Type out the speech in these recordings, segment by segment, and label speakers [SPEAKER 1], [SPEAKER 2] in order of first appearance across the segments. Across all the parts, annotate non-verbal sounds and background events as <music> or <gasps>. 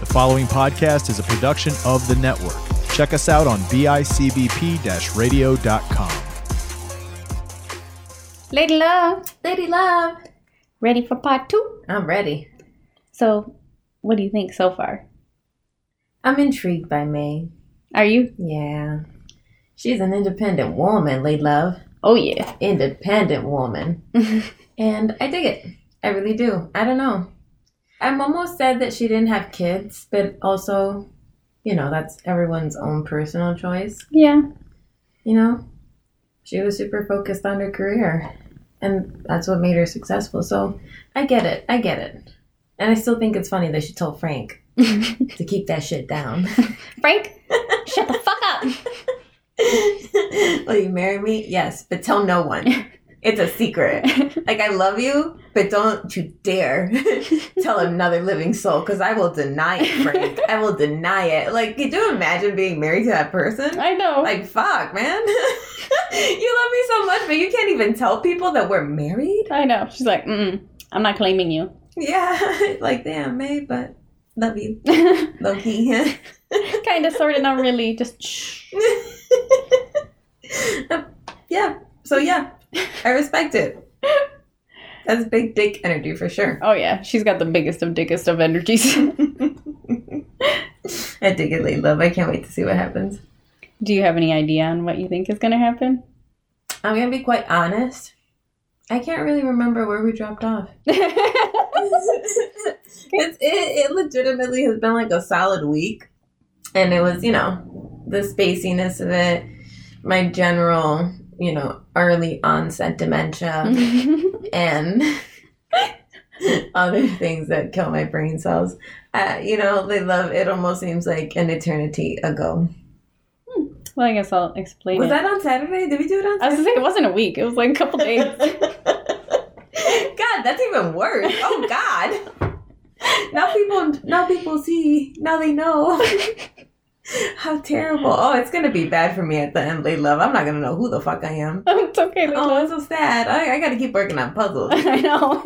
[SPEAKER 1] The following podcast is a production of the network. Check us out on bicbp radio.com.
[SPEAKER 2] Lady Love,
[SPEAKER 3] Lady Love.
[SPEAKER 2] ready for part two?
[SPEAKER 3] I'm ready.
[SPEAKER 2] So, what do you think so far?
[SPEAKER 3] I'm intrigued by May.
[SPEAKER 2] Are you?
[SPEAKER 3] Yeah. She's an independent woman, Lady Love.
[SPEAKER 2] Oh, yeah.
[SPEAKER 3] Independent <laughs> woman. and I dig it. I really do. I don't know. I'm almost sad that she didn't have kids, but also, you know, that's everyone's own personal choice.
[SPEAKER 2] <laughs> Yeah.
[SPEAKER 3] You know, she was super focused on her career, and that's what made her successful. So I get it. I get it. And I still think it's funny that she told Frank
[SPEAKER 2] <laughs>
[SPEAKER 3] to keep that shit down. <laughs>
[SPEAKER 2] Frank, shut the fuck up.
[SPEAKER 3] <laughs> Will you marry me? Yes, but tell no one. It's a secret. Like I love you, but don't you dare <laughs> tell another living soul because I will deny it, Frank. I will deny it. Like, could you imagine being married to that
[SPEAKER 2] <laughs>
[SPEAKER 3] person?
[SPEAKER 2] I know.
[SPEAKER 3] Like, fuck, man. <laughs> you love me so much, but you can't even tell people that we're married.
[SPEAKER 2] I know. She's like, mm, I'm not claiming you. <laughs>
[SPEAKER 3] Yeah, <laughs> like damn, May, but love you,
[SPEAKER 2] kind
[SPEAKER 3] low <laughs> key.
[SPEAKER 2] of, sort of, not really. Just shh.
[SPEAKER 3] <laughs> yeah. So yeah, I respect it. That's big dick energy for sure.
[SPEAKER 2] Oh, yeah. She's got the biggest of dickest of energies. <laughs>
[SPEAKER 3] I dig it, late love. I can't wait to see what happens.
[SPEAKER 2] do you have any idea on what you think is going to <laughs> happen?
[SPEAKER 3] I'm gonna be quite honest. I can't really remember where we dropped <laughs> off. it's, it, it legitimately has been like a solid week. And it was, you know, the spaciness of it, my general, you know, early onset <laughs> dementia, and <laughs> other things that kill my brain cells. Uh, you know, they love it, almost seems like an eternity ago.
[SPEAKER 2] well, I guess I'll explain
[SPEAKER 3] Was
[SPEAKER 2] it.
[SPEAKER 3] that on Saturday? Did we do it on
[SPEAKER 2] I was
[SPEAKER 3] Saturday?
[SPEAKER 2] going to say, it wasn't a week. It was like a couple days. <laughs>
[SPEAKER 3] <laughs> God, that's even worse. Oh God. Now people now people see. Now they know. <laughs> How terrible. Oh, it's gonna be bad for me at the end, late love. I'm not gonna know who the fuck I am.
[SPEAKER 2] it's okay.
[SPEAKER 3] Oh, I'm so sad. I, I gotta keep working on puzzles.
[SPEAKER 2] I know.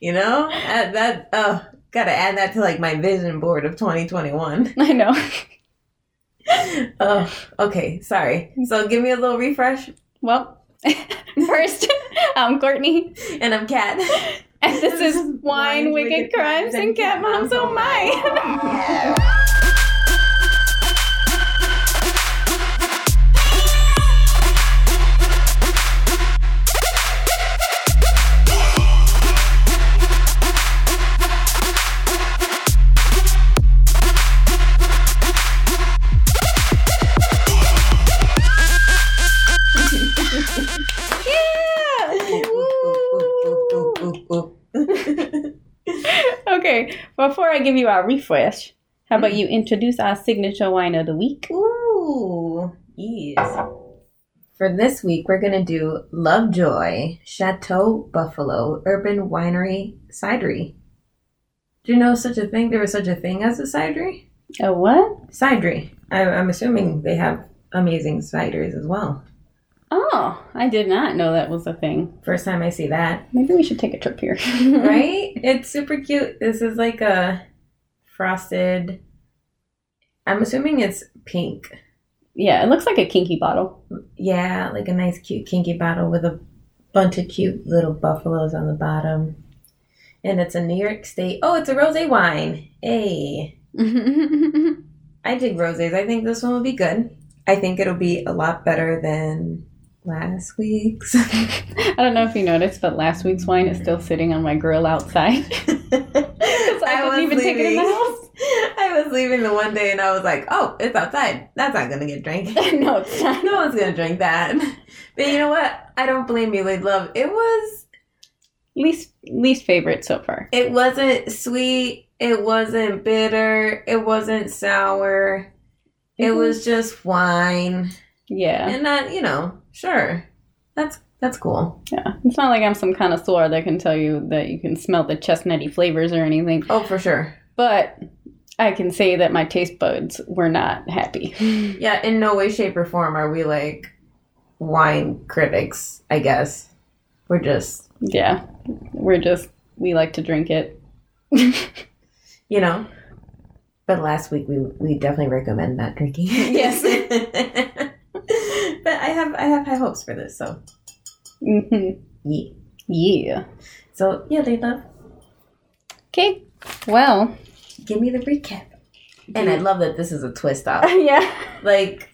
[SPEAKER 3] You know? Add that uh gotta add that to like my vision board of 2021.
[SPEAKER 2] <laughs> I know.
[SPEAKER 3] Oh, okay, sorry. So give me a little refresh.
[SPEAKER 2] Well, <laughs> first, I'm Courtney,
[SPEAKER 3] And I'm Kat.
[SPEAKER 2] and this is Wine, Wicked, Crimes, and Cat Moms Oh My. <laughs>
[SPEAKER 3] <laughs>
[SPEAKER 2] okay, before I give you our refresh, how about you introduce our signature wine of the week?
[SPEAKER 3] Ooh, yes. For this week, we're going to do Lovejoy Chateau Buffalo Urban Winery Cidery. Do you know such a thing? There was such a thing as a cidery?
[SPEAKER 2] A what?
[SPEAKER 3] Cidery. I, I'm assuming they have amazing ciders as well.
[SPEAKER 2] Oh, I did not know that was a thing.
[SPEAKER 3] First time I see
[SPEAKER 2] <laughs>
[SPEAKER 3] that.
[SPEAKER 2] Maybe we should take a trip <laughs> here.
[SPEAKER 3] right? It's super cute. This is like a frosted. I'm assuming it's pink.
[SPEAKER 2] Yeah, it looks like a kinky <laughs> bottle.
[SPEAKER 3] Yeah, like a nice, cute, kinky bottle with a bunch of cute little buffaloes on the bottom. And it's a New York State. Oh, it's a rose wine. Hey.
[SPEAKER 2] yeah,
[SPEAKER 3] I dig roses. I think this one will be good. I think it'll be a lot better than last week's. <laughs>
[SPEAKER 2] I don't know if you noticed, but last week's wine is still sitting on my grill outside. <laughs>
[SPEAKER 3] I,
[SPEAKER 2] I, didn't even take it in the house.
[SPEAKER 3] <laughs> I was leaving the one day and I was like, oh, it's outside. That's not going to get drank.
[SPEAKER 2] <laughs> no, it's not.
[SPEAKER 3] no one's going to drink that. <laughs> But you know what? I don't blame you, Lady Love. It was,
[SPEAKER 2] Least least favorite so far.
[SPEAKER 3] it wasn't sweet. It wasn't bitter. It wasn't sour. It was just wine.
[SPEAKER 2] Mm-hmm. Yeah.
[SPEAKER 3] And that, you know, sure. That's, that's cool.
[SPEAKER 2] Yeah. It's not like I'm some connoisseur that can tell you that you can smell the chestnutty flavors or anything.
[SPEAKER 3] Oh, for sure.
[SPEAKER 2] But I can say that my taste buds were not happy.
[SPEAKER 3] Yeah, in no way, shape, or form are we like wine critics, I guess. We're just,
[SPEAKER 2] yeah. We're just we like to drink it.
[SPEAKER 3] you know, But last week we we definitely recommend not drinking.
[SPEAKER 2] Yes.
[SPEAKER 3] <laughs> but I have I have high hopes for this. So
[SPEAKER 2] Mm-hmm.
[SPEAKER 3] yeah.
[SPEAKER 2] Yeah.
[SPEAKER 3] So yeah, they love.
[SPEAKER 2] Okay. Well.
[SPEAKER 3] Give me the recap. And I love that this is a twist <laughs> off.
[SPEAKER 2] <laughs> yeah.
[SPEAKER 3] like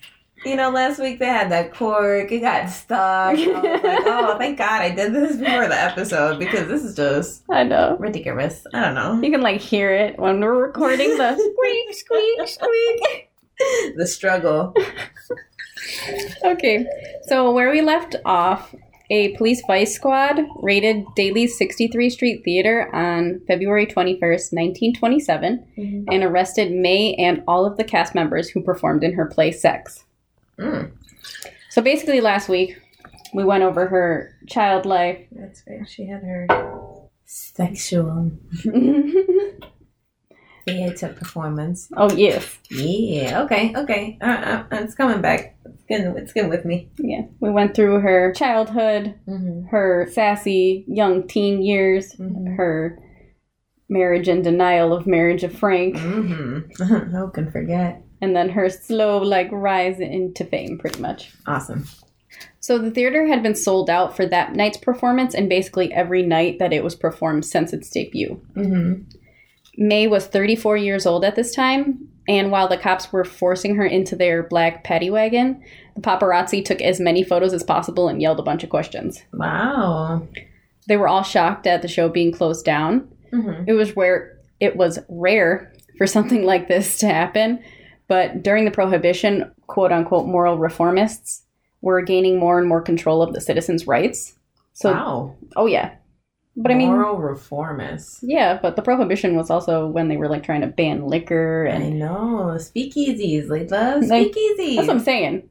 [SPEAKER 3] you know last week they had that cork it got stuck I <laughs> was like oh thank god i did this before the episode because this is just
[SPEAKER 2] I know.
[SPEAKER 3] ridiculous i don't know
[SPEAKER 2] You can like hear it when we're recording
[SPEAKER 3] <laughs>
[SPEAKER 2] the squeak, squeak, squeak.
[SPEAKER 3] the <laughs> struggle
[SPEAKER 2] Okay. So where we left off, a police vice squad raided Daly's 63 Street Theater on February 21st, 1927,
[SPEAKER 3] Mm-hmm.
[SPEAKER 2] and arrested May and all of the cast members who performed in her play Sex.
[SPEAKER 3] Mm,
[SPEAKER 2] So basically, last week we went over her child life. <laughs>
[SPEAKER 3] that's right she had her sexual
[SPEAKER 2] oh
[SPEAKER 3] theater performance
[SPEAKER 2] yes,
[SPEAKER 3] yeah okay okay uh, uh, it's coming back it's good it's good with me
[SPEAKER 2] yeah. We went through her childhood,
[SPEAKER 3] mm-hmm.
[SPEAKER 2] her sassy young teen years,
[SPEAKER 3] Mhm.
[SPEAKER 2] her marriage and denial of marriage of Frank,
[SPEAKER 3] Mm-hmm. <laughs> who can forget
[SPEAKER 2] and then her slow like rise into fame, pretty much.
[SPEAKER 3] awesome
[SPEAKER 2] So the theater had been sold out for that night's performance, and basically every night that it was performed since its debut.
[SPEAKER 3] mm-hmm.
[SPEAKER 2] May was 34 years old at this time, and while the cops were forcing her into their black paddy wagon, the paparazzi took as many photos as possible and yelled a bunch of questions.
[SPEAKER 3] wow
[SPEAKER 2] They were all shocked at the show being closed down.
[SPEAKER 3] mm-hmm.
[SPEAKER 2] It was where it was rare for something like this to happen, but during the prohibition, quote unquote moral reformists were gaining more and more control of the citizens' rights. So,
[SPEAKER 3] wow
[SPEAKER 2] oh yeah. But I mean,
[SPEAKER 3] moral reformist
[SPEAKER 2] yeah, but the prohibition was also when they were like trying to ban liquor and
[SPEAKER 3] I know. Speakeasies. They love
[SPEAKER 2] They-
[SPEAKER 3] speakeasies. <laughs>
[SPEAKER 2] That's what I'm saying.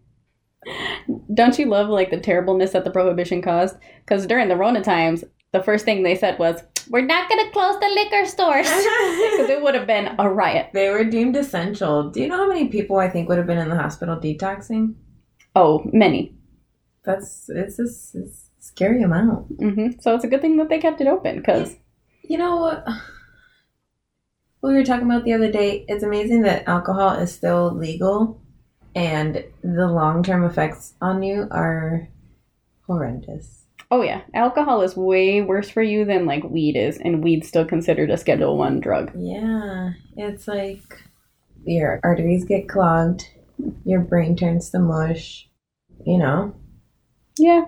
[SPEAKER 2] Don't you love like the terribleness that the prohibition caused? Because during the Rona times, the first thing they said was, "We're not going to close the liquor stores,"
[SPEAKER 3] <laughs>
[SPEAKER 2] because it would have been a riot.
[SPEAKER 3] they were deemed essential. Do you know how many people I think would have been in the hospital detoxing?
[SPEAKER 2] Oh, many.
[SPEAKER 3] That's it's a, s- it's a scary amount.
[SPEAKER 2] hmm So it's a good thing that they kept it open because
[SPEAKER 3] You know what? We were talking about the other day. It's amazing that alcohol is still legal, and the long term effects on you are horrendous.
[SPEAKER 2] oh yeah, alcohol is way worse for you than like weed is, and weed's still considered a Schedule One drug.
[SPEAKER 3] Yeah, it's like your arteries get clogged, your brain turns to mush. You know,
[SPEAKER 2] Yeah,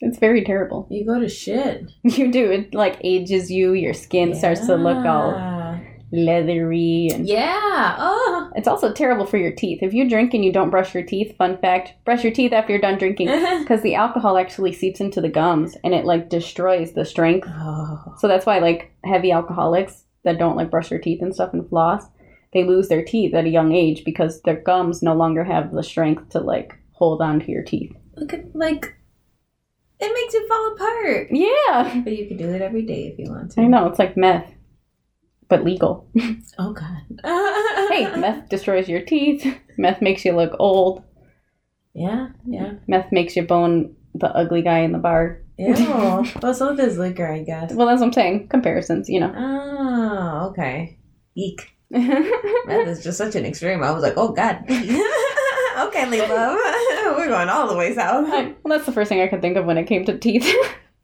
[SPEAKER 2] it's very terrible. <laughs>
[SPEAKER 3] you go to shit.
[SPEAKER 2] You do it like ages you. Your skin starts to look all
[SPEAKER 3] Yeah.
[SPEAKER 2] leathery and
[SPEAKER 3] Yeah. Oh. <laughs>
[SPEAKER 2] It's also terrible for your teeth. If you drink and you don't brush your teeth, fun fact, brush your teeth after you're done
[SPEAKER 3] <laughs>
[SPEAKER 2] drinking because the alcohol actually seeps into the gums and it like destroys the strength.
[SPEAKER 3] oh.
[SPEAKER 2] So that's why like heavy alcoholics that don't like brush their teeth and stuff and floss, they lose their teeth at a young age because their gums no longer have the strength to like hold on to your teeth.
[SPEAKER 3] Look at like it makes it fall apart.
[SPEAKER 2] Yeah.
[SPEAKER 3] But you can do it every day if you want to.
[SPEAKER 2] I know, it's like meth. But legal.
[SPEAKER 3] Oh god. <laughs>
[SPEAKER 2] Hey, meth destroys your teeth. Meth makes you look old.
[SPEAKER 3] Yeah.
[SPEAKER 2] <laughs>
[SPEAKER 3] Yeah.
[SPEAKER 2] Meth makes you bone the ugly guy in the bar.
[SPEAKER 3] Ew. well, so does liquor, I guess.
[SPEAKER 2] Well, that's what I'm saying. Comparisons, you know.
[SPEAKER 3] <laughs> Oh. Okay. Eek.
[SPEAKER 2] yeah,
[SPEAKER 3] That is just such an extreme. I was like, oh god. <laughs> okay, Lilo. <laughs> We're going all the way south.
[SPEAKER 2] well, that's the first thing I could think of when it came to teeth.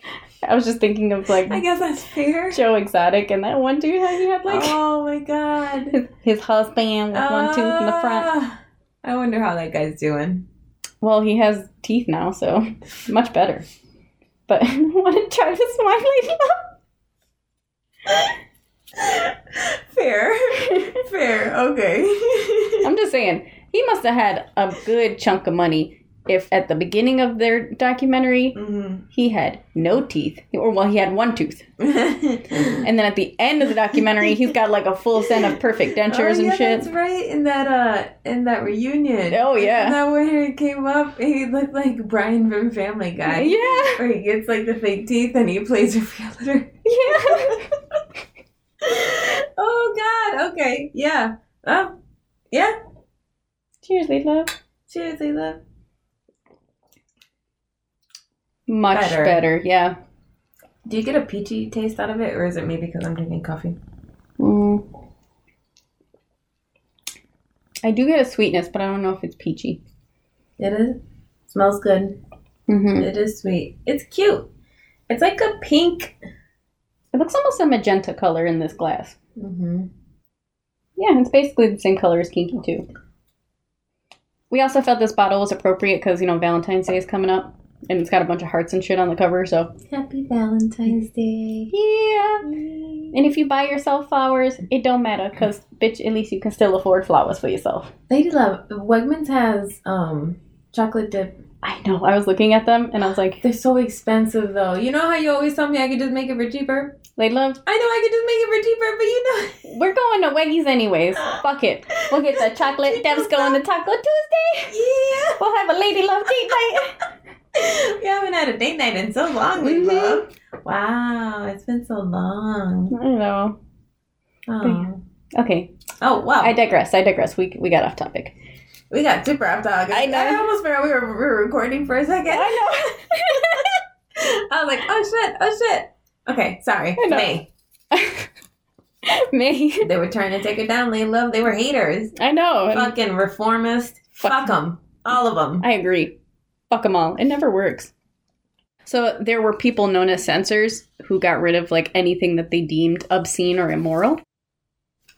[SPEAKER 2] <laughs> I was just thinking of like
[SPEAKER 3] I guess
[SPEAKER 2] <laughs>
[SPEAKER 3] that's fair.
[SPEAKER 2] Joe Exotic and that one dude how he had like
[SPEAKER 3] oh my god.
[SPEAKER 2] his, his husband with <laughs> one tooth in the front.
[SPEAKER 3] Ah, I wonder how that guy's doing. <laughs>
[SPEAKER 2] Well, he has teeth now, so <laughs> much better. But <laughs> I want to try this wine later.
[SPEAKER 3] Fair. <laughs> Fair. Okay. <laughs>
[SPEAKER 2] I'm just saying he must have had a good chunk of money if at the beginning of their documentary
[SPEAKER 3] Mhm.
[SPEAKER 2] he had no teeth or well he had one tooth <laughs> And then at the end of the documentary, he's got like a full set of perfect dentures
[SPEAKER 3] oh, yeah,
[SPEAKER 2] and shit.
[SPEAKER 3] That's right. In that uh in that reunion.
[SPEAKER 2] Oh, yeah.
[SPEAKER 3] Isn't That where he came up, he looked like Brian from Family
[SPEAKER 2] <laughs>
[SPEAKER 3] Guy.
[SPEAKER 2] Yeah,
[SPEAKER 3] Where he gets like the fake teeth and he plays a realtor.
[SPEAKER 2] yeah.
[SPEAKER 3] <laughs> oh god, okay. Yeah. Oh. Yeah.
[SPEAKER 2] Cheers, lead love.
[SPEAKER 3] Cheers, Lila.
[SPEAKER 2] Much
[SPEAKER 3] Better.
[SPEAKER 2] better. yeah.
[SPEAKER 3] Do you get a peachy taste out of it, or is it maybe because I'm drinking coffee?
[SPEAKER 2] Mm. I do get a sweetness, but I don't know if it's peachy.
[SPEAKER 3] It is. Smells good.
[SPEAKER 2] hmm
[SPEAKER 3] It is sweet. It's cute. It's like a pink.
[SPEAKER 2] It looks almost a magenta color in this glass.
[SPEAKER 3] Mm-hmm.
[SPEAKER 2] Yeah, it's basically the same color as Kinky too. We also felt this bottle was appropriate because you know Valentine's Day is coming up, and it's got a bunch of hearts and shit on the cover. So
[SPEAKER 3] Happy Valentine's Day.
[SPEAKER 2] yeah. And if you buy yourself flowers, it don't matter because bitch, at least you can still afford flowers for yourself.
[SPEAKER 3] Lady Love, Wegmans has um chocolate dip.
[SPEAKER 2] I know. I was looking at them and I was like,
[SPEAKER 3] They're so expensive though. You know how you always tell me I could just make it for cheaper?
[SPEAKER 2] they love.
[SPEAKER 3] I know I could just make it for cheaper, but you know
[SPEAKER 2] We're going to Weggies anyways. Fuck it.
[SPEAKER 3] <laughs>
[SPEAKER 2] We'll get the chocolate. Deb's going to Taco Tuesday.
[SPEAKER 3] Yeah.
[SPEAKER 2] We'll have a lady love date night.
[SPEAKER 3] <laughs> We haven't had a date night in so long, we
[SPEAKER 2] Mhm.
[SPEAKER 3] love. Wow, it's been so long.
[SPEAKER 2] <laughs> I don't know.
[SPEAKER 3] Oh,
[SPEAKER 2] Okay,
[SPEAKER 3] oh wow.
[SPEAKER 2] I digress. I digress. We we got off topic.
[SPEAKER 3] we got super off dog.
[SPEAKER 2] I know.
[SPEAKER 3] I almost forgot we were, we were recording for a second.
[SPEAKER 2] I
[SPEAKER 3] <laughs> I was like, oh shit, oh shit. Okay, sorry.
[SPEAKER 2] I know.
[SPEAKER 3] May.
[SPEAKER 2] know. <laughs> Me.
[SPEAKER 3] They were trying to take her down, Lady Love. They were haters.
[SPEAKER 2] I know. and
[SPEAKER 3] Fucking reformist.
[SPEAKER 2] Fuck.
[SPEAKER 3] Fuck them. All of them.
[SPEAKER 2] I agree. Fuck them all. It never works. So there were people known as censors who got rid of like anything that they deemed obscene or immoral.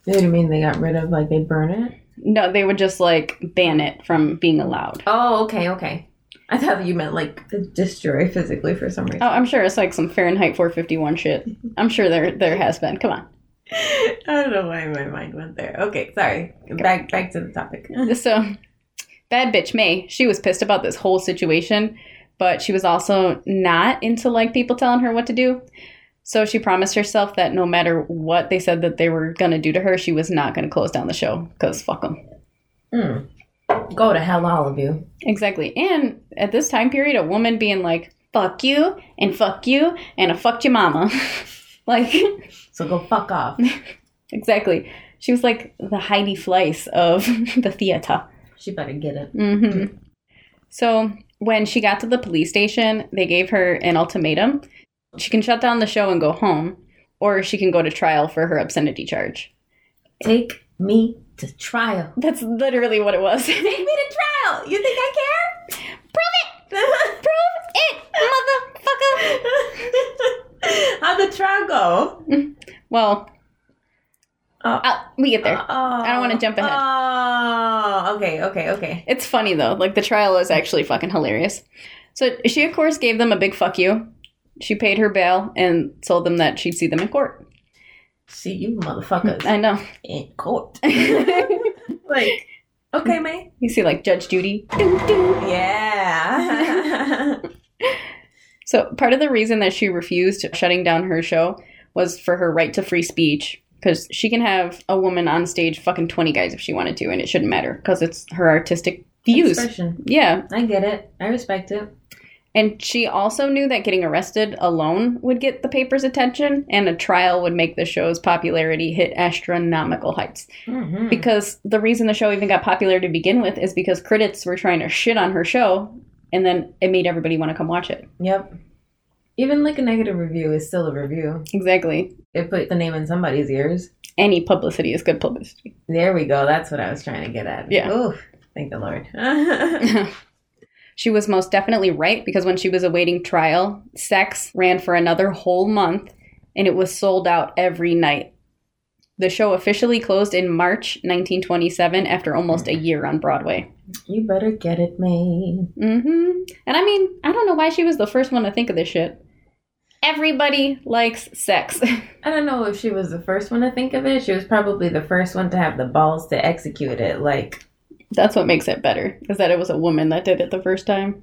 [SPEAKER 3] What do you mean they got rid of, like, they burn it?
[SPEAKER 2] No, they would just like ban it from being allowed.
[SPEAKER 3] Oh, okay, okay. I thought you meant, like, destroy physically for some reason.
[SPEAKER 2] Oh, I'm sure it's like some Fahrenheit 451 shit. I'm sure there there has been. Come on.
[SPEAKER 3] <laughs> I don't know why my mind went there. Okay, sorry. Back back to the <laughs> topic.
[SPEAKER 2] <laughs> So, bad bitch May, she was pissed about this whole situation, but she was also not into like people telling her what to do. So she promised herself that no matter what they said that they were gonna do to her, she was not gonna close down the show because fuck them.
[SPEAKER 3] Mm. Go to hell, all of you.
[SPEAKER 2] Exactly. And at this time period, a woman being like "fuck you" and "fuck you" and "I fucked your mama," <laughs> like <laughs>
[SPEAKER 3] So go fuck <laughs> off.
[SPEAKER 2] exactly. She was like the Heidi Fleiss of <laughs> the theater.
[SPEAKER 3] she better get it.
[SPEAKER 2] hmm So when she got to the police station, they gave her an ultimatum. She can shut down the show and go home, or she can go to trial for her obscenity charge.
[SPEAKER 3] Take me to trial.
[SPEAKER 2] That's literally what it was. <laughs>
[SPEAKER 3] Take me to trial. You think I care? <laughs>
[SPEAKER 2] Prove it,
[SPEAKER 3] it. <laughs> How'd the trial go?
[SPEAKER 2] motherfucker! Well,
[SPEAKER 3] Oh.
[SPEAKER 2] uh, we get there.
[SPEAKER 3] I
[SPEAKER 2] don't wanna jump ahead.
[SPEAKER 3] Oh, okay, okay, okay.
[SPEAKER 2] It's funny though. Like the trial is actually fucking hilarious. So she of course gave them a big fuck you. She paid her bail and told them that she'd see them in court.
[SPEAKER 3] See you,
[SPEAKER 2] <laughs>
[SPEAKER 3] motherfuckers,
[SPEAKER 2] I know.
[SPEAKER 3] in court. <laughs>
[SPEAKER 2] you
[SPEAKER 3] like, okay, mate.
[SPEAKER 2] see like Judge Judy.
[SPEAKER 3] Yeah. <laughs>
[SPEAKER 2] So part of the reason that she refused shutting down her show was for her right to free speech because she can have a woman on stage fucking 20 guys if she wanted to and it shouldn't matter because it's her artistic views.
[SPEAKER 3] Expression.
[SPEAKER 2] Yeah.
[SPEAKER 3] I get it. I respect it.
[SPEAKER 2] And she also knew that getting arrested alone would get the paper's attention, and a trial would make the show's popularity hit astronomical heights.
[SPEAKER 3] Mm-hmm.
[SPEAKER 2] Because the reason the show even got popular to begin with is because critics were trying to shit on her show, and then it made everybody want to come watch it.
[SPEAKER 3] Yep. Even like a negative review is still a review.
[SPEAKER 2] Exactly.
[SPEAKER 3] It put the name in somebody's ears.
[SPEAKER 2] Any publicity is good publicity.
[SPEAKER 3] There we go. That's what I was trying to get at.
[SPEAKER 2] Yeah.
[SPEAKER 3] Oof. Thank the Lord. <laughs>
[SPEAKER 2] she was most definitely right because when she was awaiting trial, sex ran for another whole month and it was sold out every night. The show officially closed in March 1927 after almost a year on Broadway.
[SPEAKER 3] you better get it made.
[SPEAKER 2] hmm And I mean, I don't know why she was the first one to think of this shit. Everybody likes sex. <laughs>
[SPEAKER 3] I don't know if she was the first one to think of it. She was probably the first one to have the balls to execute it. Like,
[SPEAKER 2] That's what makes it better, is that it was a woman that did it the first time.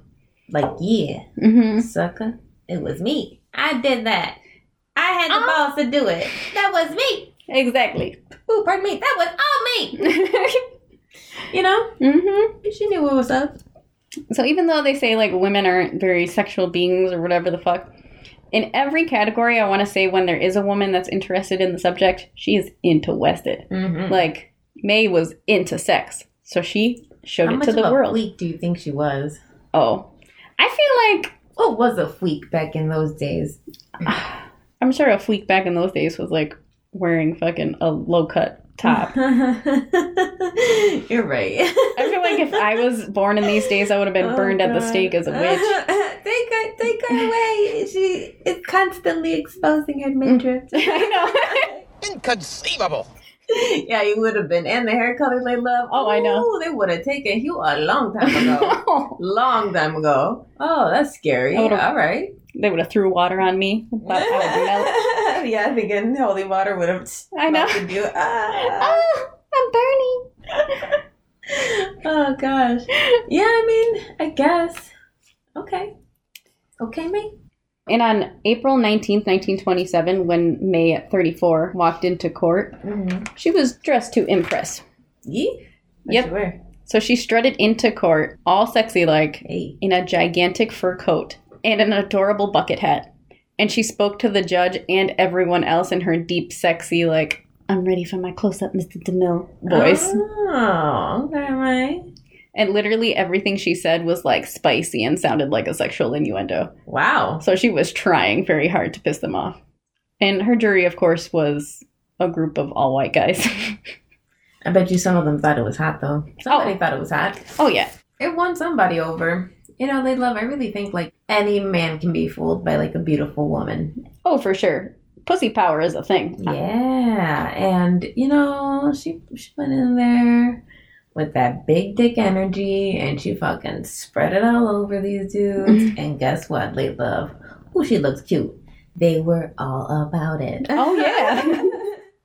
[SPEAKER 3] like yeah,
[SPEAKER 2] hmm
[SPEAKER 3] sucker. It was me. I did that. I had the
[SPEAKER 2] Oh.
[SPEAKER 3] balls to do it. That was me.
[SPEAKER 2] Exactly. <laughs>
[SPEAKER 3] Ooh, pardon me. That was all me.
[SPEAKER 2] hmm
[SPEAKER 3] You know, she knew what was up.
[SPEAKER 2] So even though they say like women aren't very sexual beings or whatever the fuck, in every category, I want to say when there is a woman that's interested in the subject, she is into Wested.
[SPEAKER 3] Mm-hmm.
[SPEAKER 2] Like May was into sex, so she showed
[SPEAKER 3] How
[SPEAKER 2] it
[SPEAKER 3] much
[SPEAKER 2] to
[SPEAKER 3] of
[SPEAKER 2] the
[SPEAKER 3] a
[SPEAKER 2] world.
[SPEAKER 3] fleek do you think she was?
[SPEAKER 2] Oh, I feel like
[SPEAKER 3] What was a fleek back in those days?
[SPEAKER 2] I'm sure a fleek back in those days was like wearing fucking a low cut
[SPEAKER 3] <laughs>
[SPEAKER 2] top.
[SPEAKER 3] You're right.
[SPEAKER 2] I feel like if I was born in these days, I would have been
[SPEAKER 3] Oh,
[SPEAKER 2] burned at the
[SPEAKER 3] God.
[SPEAKER 2] stake
[SPEAKER 3] <laughs>
[SPEAKER 2] as a witch. <laughs>
[SPEAKER 3] take her, take her away. She is constantly exposing her midriff.
[SPEAKER 2] Mm. <laughs> I know.
[SPEAKER 4] Inconceivable!
[SPEAKER 3] yeah, you would have been. And the hair color they love.
[SPEAKER 2] Oh, I know.
[SPEAKER 3] Ooh, They would have taken you a long time
[SPEAKER 2] <laughs>
[SPEAKER 3] ago. long time ago. Oh, that's scary.
[SPEAKER 2] I would've-
[SPEAKER 3] All right.
[SPEAKER 2] they would have threw water on me, but I would melt.
[SPEAKER 3] <laughs> yeah, I think in holy water would have.
[SPEAKER 2] I know.
[SPEAKER 3] melted You. Ah.
[SPEAKER 2] Oh, I'm burning.
[SPEAKER 3] Oh gosh. Yeah, I mean, I guess. Okay. Okay, mate.
[SPEAKER 2] And on April 19th, 1927, when May at 34 walked into court,
[SPEAKER 3] Mm-hmm.
[SPEAKER 2] she was dressed to impress.
[SPEAKER 3] Yee.
[SPEAKER 2] Yep.
[SPEAKER 3] Sure.
[SPEAKER 2] So she strutted into court, all sexy like,
[SPEAKER 3] Hey.
[SPEAKER 2] in a gigantic fur coat and an adorable bucket hat. And she spoke to the judge and everyone else in her deep, sexy, like, I'm ready for my close up, Mr. DeMille voice.
[SPEAKER 3] Uh-huh. Oh, okay, mate.
[SPEAKER 2] And literally everything she said was like spicy and sounded like a sexual innuendo.
[SPEAKER 3] Wow.
[SPEAKER 2] So she was trying very hard to piss them off. And her jury, of course, was a group of all white guys. <laughs>
[SPEAKER 3] I bet you some of them thought it was hot though. Somebody thought it was hot.
[SPEAKER 2] oh, yeah.
[SPEAKER 3] It won somebody over. You know, they love. I really think like any man can be fooled by like a beautiful woman.
[SPEAKER 2] Oh, for sure. Pussy power is a thing.
[SPEAKER 3] Yeah, and you know she she went in there with that big dick energy, and she fucking spread it all over these
[SPEAKER 2] Mm-hmm.
[SPEAKER 3] dudes. and guess what, late love? Ooh, she looks cute. They were all about it.
[SPEAKER 2] Oh, yeah.
[SPEAKER 3] <laughs>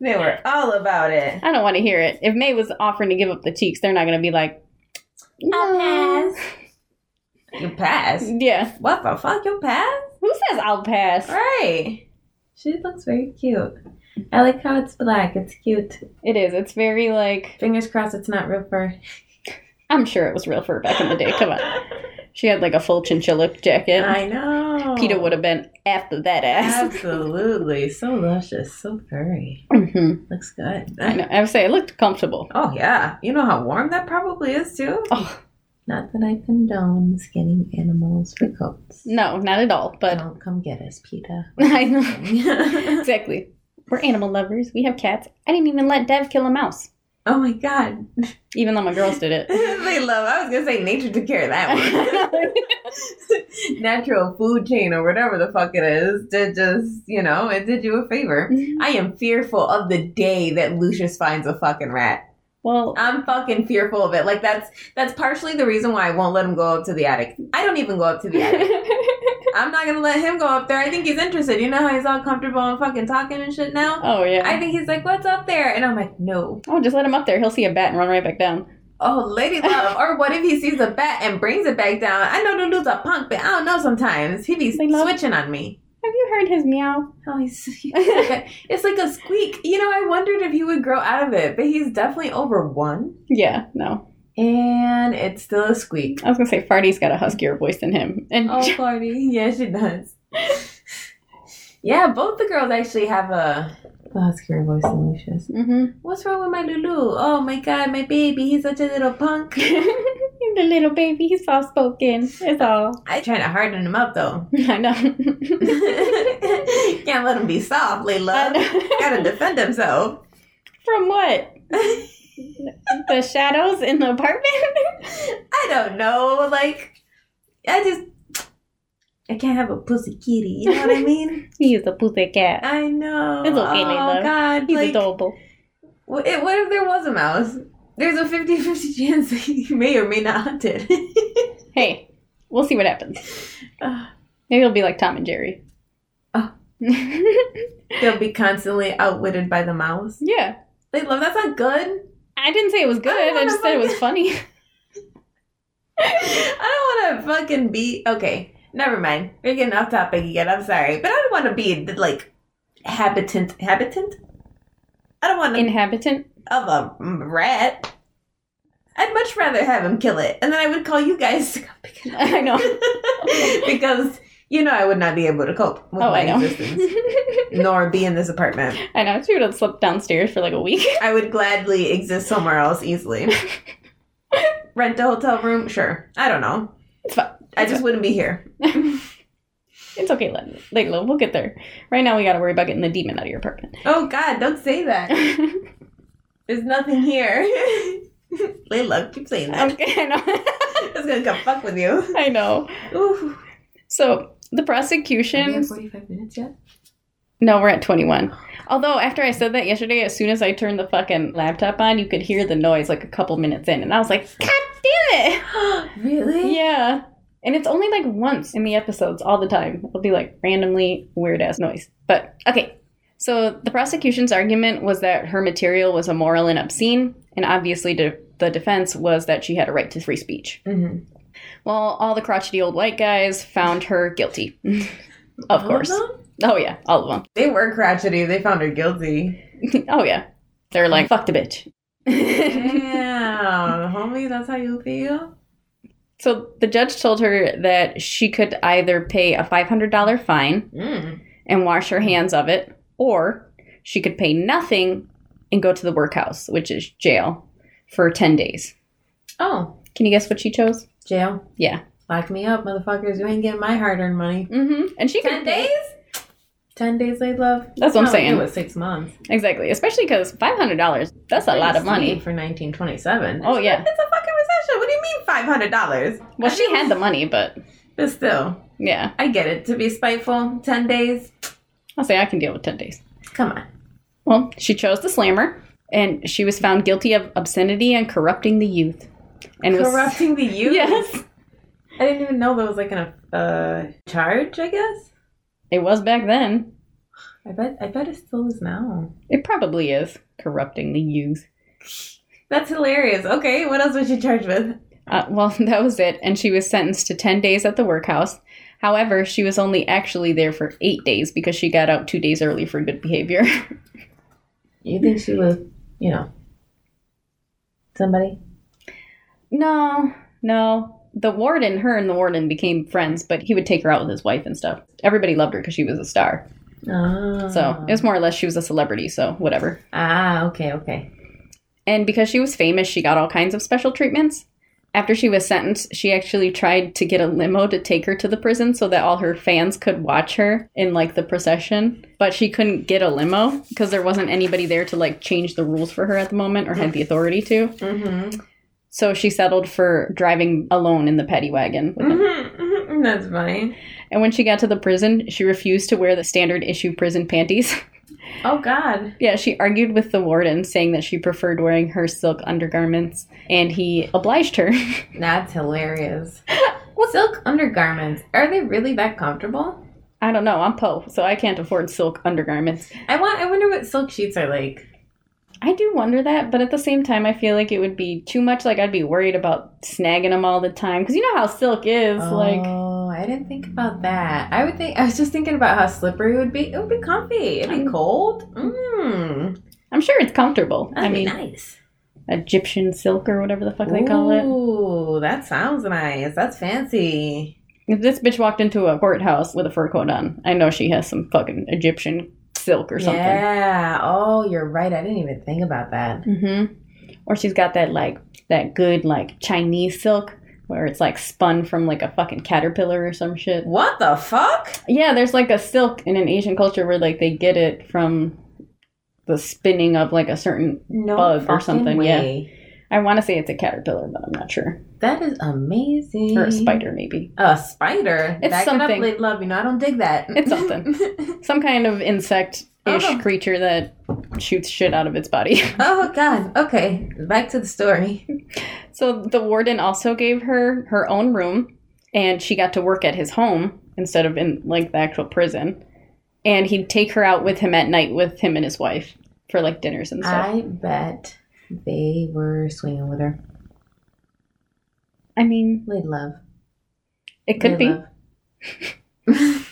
[SPEAKER 3] they were all about it.
[SPEAKER 2] I don't want to hear it. If May was offering to give up the cheeks, they're not going to be like,
[SPEAKER 3] I'll
[SPEAKER 2] "No."
[SPEAKER 3] pass. You pass.
[SPEAKER 2] <laughs> Yeah.
[SPEAKER 3] What the fuck? You pass?
[SPEAKER 2] Who says I'll pass?
[SPEAKER 3] Right. She looks very cute. I like how it's black. It's cute.
[SPEAKER 2] It is. It's very like,
[SPEAKER 3] Fingers crossed it's not real fur.
[SPEAKER 2] I'm sure it was real fur back in the day. Come on.
[SPEAKER 3] <laughs>
[SPEAKER 2] She had like a full chinchilla jacket.
[SPEAKER 3] I know.
[SPEAKER 2] PETA would have been after that ass.
[SPEAKER 3] Absolutely. So luscious. So furry.
[SPEAKER 2] Mhm.
[SPEAKER 3] Looks good.
[SPEAKER 2] <laughs> I know. I would say it looked comfortable.
[SPEAKER 3] Oh, yeah. You know how warm that probably is, too?
[SPEAKER 2] Oh,
[SPEAKER 3] Not that I condone skinning animals for coats.
[SPEAKER 2] no, not at all. But
[SPEAKER 3] Don't come get us, PETA.
[SPEAKER 2] <laughs> I know. Exactly. We're animal lovers. We have cats. I didn't even let Dev kill a mouse,
[SPEAKER 3] <laughs> oh, my God. <laughs>
[SPEAKER 2] even though my girls did it.
[SPEAKER 3] they love. I was gonna say nature took care of that
[SPEAKER 2] <laughs>
[SPEAKER 3] one. Natural food chain or whatever the fuck it is did just you know it did you a favor.
[SPEAKER 2] Mm.
[SPEAKER 3] I am fearful of the day that Lucius finds a fucking rat.
[SPEAKER 2] well,
[SPEAKER 3] I'm fucking fearful of it. Like that's that's partially the reason why I won't let him go up to the attic. I don't even go up to the attic. I'm not gonna let him go up there. I think he's interested. You know how he's all comfortable and fucking talking and shit now.
[SPEAKER 2] <laughs> oh yeah.
[SPEAKER 3] I think he's like, "What's up there?" And I'm like, "No."
[SPEAKER 2] oh, just let him up there. He'll see a bat and run right back down.
[SPEAKER 3] Oh, lady love. or what if he sees a bat and brings it back down? I know the dude's a punk, but I don't know sometimes. He be
[SPEAKER 2] They love-
[SPEAKER 3] switching on me.
[SPEAKER 2] Have you heard his meow?
[SPEAKER 3] Oh, he's, <laughs> it's like a squeak. You know, I wondered if he would grow out of it, but he's definitely over one.
[SPEAKER 2] Yeah, no.
[SPEAKER 3] And it's still a squeak.
[SPEAKER 2] I was gonna say Farty's got a huskier voice than him, and <laughs>
[SPEAKER 3] Oh, Cardi. yeah, she does. yeah, both the girls actually have a the huskier voice than Lucius.
[SPEAKER 2] Mhm.
[SPEAKER 3] What's wrong with my Lulu? Oh my god, my baby, he's such a little punk.
[SPEAKER 2] the little baby, he's soft spoken. It's all. <laughs>
[SPEAKER 3] I trying to harden him up though. <laughs>
[SPEAKER 2] I know.
[SPEAKER 3] Can't let him be soft,
[SPEAKER 2] I
[SPEAKER 3] Layla.
[SPEAKER 2] know.
[SPEAKER 3] <laughs> Gotta defend himself.
[SPEAKER 2] <laughs>
[SPEAKER 3] <laughs>
[SPEAKER 2] From what? the shadows in the apartment. <laughs>
[SPEAKER 3] I don't know. Like, I just. I can't have a pussy kitty. You know what
[SPEAKER 2] <laughs>
[SPEAKER 3] I mean?
[SPEAKER 2] He is a pussy cat.
[SPEAKER 3] I know.
[SPEAKER 2] It's okay,
[SPEAKER 3] oh,
[SPEAKER 2] Layla.
[SPEAKER 3] God.
[SPEAKER 2] He's
[SPEAKER 3] like,
[SPEAKER 2] adorable.
[SPEAKER 3] What, if- what if there was a mouse? There's a 50 50 <laughs> chance that he may or may not hunt it. <laughs>
[SPEAKER 2] Hey, we'll see what happens.
[SPEAKER 3] Ah.
[SPEAKER 2] Maybe it'll be like Tom and Jerry. <laughs>
[SPEAKER 3] Oh. They'll be constantly outwitted by the mouse.
[SPEAKER 2] yeah.
[SPEAKER 3] They love that's not good. <laughs>
[SPEAKER 2] I didn't say it was good. I,
[SPEAKER 3] wanna
[SPEAKER 2] just said it was
[SPEAKER 3] fucking-
[SPEAKER 2] funny.
[SPEAKER 3] <laughs>
[SPEAKER 2] <laughs>
[SPEAKER 3] I don't want to fucking be. Okay, never mind. We're getting off topic again. I'm sorry, but I don't want to be like habitant. Habitant. I don't want to
[SPEAKER 2] Inhabitant. <laughs>
[SPEAKER 3] of a rat. I'd much rather have him kill it, and then I would call you guys to come <laughs> pick it up
[SPEAKER 2] I know.
[SPEAKER 3] because you know I would not be able to cope with
[SPEAKER 2] Oh,
[SPEAKER 3] my
[SPEAKER 2] I know.
[SPEAKER 3] existence, nor be in this apartment.
[SPEAKER 2] <laughs> I know. She would have slept downstairs for like a week. <laughs>
[SPEAKER 3] I would gladly exist somewhere else easily. Rent a hotel room, sure. I don't know.
[SPEAKER 2] It's fine.
[SPEAKER 3] I just wouldn't be here.
[SPEAKER 2] It's okay, Layla. <laughs> Layla. We'll get there. Right now, we gotta worry about getting the demon out of your apartment.
[SPEAKER 3] <laughs> Oh God, don't say that. There's nothing here. <laughs> Layla, keep
[SPEAKER 2] <laughs>
[SPEAKER 3] saying that.
[SPEAKER 2] Okay, I know.
[SPEAKER 3] It's gonna come fuck with you.
[SPEAKER 2] I know.
[SPEAKER 3] Ooh.
[SPEAKER 2] So the
[SPEAKER 3] Are we at
[SPEAKER 2] prosecution.
[SPEAKER 3] 45 minutes yet?
[SPEAKER 2] No, we're at 21. Although, after I said that yesterday, as soon as I turned the fucking laptop on, you could hear the noise like a couple minutes in. And I was like, God damn
[SPEAKER 3] <laughs>
[SPEAKER 2] it!
[SPEAKER 3] <gasps> really?
[SPEAKER 2] Yeah. And it's only like once in the episodes all the time. It'll be like randomly weird ass noise. But okay. So the prosecution's argument was that her material was immoral and obscene. And obviously, de- the defense was that she had a right to free speech.
[SPEAKER 3] Mm-hmm.
[SPEAKER 2] Well, all the crotchety old white guys found her guilty. <laughs> of course. Oh, yeah. All of them.
[SPEAKER 3] They were crotchety. They found
[SPEAKER 2] <laughs>
[SPEAKER 3] her guilty.
[SPEAKER 2] Oh yeah. They're like, fuck the bitch.
[SPEAKER 3] <laughs> Damn, homie, that's how you feel?
[SPEAKER 2] so the judge told her that she could either pay a $500 fine
[SPEAKER 3] Mm.
[SPEAKER 2] and wash her hands of it, or she could pay nothing and go to the workhouse, which is jail, for 10 days.
[SPEAKER 3] Oh,
[SPEAKER 2] Can you guess what she chose?
[SPEAKER 3] jail.
[SPEAKER 2] Yeah.
[SPEAKER 3] Lock me up, motherfuckers. You ain't getting my hard earned money.
[SPEAKER 2] Mm-hmm. And she could
[SPEAKER 3] Ten
[SPEAKER 2] pay-
[SPEAKER 3] days? Ten days laid love.
[SPEAKER 2] That's what I'm
[SPEAKER 3] Not like
[SPEAKER 2] saying.
[SPEAKER 3] It was six months.
[SPEAKER 2] Exactly. Especially because $500, that's a
[SPEAKER 3] Pretty
[SPEAKER 2] lot of
[SPEAKER 3] steep
[SPEAKER 2] money.
[SPEAKER 3] for 1927.
[SPEAKER 2] Oh, yeah.
[SPEAKER 3] It's a fucking recession. What do you mean five hundred dollars?
[SPEAKER 2] Well, she had the money, but
[SPEAKER 3] But still,
[SPEAKER 2] yeah.
[SPEAKER 3] I get it. To be spiteful, ten days.
[SPEAKER 2] I'll say I can deal with 10 days.
[SPEAKER 3] Come on.
[SPEAKER 2] Well, she chose the slammer, and she was found guilty of obscenity and corrupting the youth. And was
[SPEAKER 3] Corrupting the youth.
[SPEAKER 2] yes,
[SPEAKER 3] I didn't even know that was like an uh, charge. I guess.
[SPEAKER 2] it was back then.
[SPEAKER 3] I bet. I bet it still is now.
[SPEAKER 2] It probably is corrupting the youth.
[SPEAKER 3] That's hilarious. Okay, what else was she charged with?
[SPEAKER 2] Uh, well, <laughs> that was it, and she was sentenced to ten days at the workhouse. However, she was only actually there for eight days because she got out two days early for good behavior. <laughs>
[SPEAKER 3] You think she was, you know, somebody?
[SPEAKER 2] no, no. The warden, her and the warden became friends, but he would take her out with his wife and stuff. Everybody loved her because she was a star.
[SPEAKER 3] Oh.
[SPEAKER 2] So it was more or less she was a celebrity, so whatever.
[SPEAKER 3] ah, okay, okay.
[SPEAKER 2] And because she was famous, she got all kinds of special treatments. After she was sentenced, she actually tried to get a limo to take her to the prison so that all her fans could watch her in like the procession. But she couldn't get a limo because there wasn't anybody there to like change the rules for her at the moment or had the authority to.
[SPEAKER 3] Mm-hmm.
[SPEAKER 2] So she settled for driving alone in the paddy wagon. With him.
[SPEAKER 3] mm-hmm. That's funny.
[SPEAKER 2] And when she got to the prison, she refused to wear the standard issue prison panties. <laughs>
[SPEAKER 3] Oh God.
[SPEAKER 2] Yeah, she argued with the warden, saying that she preferred wearing her silk undergarments, and he obliged her.
[SPEAKER 3] That's <laughs> hilarious. Silk undergarments. Are they really that comfortable?
[SPEAKER 2] I don't know, I'm Poe, so I can't afford silk undergarments.
[SPEAKER 3] I want I wonder what silk sheets are like.
[SPEAKER 2] I do wonder that, but at the same time, I feel like it would be too much. Like, I'd be worried about snagging them all the time. Because you know how silk is. Like,
[SPEAKER 3] Oh, I didn't think about that. I would think I was just thinking about how slippery it would be. It would be comfy. It'd be
[SPEAKER 2] I'm-
[SPEAKER 3] cold. Mmm.
[SPEAKER 2] I'm sure it's comfortable. I
[SPEAKER 3] That'd be
[SPEAKER 2] mean,
[SPEAKER 3] nice.
[SPEAKER 2] Egyptian silk or whatever the fuck they call it.
[SPEAKER 3] Ooh, that sounds nice. That's fancy.
[SPEAKER 2] If this bitch walked into a courthouse with a fur coat on, I know she has some fucking Egyptian silk or something.
[SPEAKER 3] Yeah. Oh, you're right. I didn't even think about that.
[SPEAKER 2] Mm-hmm. Or she's got that like that good like Chinese silk where it's like spun from like a fucking caterpillar or some shit.
[SPEAKER 3] What the fuck?
[SPEAKER 2] Yeah, there's like a silk in an Asian culture where like they get it from the spinning of like a certain.
[SPEAKER 3] No
[SPEAKER 2] Bug or
[SPEAKER 3] fucking
[SPEAKER 2] something, yeah.
[SPEAKER 3] way.
[SPEAKER 2] I want to say it's a caterpillar, but I'm not sure.
[SPEAKER 3] That is amazing.
[SPEAKER 2] Or a spider, maybe.
[SPEAKER 3] A spider.
[SPEAKER 2] It's
[SPEAKER 3] Back It
[SPEAKER 2] something.
[SPEAKER 3] up, late love. You know, I don't dig that. <laughs>
[SPEAKER 2] It's something. Some kind of insect ish
[SPEAKER 3] Oh.
[SPEAKER 2] creature that shoots shit out of its body. <laughs>
[SPEAKER 3] oh God. Okay. Back to the story.
[SPEAKER 2] So the warden also gave her her own room, and she got to work at his home instead of in like the actual prison. And he'd take her out with him at night with him and his wife for like dinners and stuff.
[SPEAKER 3] I bet they were swinging with her.
[SPEAKER 2] I, mean,
[SPEAKER 3] Late love.
[SPEAKER 2] it could
[SPEAKER 3] Late
[SPEAKER 2] be.
[SPEAKER 3] love.
[SPEAKER 2] <laughs>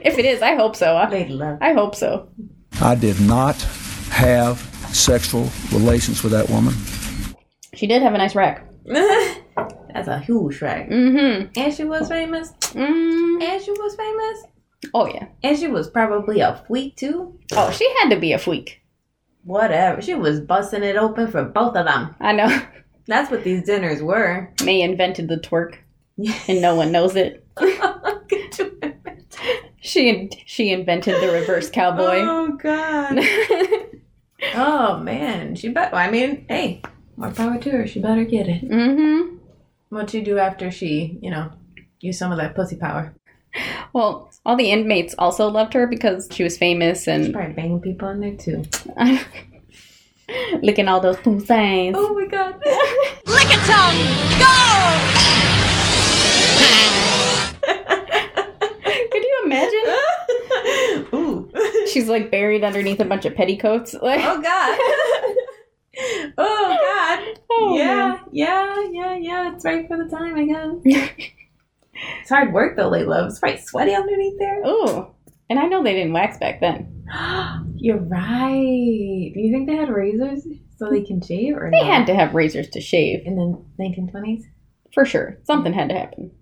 [SPEAKER 2] If it is, I hope so. I,
[SPEAKER 3] Late love. <laughs>
[SPEAKER 2] I hope so.
[SPEAKER 4] I did not have sexual relations with that woman.
[SPEAKER 2] She did have a nice rack.
[SPEAKER 3] That's a huge rag.
[SPEAKER 2] Mm-hmm.
[SPEAKER 3] And she was famous.
[SPEAKER 2] Mm.
[SPEAKER 3] And she was famous.
[SPEAKER 2] Oh yeah.
[SPEAKER 3] And she was probably a fleet too.
[SPEAKER 2] Oh, she had to be a freak.
[SPEAKER 3] Whatever. She was busting it open for both of them.
[SPEAKER 2] I know. <laughs>
[SPEAKER 3] That's what these dinners were.
[SPEAKER 2] May invented the twerk, and
[SPEAKER 3] <laughs>
[SPEAKER 2] no one knows it. <laughs> She she invented the reverse cowboy. Mm-hmm.
[SPEAKER 3] Oh God. <laughs> oh man, she bet. I mean, hey, more power to her. She better get it.
[SPEAKER 2] Mm-hmm.
[SPEAKER 3] What you do after she, you know, use some of that pussy power?
[SPEAKER 2] Well, all the inmates also loved her because she was famous
[SPEAKER 3] She
[SPEAKER 2] and
[SPEAKER 3] probably banging people in there too.
[SPEAKER 2] <laughs> licking all those poo signs.
[SPEAKER 3] Oh my god.
[SPEAKER 5] Lick a tongue! Go!
[SPEAKER 2] <laughs> Could you imagine?
[SPEAKER 3] <laughs> <laughs> Ooh.
[SPEAKER 2] She's like buried underneath a bunch of petticoats. <laughs> Like,
[SPEAKER 3] Oh god. <laughs> oh god.
[SPEAKER 2] oh,
[SPEAKER 3] yeah,
[SPEAKER 2] man.
[SPEAKER 3] yeah, yeah, yeah. It's right for the time, I guess.
[SPEAKER 2] <laughs>
[SPEAKER 3] it's hard work though, Layla. It's right sweaty underneath there. <gasps>
[SPEAKER 2] Ooh. And I know they didn't wax back then.
[SPEAKER 3] You're right. Do you think they had razors so they can shave or
[SPEAKER 2] They
[SPEAKER 3] no?
[SPEAKER 2] had to have razors to shave.
[SPEAKER 3] in the 1920s?
[SPEAKER 2] For sure. Something had to happen.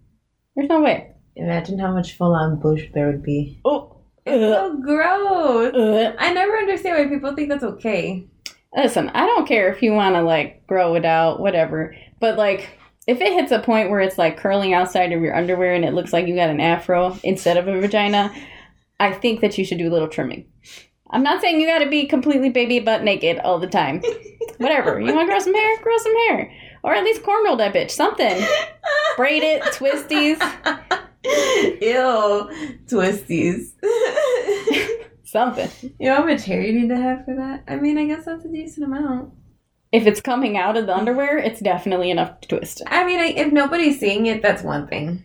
[SPEAKER 2] There's no way.
[SPEAKER 3] Imagine how much full-on bush there would be.
[SPEAKER 2] Oh.
[SPEAKER 3] It's so gross.
[SPEAKER 2] Ugh.
[SPEAKER 3] I never understand why people think that's okay. <laughs>
[SPEAKER 2] Listen, I don't care if you want to like grow it out, whatever. But like, if it hits a point where it's like curling outside of your underwear and it looks like you got an afro instead of a vagina, I think that you should do a little trimming. I'm not saying you got to be completely baby butt naked all the time. whatever. You want to grow some hair? Grow some hair. Or at least cornrow that bitch. Something. Braid it, twisties,
[SPEAKER 3] Ew, twisties. <laughs>
[SPEAKER 2] something.
[SPEAKER 3] you know how much hair you need to have for that? I mean, I guess that's a decent amount.
[SPEAKER 2] If it's coming out
[SPEAKER 3] Mm.
[SPEAKER 2] of the underwear, it's definitely enough to twist.
[SPEAKER 3] I mean, I, if nobody's seeing it, that's one thing.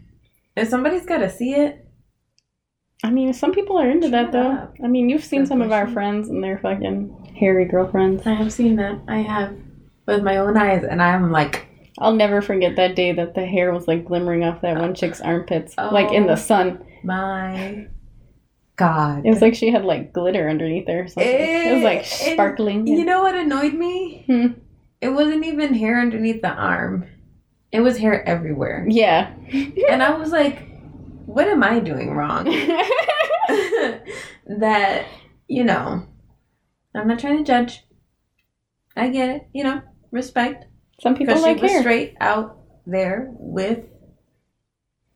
[SPEAKER 3] If somebody's got to see it,
[SPEAKER 2] I mean, some people are into that
[SPEAKER 3] Shut
[SPEAKER 2] though.
[SPEAKER 3] up.
[SPEAKER 2] I mean, you've seen
[SPEAKER 3] Good
[SPEAKER 2] some of our
[SPEAKER 3] question.
[SPEAKER 2] friends and their fucking hairy girlfriends.
[SPEAKER 3] I have seen that. I have with my own eyes, and I'm like,
[SPEAKER 2] I'll never forget that day that the hair was like glimmering off that one chick's armpits, like in the
[SPEAKER 3] Oh.
[SPEAKER 2] sun.
[SPEAKER 3] my God.
[SPEAKER 2] It was like she had like glitter underneath her. Or something. It was like
[SPEAKER 3] Eh, and
[SPEAKER 2] sparkling.
[SPEAKER 3] You know what annoyed me?
[SPEAKER 2] Hmm.
[SPEAKER 3] It wasn't even hair underneath the arm. It was hair everywhere,
[SPEAKER 2] yeah. <laughs>
[SPEAKER 3] and I was like, "What am I doing wrong?"
[SPEAKER 2] <laughs>
[SPEAKER 3] <laughs> that you know, I'm not trying to judge. I get it. You know, respect.
[SPEAKER 2] some people
[SPEAKER 3] Because
[SPEAKER 2] like
[SPEAKER 3] she was
[SPEAKER 2] hair.
[SPEAKER 3] straight out there with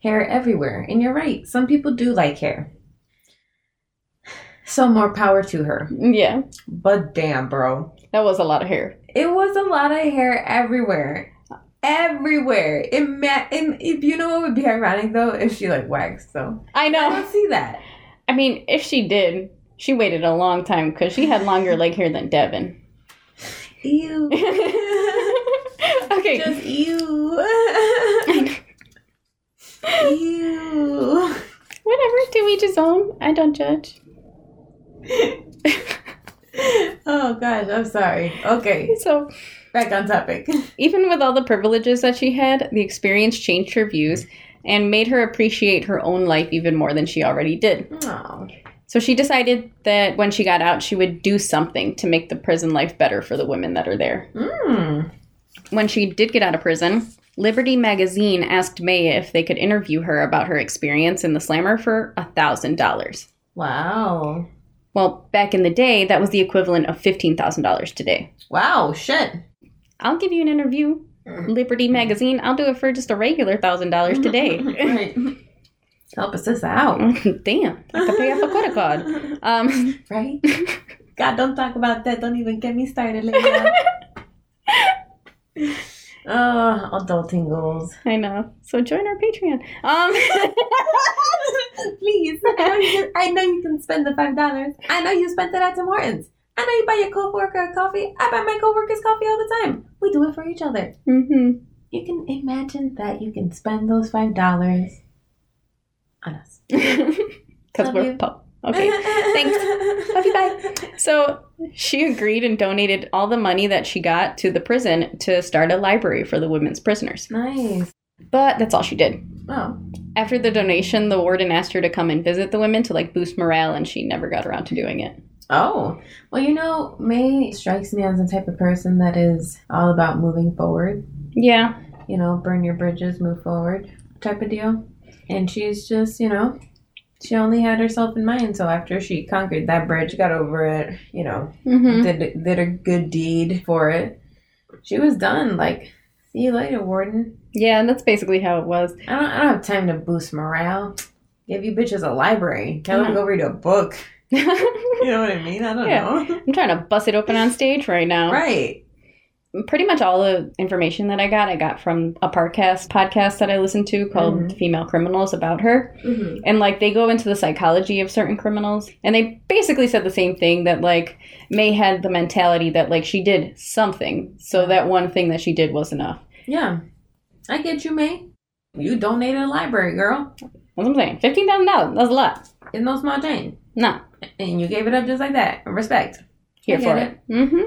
[SPEAKER 3] hair everywhere. And you're right. Some people do like hair. So more power to her.
[SPEAKER 2] Yeah,
[SPEAKER 3] But damn, bro.
[SPEAKER 2] that was a lot of hair.
[SPEAKER 3] It was a lot of hair everywhere. Everywhere. It, ma- it, it you know what would be ironic though if she like waxed though.
[SPEAKER 2] I
[SPEAKER 3] I
[SPEAKER 2] know.
[SPEAKER 3] don't see that.
[SPEAKER 2] I mean, if she did, she waited a long time because she had longer leg hair than Devin. <laughs>
[SPEAKER 3] Ew.
[SPEAKER 2] okay.
[SPEAKER 3] Just ew. <laughs> ew.
[SPEAKER 2] Whatever, do each his own. I don't judge. <laughs>
[SPEAKER 3] Oh gosh, I'm sorry. Okay.
[SPEAKER 2] So,
[SPEAKER 3] back on topic.
[SPEAKER 2] even with all the privileges that she had, the experience changed her views and made her appreciate her own life even more than she already did.
[SPEAKER 3] Oh,
[SPEAKER 2] So, she decided that when she got out, she would do something to make the prison life better for the women that are there.
[SPEAKER 3] mm.
[SPEAKER 2] When she did get out of prison, Liberty Magazine asked May if they could interview her about her experience in the slammer for $1,000.
[SPEAKER 3] wow,
[SPEAKER 2] Well, back in the day, that was the equivalent of $15,000 today.
[SPEAKER 3] wow, shit.
[SPEAKER 2] I'll give you an interview.
[SPEAKER 3] Mm-hmm.
[SPEAKER 2] Liberty Magazine, I'll do it for just a regular thousand dollars
[SPEAKER 3] <laughs>
[SPEAKER 2] today. <laughs>
[SPEAKER 3] Right. Help us this out,
[SPEAKER 2] Damn, I could pay off a credit card. Um,
[SPEAKER 3] <laughs>
[SPEAKER 2] <laughs>
[SPEAKER 3] right? God, don't talk about that. Don't even get me started, Leila. Oh, adulting goals.
[SPEAKER 2] I know. So join our Patreon. Um, <laughs>
[SPEAKER 3] Please, I know, you can, I know you can spend the five dollars. I know you spent it at Tim Hortons. I know you buy your coworker a coffee. I buy my coworkers coffee all the time. We do it for each other.
[SPEAKER 2] mhm.
[SPEAKER 3] You can imagine that you can spend those five dollars on us.
[SPEAKER 2] mm-hmm. <laughs> 'Cause
[SPEAKER 3] Love
[SPEAKER 2] we're
[SPEAKER 3] you.
[SPEAKER 2] pop. <laughs> Okay.
[SPEAKER 3] <laughs>
[SPEAKER 2] thanks. Love you, bye. So she agreed and donated all the money that she got to the prison to start a library for the women's prisoners.
[SPEAKER 3] Nice.
[SPEAKER 2] But that's all she did.
[SPEAKER 3] Oh,
[SPEAKER 2] After the donation, the warden asked her to come and visit the women to like boost morale, and she never got around to doing it.
[SPEAKER 3] oh. Well, you know, May strikes me as the type of person that is all about moving forward.
[SPEAKER 2] Yeah,
[SPEAKER 3] You know, burn your bridges, move forward, type of deal. And she's just, you know, she only had herself in mind. So after she conquered that bridge, got over it, you know,
[SPEAKER 2] Mm-hmm.
[SPEAKER 3] did did a good deed for it. She was done. Like, see you later, warden.
[SPEAKER 2] Yeah, and that's basically how it was. <laughs>
[SPEAKER 3] I don't, I don't have time to boost morale. Give you bitches a library. Tell them
[SPEAKER 2] Yeah.
[SPEAKER 3] to go read a book. <laughs> You know what I mean? I don't
[SPEAKER 2] Yeah.
[SPEAKER 3] know. <laughs>
[SPEAKER 2] I'm trying to bust it open on stage right now.
[SPEAKER 3] Right.
[SPEAKER 2] Pretty much all the information that I got, I got from a Parcast podcast that I listened to called Female Criminals about her.
[SPEAKER 3] Mhm.
[SPEAKER 2] And like they go into the psychology of certain criminals. And they basically said the same thing that like May had the mentality that like she did something. So that one thing that she did was enough.
[SPEAKER 3] Yeah. I get you, May. You donated a library, girl.
[SPEAKER 2] That's what I'm saying. Fifteen thousand dollars. That's a lot.
[SPEAKER 3] It's no small change.
[SPEAKER 2] No.
[SPEAKER 3] And you gave it up just like that. Respect.
[SPEAKER 2] Here
[SPEAKER 3] I
[SPEAKER 2] for
[SPEAKER 3] get
[SPEAKER 2] it. hmm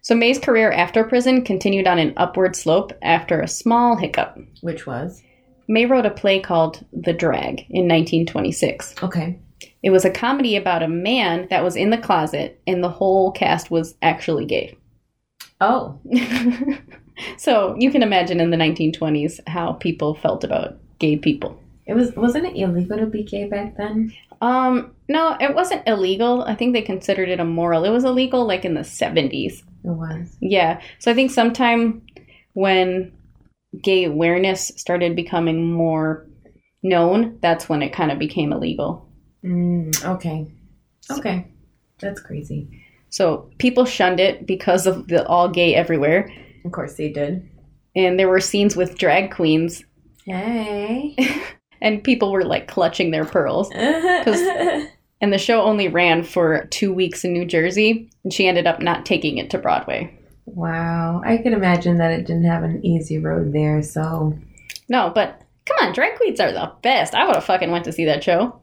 [SPEAKER 2] So May's career after prison continued on an upward slope after a small hiccup.
[SPEAKER 3] Which was.
[SPEAKER 2] May wrote a play called The Drag in 1926.
[SPEAKER 3] Okay.
[SPEAKER 2] It was a comedy about a man that was in the closet and the whole cast was actually gay. <laughs>
[SPEAKER 3] Oh.
[SPEAKER 2] so you can imagine in the 1920s how people felt about gay people.
[SPEAKER 3] It was wasn't it illegal to be gay back then?
[SPEAKER 2] Um, no, it wasn't illegal. I think they considered it immoral. It was illegal like in the 70s.
[SPEAKER 3] It was.
[SPEAKER 2] Yeah. So I think sometime when gay awareness started becoming more known, that's when it kind of became illegal.
[SPEAKER 3] Mm, okay. Okay. That's crazy.
[SPEAKER 2] So people shunned it because of the all gay everywhere.
[SPEAKER 3] Of course they did.
[SPEAKER 2] And there were scenes with drag queens,
[SPEAKER 3] Hey. <laughs>
[SPEAKER 2] and people were like clutching their pearls. And the show only ran for two weeks in New Jersey, and she ended up not taking it to Broadway.
[SPEAKER 3] wow. I could imagine that it didn't have an easy road there, so
[SPEAKER 2] No, but come on, drag queens are the best. I would have fucking went to see that show.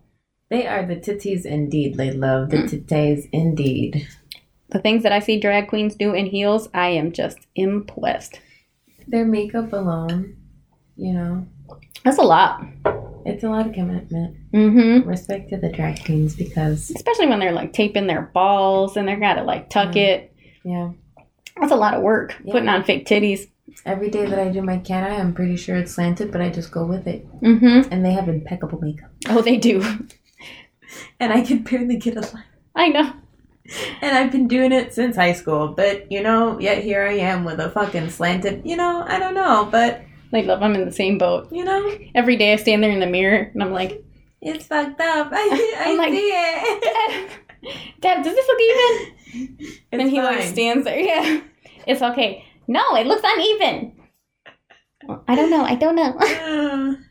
[SPEAKER 3] They are the titties indeed, they love. The titties indeed.
[SPEAKER 2] The things that I see drag queens do in heels, I am just impressed.
[SPEAKER 3] Their makeup alone, you know,
[SPEAKER 2] That's a lot.
[SPEAKER 3] it's a lot of commitment.
[SPEAKER 2] Mm-hmm.
[SPEAKER 3] Respect to the drag queens because,
[SPEAKER 2] Especially when they're like taping their balls and they're gotta like tuck it.
[SPEAKER 3] yeah,
[SPEAKER 2] That's a lot of work. Putting on fake titties.
[SPEAKER 3] every day that I do my cat eye, I'm pretty sure it's slanted, but I just go with it.
[SPEAKER 2] Mm-hmm.
[SPEAKER 3] And they have impeccable makeup.
[SPEAKER 2] Oh, they do.
[SPEAKER 3] And I can <laughs> barely get a line.
[SPEAKER 2] I know.
[SPEAKER 3] And I've been doing it since high school, but you know, yet here I am with a fucking slanted, you know, I don't know, but
[SPEAKER 2] Like, love, I'm in the same boat.
[SPEAKER 3] you know,
[SPEAKER 2] Every day I stand there in the mirror and I'm like, <laughs>
[SPEAKER 3] it's fucked up. <laughs> I, I
[SPEAKER 2] I'm like-
[SPEAKER 3] see it.
[SPEAKER 2] Dad, Dad does this look
[SPEAKER 3] <laughs>
[SPEAKER 2] even?
[SPEAKER 3] It's
[SPEAKER 2] <laughs> and he like
[SPEAKER 3] fine.
[SPEAKER 2] stands there. <laughs> Yeah. It's okay. No, it looks uneven. Well, I don't know. I don't know. <laughs>
[SPEAKER 3] Uh, <laughs>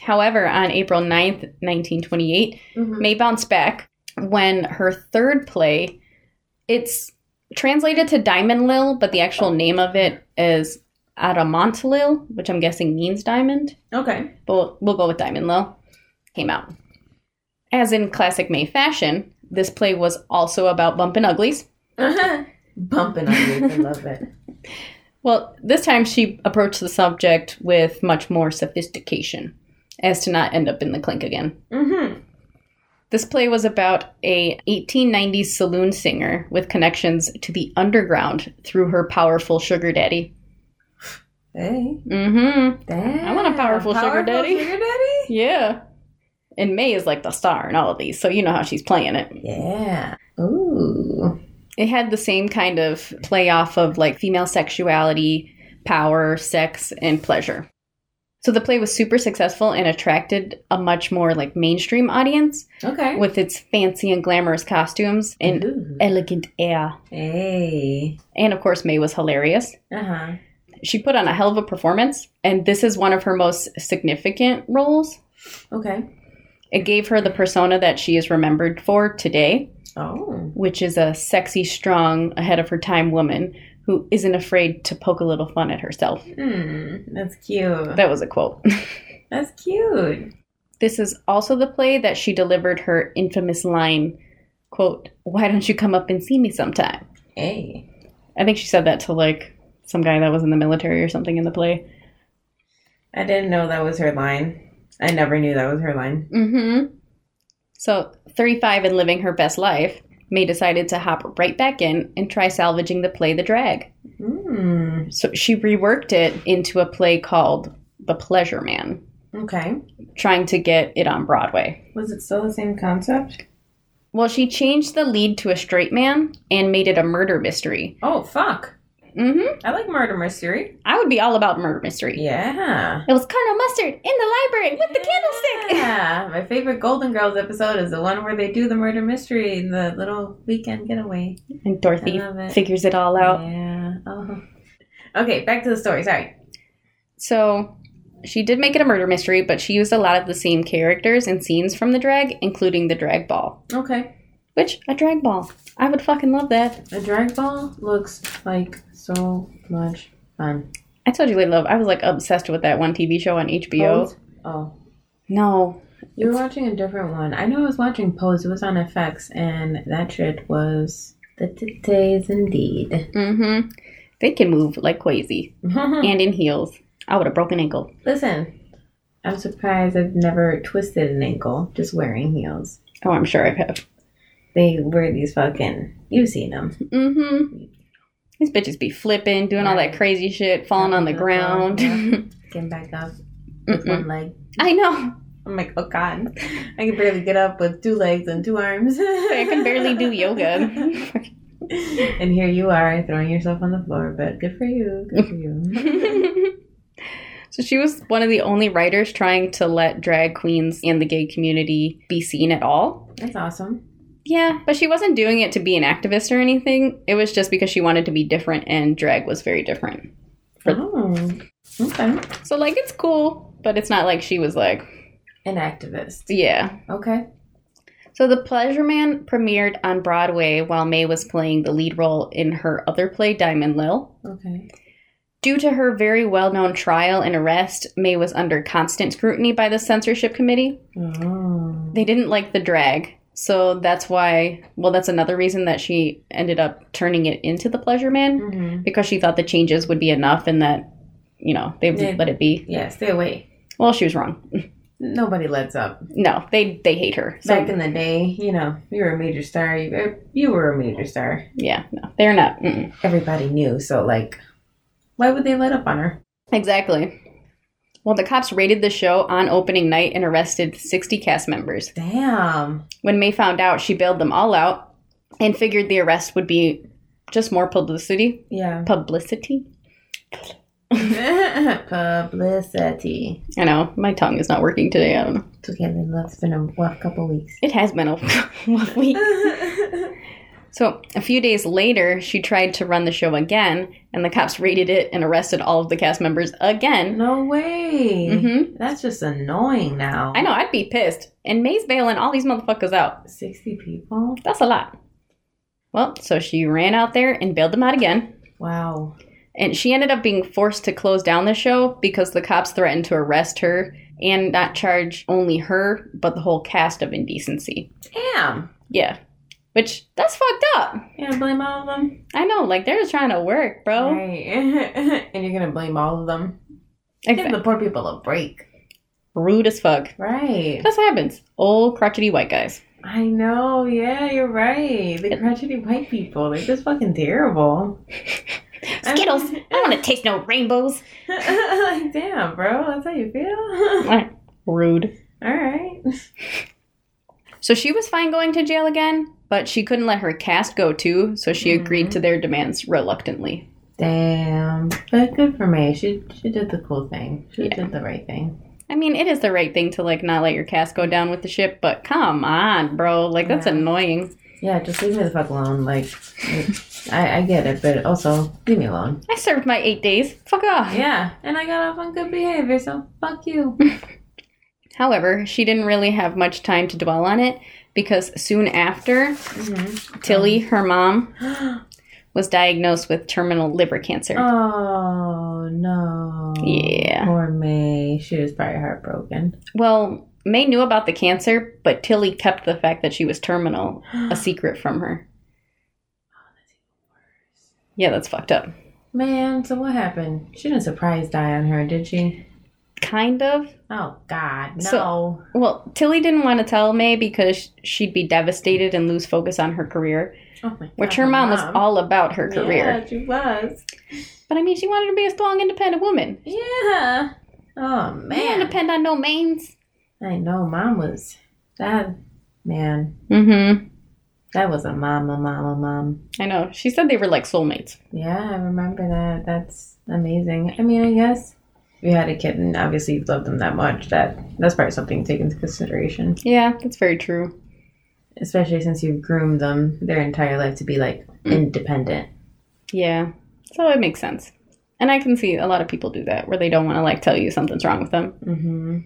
[SPEAKER 2] However, on April 9th, 1928,
[SPEAKER 3] mhm.
[SPEAKER 2] May bounced back when her third play, it's translated to Diamond Lil, but the actual name of it is Adamant Lil, which I'm guessing means diamond.
[SPEAKER 3] Okay.
[SPEAKER 2] <laughs> but we'll, we'll go with Diamond Lil, came out. As in classic May fashion, this play was also about bumpin' uglies.
[SPEAKER 3] Bumping on you. I love it.
[SPEAKER 2] Well, this time she approached the subject with much more sophistication, as to not end up in the clink again.
[SPEAKER 3] <laughs> Mm-hmm.
[SPEAKER 2] This play was about a 1890s saloon singer with connections to the underground through her powerful sugar daddy.
[SPEAKER 3] Hey.
[SPEAKER 2] Mm-hmm.
[SPEAKER 3] Damn.
[SPEAKER 2] I want a powerful sugar daddy.
[SPEAKER 3] Sugar daddy?
[SPEAKER 2] Yeah. And May is like the star in all of these, so you know how she's playing it.
[SPEAKER 3] Yeah. Ooh.
[SPEAKER 2] it had the same kind of play off of like female sexuality, power, sex, and pleasure. So the play was super successful and attracted a much more like mainstream audience
[SPEAKER 3] Okay.
[SPEAKER 2] with its fancy and glamorous costumes and
[SPEAKER 3] Ooh.
[SPEAKER 2] elegant air.
[SPEAKER 3] Hey.
[SPEAKER 2] And of course, May was hilarious.
[SPEAKER 3] Uh huh.
[SPEAKER 2] She put on a hell of a performance, and this is one of her most significant roles.
[SPEAKER 3] Okay.
[SPEAKER 2] It gave her the persona that she is remembered for today,
[SPEAKER 3] Oh.
[SPEAKER 2] which is a sexy, strong, ahead of her time woman who isn't afraid to poke a little fun at herself.
[SPEAKER 3] Mm, that's cute.
[SPEAKER 2] That was a quote. <laughs>
[SPEAKER 3] That's cute.
[SPEAKER 2] this is also the play that she delivered her infamous line, quote, "Why don't you come up and see me sometime?"
[SPEAKER 3] Hey.
[SPEAKER 2] I think she said that to like some guy that was in the military or something in the play.
[SPEAKER 3] I didn't know that was her line. I never knew that was her line.
[SPEAKER 2] Mhm. So, 35 and living her best life, May decided to hop right back in and try salvaging the play The Drag.
[SPEAKER 3] Mm.
[SPEAKER 2] So, she reworked it into a play called The Pleasure Man.
[SPEAKER 3] Okay.
[SPEAKER 2] trying to get it on Broadway.
[SPEAKER 3] Was it still the same concept?
[SPEAKER 2] Well, she changed the lead to a straight man and made it a murder mystery.
[SPEAKER 3] Oh, fuck.
[SPEAKER 2] Mm-hmm.
[SPEAKER 3] I like murder mystery.
[SPEAKER 2] I would be all about murder mystery.
[SPEAKER 3] Yeah.
[SPEAKER 2] It was Colonel Mustard in the library with the candlestick. <laughs>
[SPEAKER 3] Yeah. My favorite Golden Girls episode is the one where they do the murder mystery in the little weekend getaway.
[SPEAKER 2] and Dorothy
[SPEAKER 3] I love it.
[SPEAKER 2] figures it all out.
[SPEAKER 3] Yeah. Oh. Okay, back to the story. Sorry.
[SPEAKER 2] So she did make it a murder mystery, but she used a lot of the same characters and scenes from the drag, including the drag ball.
[SPEAKER 3] Okay.
[SPEAKER 2] Which, a drag ball. I would fucking love that.
[SPEAKER 3] The drag ball looks like so much fun.
[SPEAKER 2] I told you, Lady Love, I was like obsessed with that one TV show on HBO.
[SPEAKER 3] Pose? Oh.
[SPEAKER 2] No.
[SPEAKER 3] You were watching a different one. I know I was watching Pose. It was on FX, and that shit was the titties indeed. <laughs>
[SPEAKER 2] Mm hmm. They can move like crazy and in heels. I would have broken ankle.
[SPEAKER 3] Listen, I'm surprised I've never twisted an ankle just wearing heels.
[SPEAKER 2] Oh, I'm sure I have.
[SPEAKER 3] They wear these fucking. You've seen them.
[SPEAKER 2] Mm hmm. These bitches be flipping, doing all that
[SPEAKER 3] Right.
[SPEAKER 2] crazy shit, falling
[SPEAKER 3] <laughs>
[SPEAKER 2] on the ground. <laughs>
[SPEAKER 3] Getting back up with one leg.
[SPEAKER 2] I know.
[SPEAKER 3] I'm like, oh god, I can barely get up with two legs and two arms.
[SPEAKER 2] I
[SPEAKER 3] I
[SPEAKER 2] can barely do yoga.
[SPEAKER 3] <laughs> And here you are throwing yourself on the floor, but good for you. Good
[SPEAKER 2] <laughs>
[SPEAKER 3] for you.
[SPEAKER 2] So she was one of the only writers trying to let drag queens and the gay community be seen at all.
[SPEAKER 3] That's awesome.
[SPEAKER 2] Yeah, but she wasn't doing it to be an activist or anything. It was just because she wanted to be different and drag was very different.
[SPEAKER 3] Oh, okay.
[SPEAKER 2] So like it's cool, but it's not like she was like,
[SPEAKER 3] An activist.
[SPEAKER 2] yeah.
[SPEAKER 3] Okay.
[SPEAKER 2] So The Pleasure Man premiered on Broadway while May was playing the lead role in her other play Diamond Lil.
[SPEAKER 3] Okay.
[SPEAKER 2] Due to her very well known trial and arrest, May was under constant scrutiny by the censorship committee.
[SPEAKER 3] Oh.
[SPEAKER 2] They didn't like the drag, so that's why, well, that's another reason that she ended up turning it into the Pleasure Man
[SPEAKER 3] hmm
[SPEAKER 2] because she thought the changes would be enough and that, you know, they would
[SPEAKER 3] Yeah.
[SPEAKER 2] let it be.
[SPEAKER 3] Yeah. Stay away.
[SPEAKER 2] Well, she was wrong.
[SPEAKER 3] Nobody lets up.
[SPEAKER 2] No, they they hate her. So,
[SPEAKER 3] Back in the day, you know, you were a major star. You er, you were a major star.
[SPEAKER 2] yeah, no, they're not. Mm-mm.
[SPEAKER 3] Everybody knew. So like, why would they let up on her?
[SPEAKER 2] Exactly. Well, the cops raided the show on opening night and arrested 60 cast members.
[SPEAKER 3] Damn.
[SPEAKER 2] When May found out, she bailed them all out and figured the arrest would be just more publicity.
[SPEAKER 3] Yeah. <laughs>
[SPEAKER 2] Publicity?
[SPEAKER 3] Publicity.
[SPEAKER 2] I know, my tongue is not working today. I don't know.
[SPEAKER 3] Together, love's been a rough couple
[SPEAKER 2] <laughs>
[SPEAKER 3] weeks.
[SPEAKER 2] It has been a rough week. So, a few days later, she tried to run the show again, and the cops raided it and arrested all of the cast members again.
[SPEAKER 3] no way.
[SPEAKER 2] hmm
[SPEAKER 3] That's just annoying now.
[SPEAKER 2] I know, I'd be pissed. And May's bailing all these motherfuckers out.
[SPEAKER 3] 60 people?
[SPEAKER 2] That's a lot. Well, so she ran out there and bailed them out again.
[SPEAKER 3] Wow.
[SPEAKER 2] And she ended up being forced to close down the show because the cops threatened to arrest her and not charge only her, but the whole cast of indecency.
[SPEAKER 3] Damn.
[SPEAKER 2] Yeah. Which, that's fucked up.
[SPEAKER 3] You're gonna blame all of them?
[SPEAKER 2] I know, like, they're just trying to work, bro.
[SPEAKER 3] Right. <laughs> and you're gonna blame all of them? Give
[SPEAKER 2] Exactly.
[SPEAKER 3] the poor people a break.
[SPEAKER 2] Rude as fuck.
[SPEAKER 3] Right.
[SPEAKER 2] That's what happens. Old crotchety white guys.
[SPEAKER 3] I know. Yeah, you're right. The crotchety white people, they're just fucking <laughs> terrible. I
[SPEAKER 2] Skittles, I
[SPEAKER 3] mean-
[SPEAKER 2] don't want to taste no rainbows.
[SPEAKER 3] like, damn, bro. That's how you <laughs> feel?
[SPEAKER 2] Eh, Rude.
[SPEAKER 3] all right.
[SPEAKER 2] So she was fine going to jail again, but she couldn't let her cast go too, so she agreed
[SPEAKER 3] Mm.
[SPEAKER 2] to their demands reluctantly.
[SPEAKER 3] Damn. But good for me. She she did the cool thing. She
[SPEAKER 2] Yeah.
[SPEAKER 3] did the right thing.
[SPEAKER 2] I mean, it is the right thing to like not let your cast go down with the ship, but come on, bro. Like that's
[SPEAKER 3] Yeah.
[SPEAKER 2] annoying.
[SPEAKER 3] Yeah, just leave me the fuck alone. Like, I, I get it, but also leave me alone.
[SPEAKER 2] I served my eight days. Fuck off.
[SPEAKER 3] Yeah, and I got off on good behavior, so fuck <laughs> you.
[SPEAKER 2] However, she didn't really have much time to dwell on it because soon after,
[SPEAKER 3] Mm-hmm. <gasps>
[SPEAKER 2] Tilly,
[SPEAKER 3] Mm.
[SPEAKER 2] her mom, was diagnosed with terminal liver cancer.
[SPEAKER 3] oh no.
[SPEAKER 2] Yeah.
[SPEAKER 3] Poor May. She was probably heartbroken.
[SPEAKER 2] Well, May knew about the cancer, but Tilly kept the fact that she was terminal a secret from her. Yeah, that's fucked up.
[SPEAKER 3] Man, so what happened? She didn't surprise die on her, did she?
[SPEAKER 2] Kind of.
[SPEAKER 3] Oh God, no.
[SPEAKER 2] So- Well, Tilly didn't want to tell May because she'd be devastated and lose focus on her career,
[SPEAKER 3] oh my
[SPEAKER 2] which
[SPEAKER 3] God,
[SPEAKER 2] her mom was all about her
[SPEAKER 3] Yeah,
[SPEAKER 2] career.
[SPEAKER 3] she was.
[SPEAKER 2] But I mean, she wanted to be a strong, independent woman.
[SPEAKER 3] Yeah. Oh
[SPEAKER 2] She didn't
[SPEAKER 3] man.
[SPEAKER 2] depend on no mains.
[SPEAKER 3] I know mom was that man.
[SPEAKER 2] Mm-hmm.
[SPEAKER 3] That was a mama, mama, mom.
[SPEAKER 2] I know. She said they were like soulmates.
[SPEAKER 3] Yeah, I remember that. That's amazing. I mean, I guess if you had a kid and obviously you loved them that much, that that's probably something to take into consideration.
[SPEAKER 2] Yeah, that's very true.
[SPEAKER 3] Especially since you've groomed them their entire life to be like independent.
[SPEAKER 2] Yeah. So it makes sense. And I can see a lot of people do that where they don't want to like tell you something's wrong with them.
[SPEAKER 3] Mm-hmm.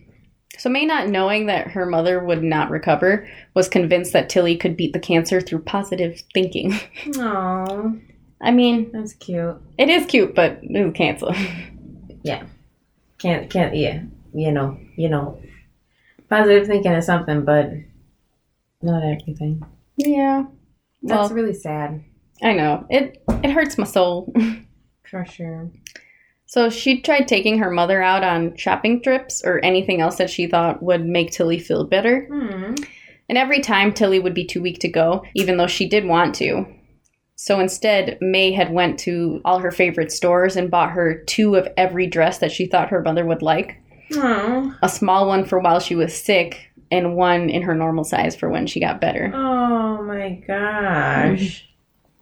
[SPEAKER 2] So May not knowing that her mother would not recover was convinced that Tilly could beat the cancer through positive thinking. <laughs>
[SPEAKER 3] Aww,
[SPEAKER 2] I mean,
[SPEAKER 3] that's cute.
[SPEAKER 2] it is cute, but ooh, cancel.
[SPEAKER 3] Can't can't yeah. You know, you know. Positive thinking is something, but not everything.
[SPEAKER 2] <laughs> yeah. Well,
[SPEAKER 3] That's really sad.
[SPEAKER 2] I know. It it hurts my soul. <laughs>
[SPEAKER 3] For sure.
[SPEAKER 2] So she tried taking her mother out on shopping trips or anything else that she thought would make Tilly feel better.
[SPEAKER 3] Hmm.
[SPEAKER 2] And every time Tilly would be too weak to go, even though she did want to. So instead, May had went to all her favorite stores and bought her two of every dress that she thought her mother would like.
[SPEAKER 3] Oh.
[SPEAKER 2] A small one for while she was sick and one in her normal size for when she got better.
[SPEAKER 3] Oh my gosh.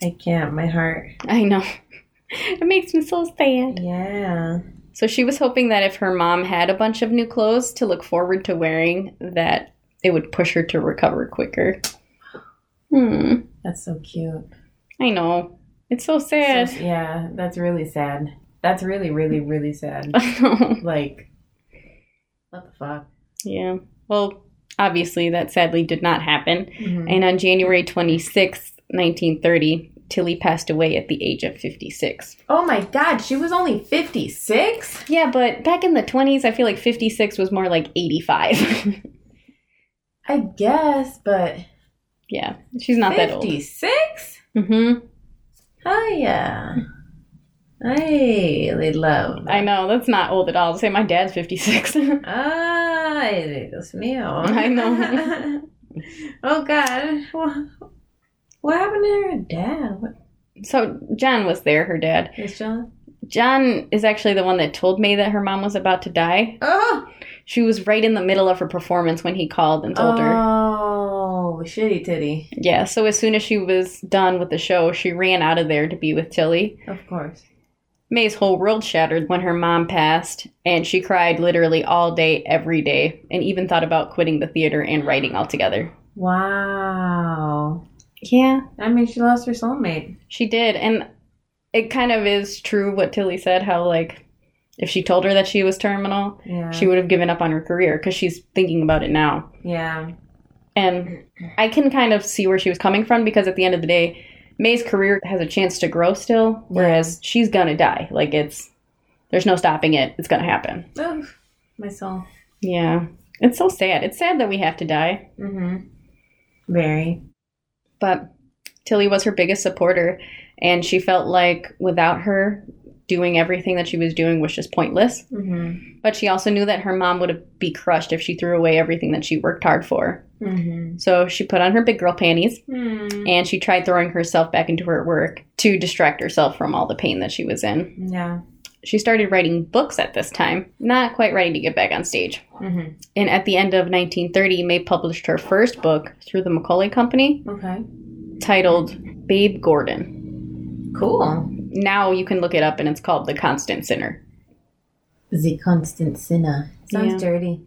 [SPEAKER 3] I can't. My heart.
[SPEAKER 2] I know. <laughs> it makes me so sad.
[SPEAKER 3] Yeah.
[SPEAKER 2] So she was hoping that if her mom had a bunch of new clothes to look forward to wearing, that it would push her to recover quicker. Hmm.
[SPEAKER 3] That's so cute.
[SPEAKER 2] I know. It's so sad. <laughs>
[SPEAKER 3] So- yeah, that's really sad. That's really, really, really <laughs> sad. like, what the fuck?
[SPEAKER 2] yeah. Well, obviously, that sadly did not happen.
[SPEAKER 3] Mhm.
[SPEAKER 2] And on January twenty sixth, 1930, Tilly passed away at the age of 56.
[SPEAKER 3] Oh my god, she was only 56?
[SPEAKER 2] Yeah, but back in the 20s, I feel like 56 was more like 85.
[SPEAKER 3] I guess, but.
[SPEAKER 2] <laughs> yeah, she's not that old.
[SPEAKER 3] 56?
[SPEAKER 2] hmm
[SPEAKER 3] Oh yeah. I really love
[SPEAKER 2] I know, that's not old at all. Say my dad's 56.
[SPEAKER 3] Ay, Ah, Dios mío.
[SPEAKER 2] I know.
[SPEAKER 3] <laughs> oh god. What, what happened to her dad? What,
[SPEAKER 2] <laughs> so John was there, her dad.
[SPEAKER 3] is John?
[SPEAKER 2] John is actually the one that told me that her mom was about to die.
[SPEAKER 3] Oh!
[SPEAKER 2] She was right in the middle of her performance when he called and told her.
[SPEAKER 3] Oh, shitty titty.
[SPEAKER 2] Yeah, so as soon as she was done with the show, she ran out of there to be with Tilly.
[SPEAKER 3] Of course.
[SPEAKER 2] May's whole world shattered when her mom passed, and she cried literally all day, every day, and even thought about quitting the theater and writing altogether.
[SPEAKER 3] Wow.
[SPEAKER 2] Yeah,
[SPEAKER 3] I mean, she lost her soulmate.
[SPEAKER 2] she did, and it kind of is true what Tilly said how, like, if she told her that she was terminal,
[SPEAKER 3] Yeah.
[SPEAKER 2] she would have given up on her career because she's thinking about it now.
[SPEAKER 3] yeah.
[SPEAKER 2] And I can kind of see where she was coming from because at the end of the day, May's career has a chance to grow still, whereas she's gonna die. Like it's there's no stopping it. It's gonna happen.
[SPEAKER 3] Oof, my soul.
[SPEAKER 2] Yeah. It's so sad. It's sad that we have to die.
[SPEAKER 3] Mm-hmm. Very.
[SPEAKER 2] But Tilly was her biggest supporter and she felt like without her doing everything that she was doing was just pointless.
[SPEAKER 3] Mm-hmm.
[SPEAKER 2] But she also knew that her mom would be crushed if she threw away everything that she worked hard for.
[SPEAKER 3] Mm-hmm.
[SPEAKER 2] So she put on her big girl panties
[SPEAKER 3] Mm.
[SPEAKER 2] and she tried throwing herself back into her work to distract herself from all the pain that she was in.
[SPEAKER 3] Yeah.
[SPEAKER 2] She started writing books at this time, not quite ready to get back on stage.
[SPEAKER 3] Mm-hmm.
[SPEAKER 2] And at the end of 1930, May published her first book through the Macaulay Company
[SPEAKER 3] Okay.
[SPEAKER 2] titled Babe Gordon.
[SPEAKER 3] Cool.
[SPEAKER 2] Now you can look it up and it's called The Constant Sinner.
[SPEAKER 3] The constant sinner. Sounds
[SPEAKER 2] Yeah.
[SPEAKER 3] <laughs> dirty.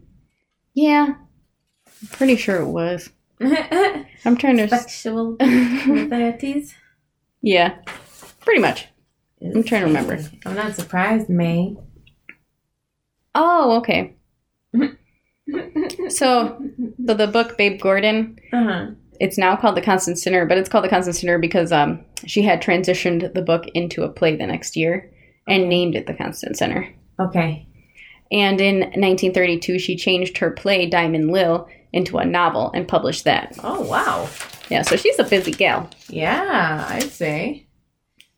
[SPEAKER 2] Yeah, I'm pretty sure it was. I'm trying to.
[SPEAKER 3] Sexual <laughs> thirties.
[SPEAKER 2] yeah, pretty much. I'm trying to remember.
[SPEAKER 3] I'm not surprised, May.
[SPEAKER 2] Oh, okay. so, so the book Babe Gordon
[SPEAKER 3] Uh-huh.
[SPEAKER 2] it's now called the constant sinner but it's called the constant sinner because um, she had transitioned the book into a play the next year and named it the constant sinner
[SPEAKER 3] Okay.
[SPEAKER 2] and in 1932 she changed her play diamond lil into a novel and published that
[SPEAKER 3] Oh wow.
[SPEAKER 2] yeah so she's a busy gal
[SPEAKER 3] Yeah, I'd say.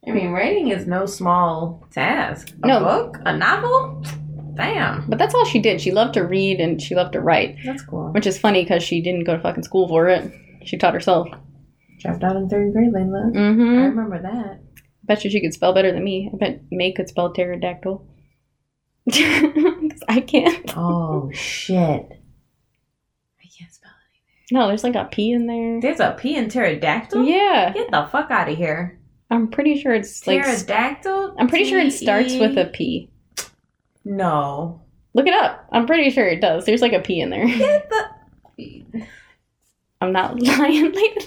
[SPEAKER 3] I mean, writing is no small task. A
[SPEAKER 2] No.
[SPEAKER 3] book, a novel. Damn,
[SPEAKER 2] but that's all she did she loved to read and she loved to write
[SPEAKER 3] that's cool.
[SPEAKER 2] which is funny because she didn't go to fucking school for it she taught herself
[SPEAKER 3] Dropped out in third grade, Layla. I
[SPEAKER 2] mm-hmm
[SPEAKER 3] remember that.
[SPEAKER 2] bet you she could spell better than me i bet may could spell pterodactyl <laughs> 'Cause i can't
[SPEAKER 3] Oh shit! I can't spell
[SPEAKER 2] No, there's like a P in there.
[SPEAKER 3] There's a P in pterodactyl?
[SPEAKER 2] Yeah.
[SPEAKER 3] Get the fuck out of here.
[SPEAKER 2] I'm pretty sure it's like.
[SPEAKER 3] Pterodactyl?
[SPEAKER 2] I'm pretty sure it starts
[SPEAKER 3] T-E-
[SPEAKER 2] with a P.
[SPEAKER 3] No.
[SPEAKER 2] Look it up. I'm pretty sure it does. There's like a P in there. <laughs>
[SPEAKER 3] Get the.
[SPEAKER 2] I'm not <laughs> lying. Like,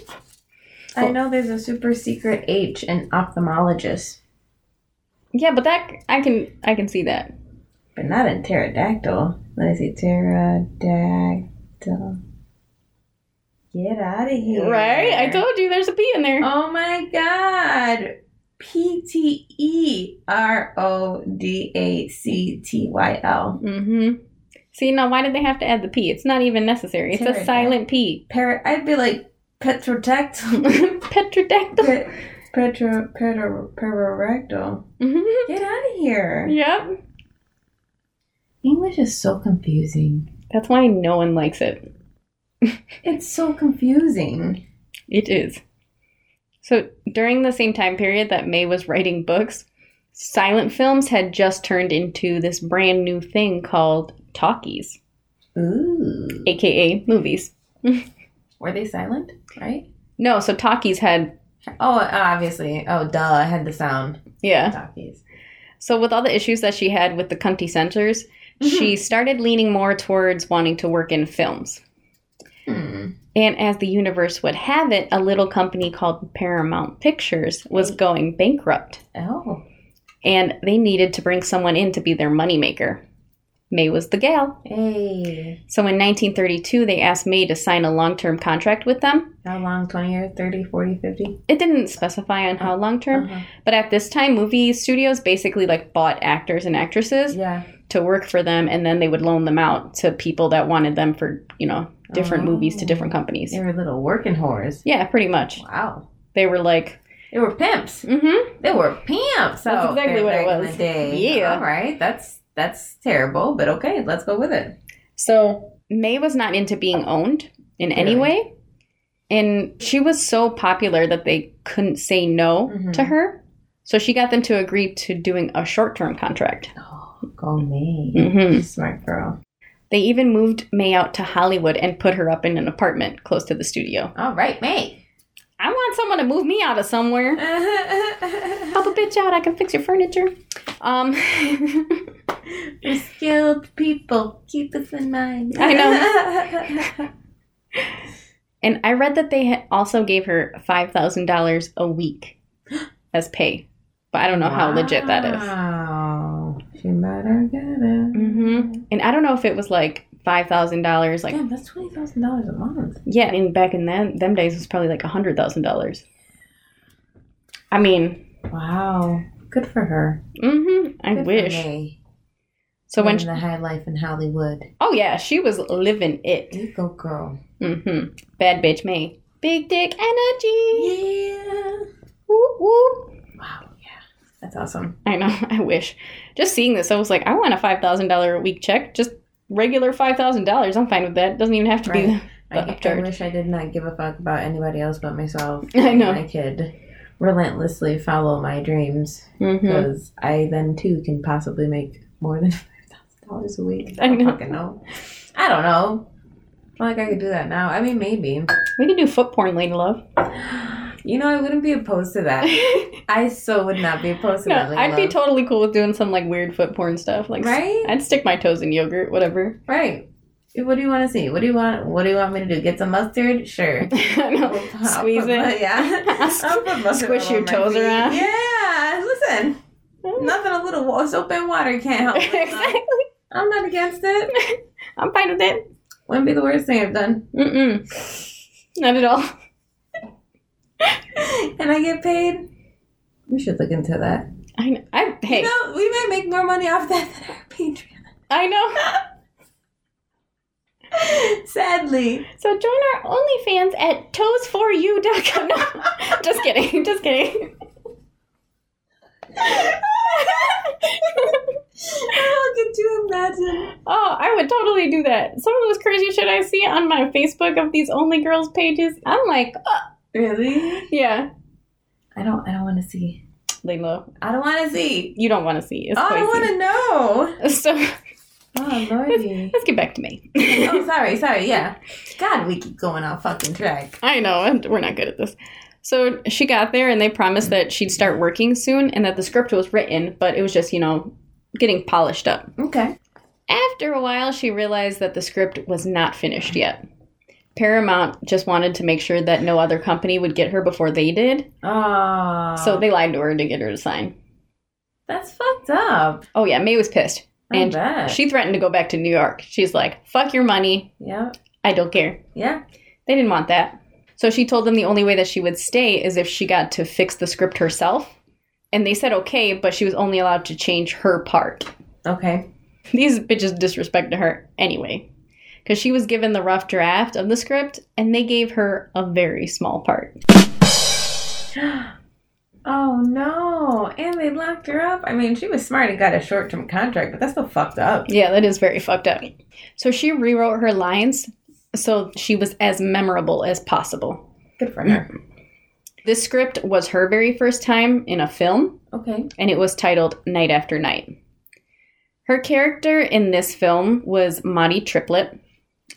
[SPEAKER 3] I know there's a super secret H in ophthalmologist,
[SPEAKER 2] yeah, but that I can I can see that.
[SPEAKER 3] but not in pterodactyl. Let me see. Pterodactyl. Get out of here.
[SPEAKER 2] Right? I told you there's a P in there.
[SPEAKER 3] Oh my god. P T E R O D A C T Y L.
[SPEAKER 2] Mm-hmm. See now, why did they have to add the P? It's not even necessary. It's a
[SPEAKER 3] Pterodactyl.
[SPEAKER 2] silent P. <laughs>
[SPEAKER 3] Par- I'd be like petrodactyl.
[SPEAKER 2] Petrodactyl.
[SPEAKER 3] Pet- Petro, petro, perorectal.
[SPEAKER 2] Mhm.
[SPEAKER 3] Get out of here.
[SPEAKER 2] Yep.
[SPEAKER 3] English is so confusing.
[SPEAKER 2] That's why no one likes it.
[SPEAKER 3] It's so confusing.
[SPEAKER 2] It is. So during the same time period that May was writing books, silent films had just turned into this brand new thing called talkies,
[SPEAKER 3] Ooh.
[SPEAKER 2] aka movies.
[SPEAKER 3] Were they silent? Right?
[SPEAKER 2] No, so talkies had
[SPEAKER 3] Oh, obviously. Oh, duh. I had the sound.
[SPEAKER 2] yeah.
[SPEAKER 3] Talkies.
[SPEAKER 2] So, with all the issues that she had with the Cunty censors, she started leaning more towards wanting to work in films.
[SPEAKER 3] Hmm.
[SPEAKER 2] And as the universe would have it, a little company called Paramount Pictures was going bankrupt,
[SPEAKER 3] Oh.
[SPEAKER 2] and they needed to bring someone in to be their moneymaker. May was the gal.
[SPEAKER 3] Hey.
[SPEAKER 2] So in 1932, they asked May to sign a long term contract with them.
[SPEAKER 3] How long? 20 years? 30, 40, 50?
[SPEAKER 2] It didn't specify on how long term,
[SPEAKER 3] Uh-huh.
[SPEAKER 2] but at this time, movie studios basically like bought actors and actresses.
[SPEAKER 3] Yeah.
[SPEAKER 2] to work for them and then they would loan them out to people that wanted them for you know different
[SPEAKER 3] Oh.
[SPEAKER 2] movies to different companies
[SPEAKER 3] They were little working whores.
[SPEAKER 2] yeah pretty much
[SPEAKER 3] Wow.
[SPEAKER 2] they were like
[SPEAKER 3] They were pimps.
[SPEAKER 2] mm-hmm
[SPEAKER 3] They were pimps.
[SPEAKER 2] That's
[SPEAKER 3] out
[SPEAKER 2] exactly
[SPEAKER 3] there
[SPEAKER 2] what it
[SPEAKER 3] back in
[SPEAKER 2] was.
[SPEAKER 3] the day.
[SPEAKER 2] Yeah.
[SPEAKER 3] All right. That's that's terrible, but okay. Let's go with it.
[SPEAKER 2] so may was not into being owned in any way and she was so popular that they couldn't say no
[SPEAKER 3] Mhm.
[SPEAKER 2] to her so she got them to agree to doing a short-term contract
[SPEAKER 3] Oh, go me.
[SPEAKER 2] Mhm.
[SPEAKER 3] Smart girl.
[SPEAKER 2] they even moved may out to hollywood and put her up in an apartment close to the studio
[SPEAKER 3] All right, mate.
[SPEAKER 2] i want someone to move me out of somewhere help a bitch out. I can fix your furniture. Um, <laughs>
[SPEAKER 3] We're skilled people. Keep us in mind.
[SPEAKER 2] I
[SPEAKER 3] <laughs> know.
[SPEAKER 2] and I read that they had also gave her five thousand dollars a week as pay, but I don't know how legit that is.
[SPEAKER 3] Wow. She better get it.
[SPEAKER 2] Mm-hmm. And I don't know if it was like five thousand dollars, like
[SPEAKER 3] Damn, that's twenty thousand dollars a month.
[SPEAKER 2] yeah. And back in them them days, it was probably like a hundred thousand dollars. I mean,
[SPEAKER 3] Wow. Good for her.
[SPEAKER 2] hmm I
[SPEAKER 3] Good for
[SPEAKER 2] wish.
[SPEAKER 3] May.
[SPEAKER 2] So when,
[SPEAKER 3] Living
[SPEAKER 2] she,
[SPEAKER 3] the high life in Hollywood.
[SPEAKER 2] oh yeah, she was living it.
[SPEAKER 3] You go, girl.
[SPEAKER 2] hmm Bad bitch May, big dick energy.
[SPEAKER 3] Yeah.
[SPEAKER 2] Whoop, whoop.
[SPEAKER 3] Wow. Yeah. That's awesome.
[SPEAKER 2] I know. <laughs> I wish. Just seeing this, I was like, I want a five thousand dollar a week check. Just regular five thousand dollars. I'm fine with that. Doesn't even have to be.
[SPEAKER 3] Right.
[SPEAKER 2] The,
[SPEAKER 3] I,
[SPEAKER 2] the
[SPEAKER 3] I
[SPEAKER 2] upcharge.
[SPEAKER 3] wish I did not give a fuck about anybody else but myself.
[SPEAKER 2] <laughs> I know.
[SPEAKER 3] And I could relentlessly follow my dreams
[SPEAKER 2] Mhm.
[SPEAKER 3] because I then too can possibly make more than <laughs> five thousand dollars a week.
[SPEAKER 2] I
[SPEAKER 3] I don't
[SPEAKER 2] know.
[SPEAKER 3] fucking know. I don't know. I feel like I could do that now. I mean, maybe.
[SPEAKER 2] We could do foot porn, lady love. <laughs>
[SPEAKER 3] You know, I wouldn't be opposed to that. I so would not be opposed to
[SPEAKER 2] No,
[SPEAKER 3] that. Lady
[SPEAKER 2] I'd be
[SPEAKER 3] Love.
[SPEAKER 2] totally cool with doing some like weird foot porn stuff. Like,
[SPEAKER 3] Right?
[SPEAKER 2] I'd stick my toes in yogurt, whatever. <laughs>
[SPEAKER 3] right. What do you want to see? What do you want? What do you want me to do? Get some mustard? Sure.
[SPEAKER 2] I know.
[SPEAKER 3] I'll put-
[SPEAKER 2] Squeeze it. <laughs>
[SPEAKER 3] Yeah. I'll put mustard
[SPEAKER 2] Squish
[SPEAKER 3] all
[SPEAKER 2] your
[SPEAKER 3] over my
[SPEAKER 2] toes
[SPEAKER 3] feet.
[SPEAKER 2] around.
[SPEAKER 3] Yeah. Listen,
[SPEAKER 2] <laughs>
[SPEAKER 3] nothing a little wa- soap and water can't help.
[SPEAKER 2] exactly.
[SPEAKER 3] It. I'm not against it.
[SPEAKER 2] I'm fine with it.
[SPEAKER 3] Wouldn't be the worst thing I've done.
[SPEAKER 2] Mm-mm. Not at all.
[SPEAKER 3] And I get paid. We should look into that.
[SPEAKER 2] I know. I, hey,
[SPEAKER 3] You know, we may make more money off that <laughs> than our Patreon.
[SPEAKER 2] I know.
[SPEAKER 3] Sadly.
[SPEAKER 2] So join our OnlyFans at toes4u.com. No, just kidding. Just kidding.
[SPEAKER 3] Oh, could you imagine?
[SPEAKER 2] oh, I would totally do that. Some of those crazy shit I see on my Facebook of these only girls pages, I'm like, uh,
[SPEAKER 3] Really?
[SPEAKER 2] yeah,
[SPEAKER 3] I don't. I don't want to see.
[SPEAKER 2] Layla,
[SPEAKER 3] I don't want to see.
[SPEAKER 2] you don't want to see. It's
[SPEAKER 3] Oh, I
[SPEAKER 2] crazy. <laughs>
[SPEAKER 3] don't want to know.
[SPEAKER 2] So
[SPEAKER 3] Oh lordy.
[SPEAKER 2] Let's get back to me. <laughs>
[SPEAKER 3] oh, sorry, sorry. Yeah. God, we keep going on fucking track.
[SPEAKER 2] I know, and we're not good at this. So she got there and they promised that she'd start working soon and that the script was written, but it was just, you know, getting polished up.
[SPEAKER 3] Okay.
[SPEAKER 2] After a while, she realized that the script was not finished yet. Paramount just wanted to make sure that no other company would get her before they did,
[SPEAKER 3] Oh.
[SPEAKER 2] so they lied to her to get her to sign.
[SPEAKER 3] that's fucked up.
[SPEAKER 2] Oh, yeah, May was pissed.
[SPEAKER 3] I
[SPEAKER 2] And
[SPEAKER 3] bet.
[SPEAKER 2] she threatened to go back to New York. She's like, fuck your money.
[SPEAKER 3] Yeah.
[SPEAKER 2] I don't care.
[SPEAKER 3] Yeah.
[SPEAKER 2] They didn't want that. So she told them the only way that she would stay is if she got to fix the script herself. And they said okay, but she was only allowed to change her part.
[SPEAKER 3] Okay.
[SPEAKER 2] These bitches disrespected her anyway. Because she was given the rough draft of the script and they gave her a very small part.
[SPEAKER 3] Oh no. And they locked her up. I mean, she was smart and got a short term contract, but that's still fucked up.
[SPEAKER 2] Yeah, that is very fucked up. So she rewrote her lines so she was as memorable as possible.
[SPEAKER 3] Good for her.
[SPEAKER 2] This script was her very first time in a film.
[SPEAKER 3] Okay.
[SPEAKER 2] and it was titled Night After Night. Her character in this film was Maudie Triplett,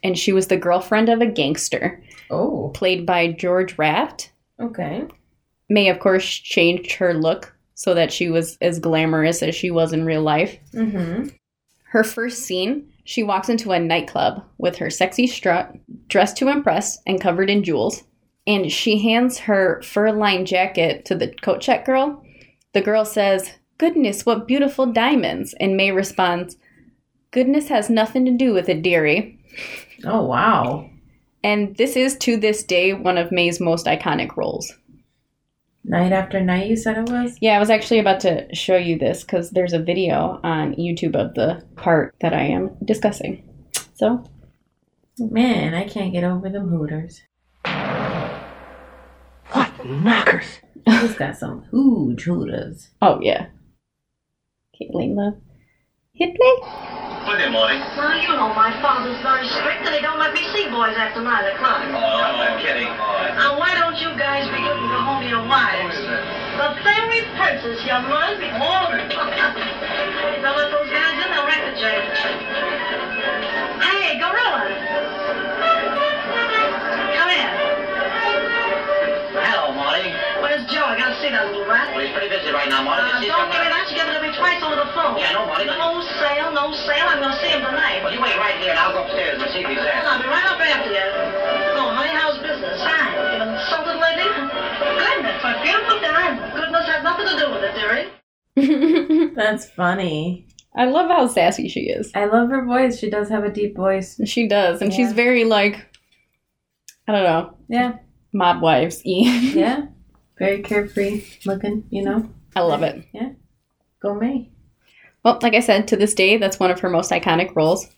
[SPEAKER 2] and she was the girlfriend of a gangster,
[SPEAKER 3] Oh.
[SPEAKER 2] played by George Raft.
[SPEAKER 3] Okay.
[SPEAKER 2] May, of course, changed her look so that she was as glamorous as she was in real life.
[SPEAKER 3] Mm-hmm.
[SPEAKER 2] Her first scene, she walks into a nightclub with her sexy strut, dressed to impress and covered in jewels, and she hands her fur lined jacket to the coat check girl. The girl says, Goodness, what beautiful diamonds! And May responds, Goodness has nothing to do with it, dearie.
[SPEAKER 3] Oh wow.
[SPEAKER 2] And this is to this day one of May's most iconic roles.
[SPEAKER 3] Night after night, you said it was.
[SPEAKER 2] Yeah, I was actually about to show you this because there's a video on YouTube of the part that I am discussing. So
[SPEAKER 3] Man, I can't get over them hooters.
[SPEAKER 6] What knockers?
[SPEAKER 3] He's got some huge hooters.
[SPEAKER 2] Oh yeah. Caitlin Love. Hit play.
[SPEAKER 7] Plenty of money.
[SPEAKER 8] Well, you know, my father's very strict, and they don't let me see boys after nine
[SPEAKER 7] Oh.
[SPEAKER 8] o'clock.
[SPEAKER 7] I'm kidding.
[SPEAKER 8] Now, why don't you guys be good and go home to your wives? The fairy princess, you must be all of it. Don't let those guys in, they'll wreck the joint. Hey, gorilla. Come in.
[SPEAKER 7] Hello, Marty.
[SPEAKER 8] Where's Joe? I gotta see that little
[SPEAKER 7] Well,
[SPEAKER 8] rat.
[SPEAKER 7] he's pretty busy right now, Marty.
[SPEAKER 8] Uh,
[SPEAKER 7] Just see
[SPEAKER 8] don't give me
[SPEAKER 7] something.
[SPEAKER 8] that. You give it to me twice over the phone.
[SPEAKER 7] Yeah, I know, Marty.
[SPEAKER 8] No sale, no sale. I'm gonna see him tonight.
[SPEAKER 7] Well, you wait right here, and I'll go upstairs and see if he's there.
[SPEAKER 8] I'll be right up after you. Oh, honey, how's business? Fine. You been insulted lately? Goodness, my beautiful diamond. Goodness had nothing to do with it, dearie.
[SPEAKER 3] That's funny.
[SPEAKER 2] <laughs> I love how sassy she is.
[SPEAKER 3] I love her voice. She does have a deep voice.
[SPEAKER 2] She does, and she's
[SPEAKER 3] Yeah.
[SPEAKER 2] very like I don't know,
[SPEAKER 3] Yeah.
[SPEAKER 2] mob wives e.
[SPEAKER 3] Yeah. <laughs> Very carefree looking, you know.
[SPEAKER 2] <laughs> I love it.
[SPEAKER 3] Go me.
[SPEAKER 2] Well, like I said, to this day that's one of her most iconic roles.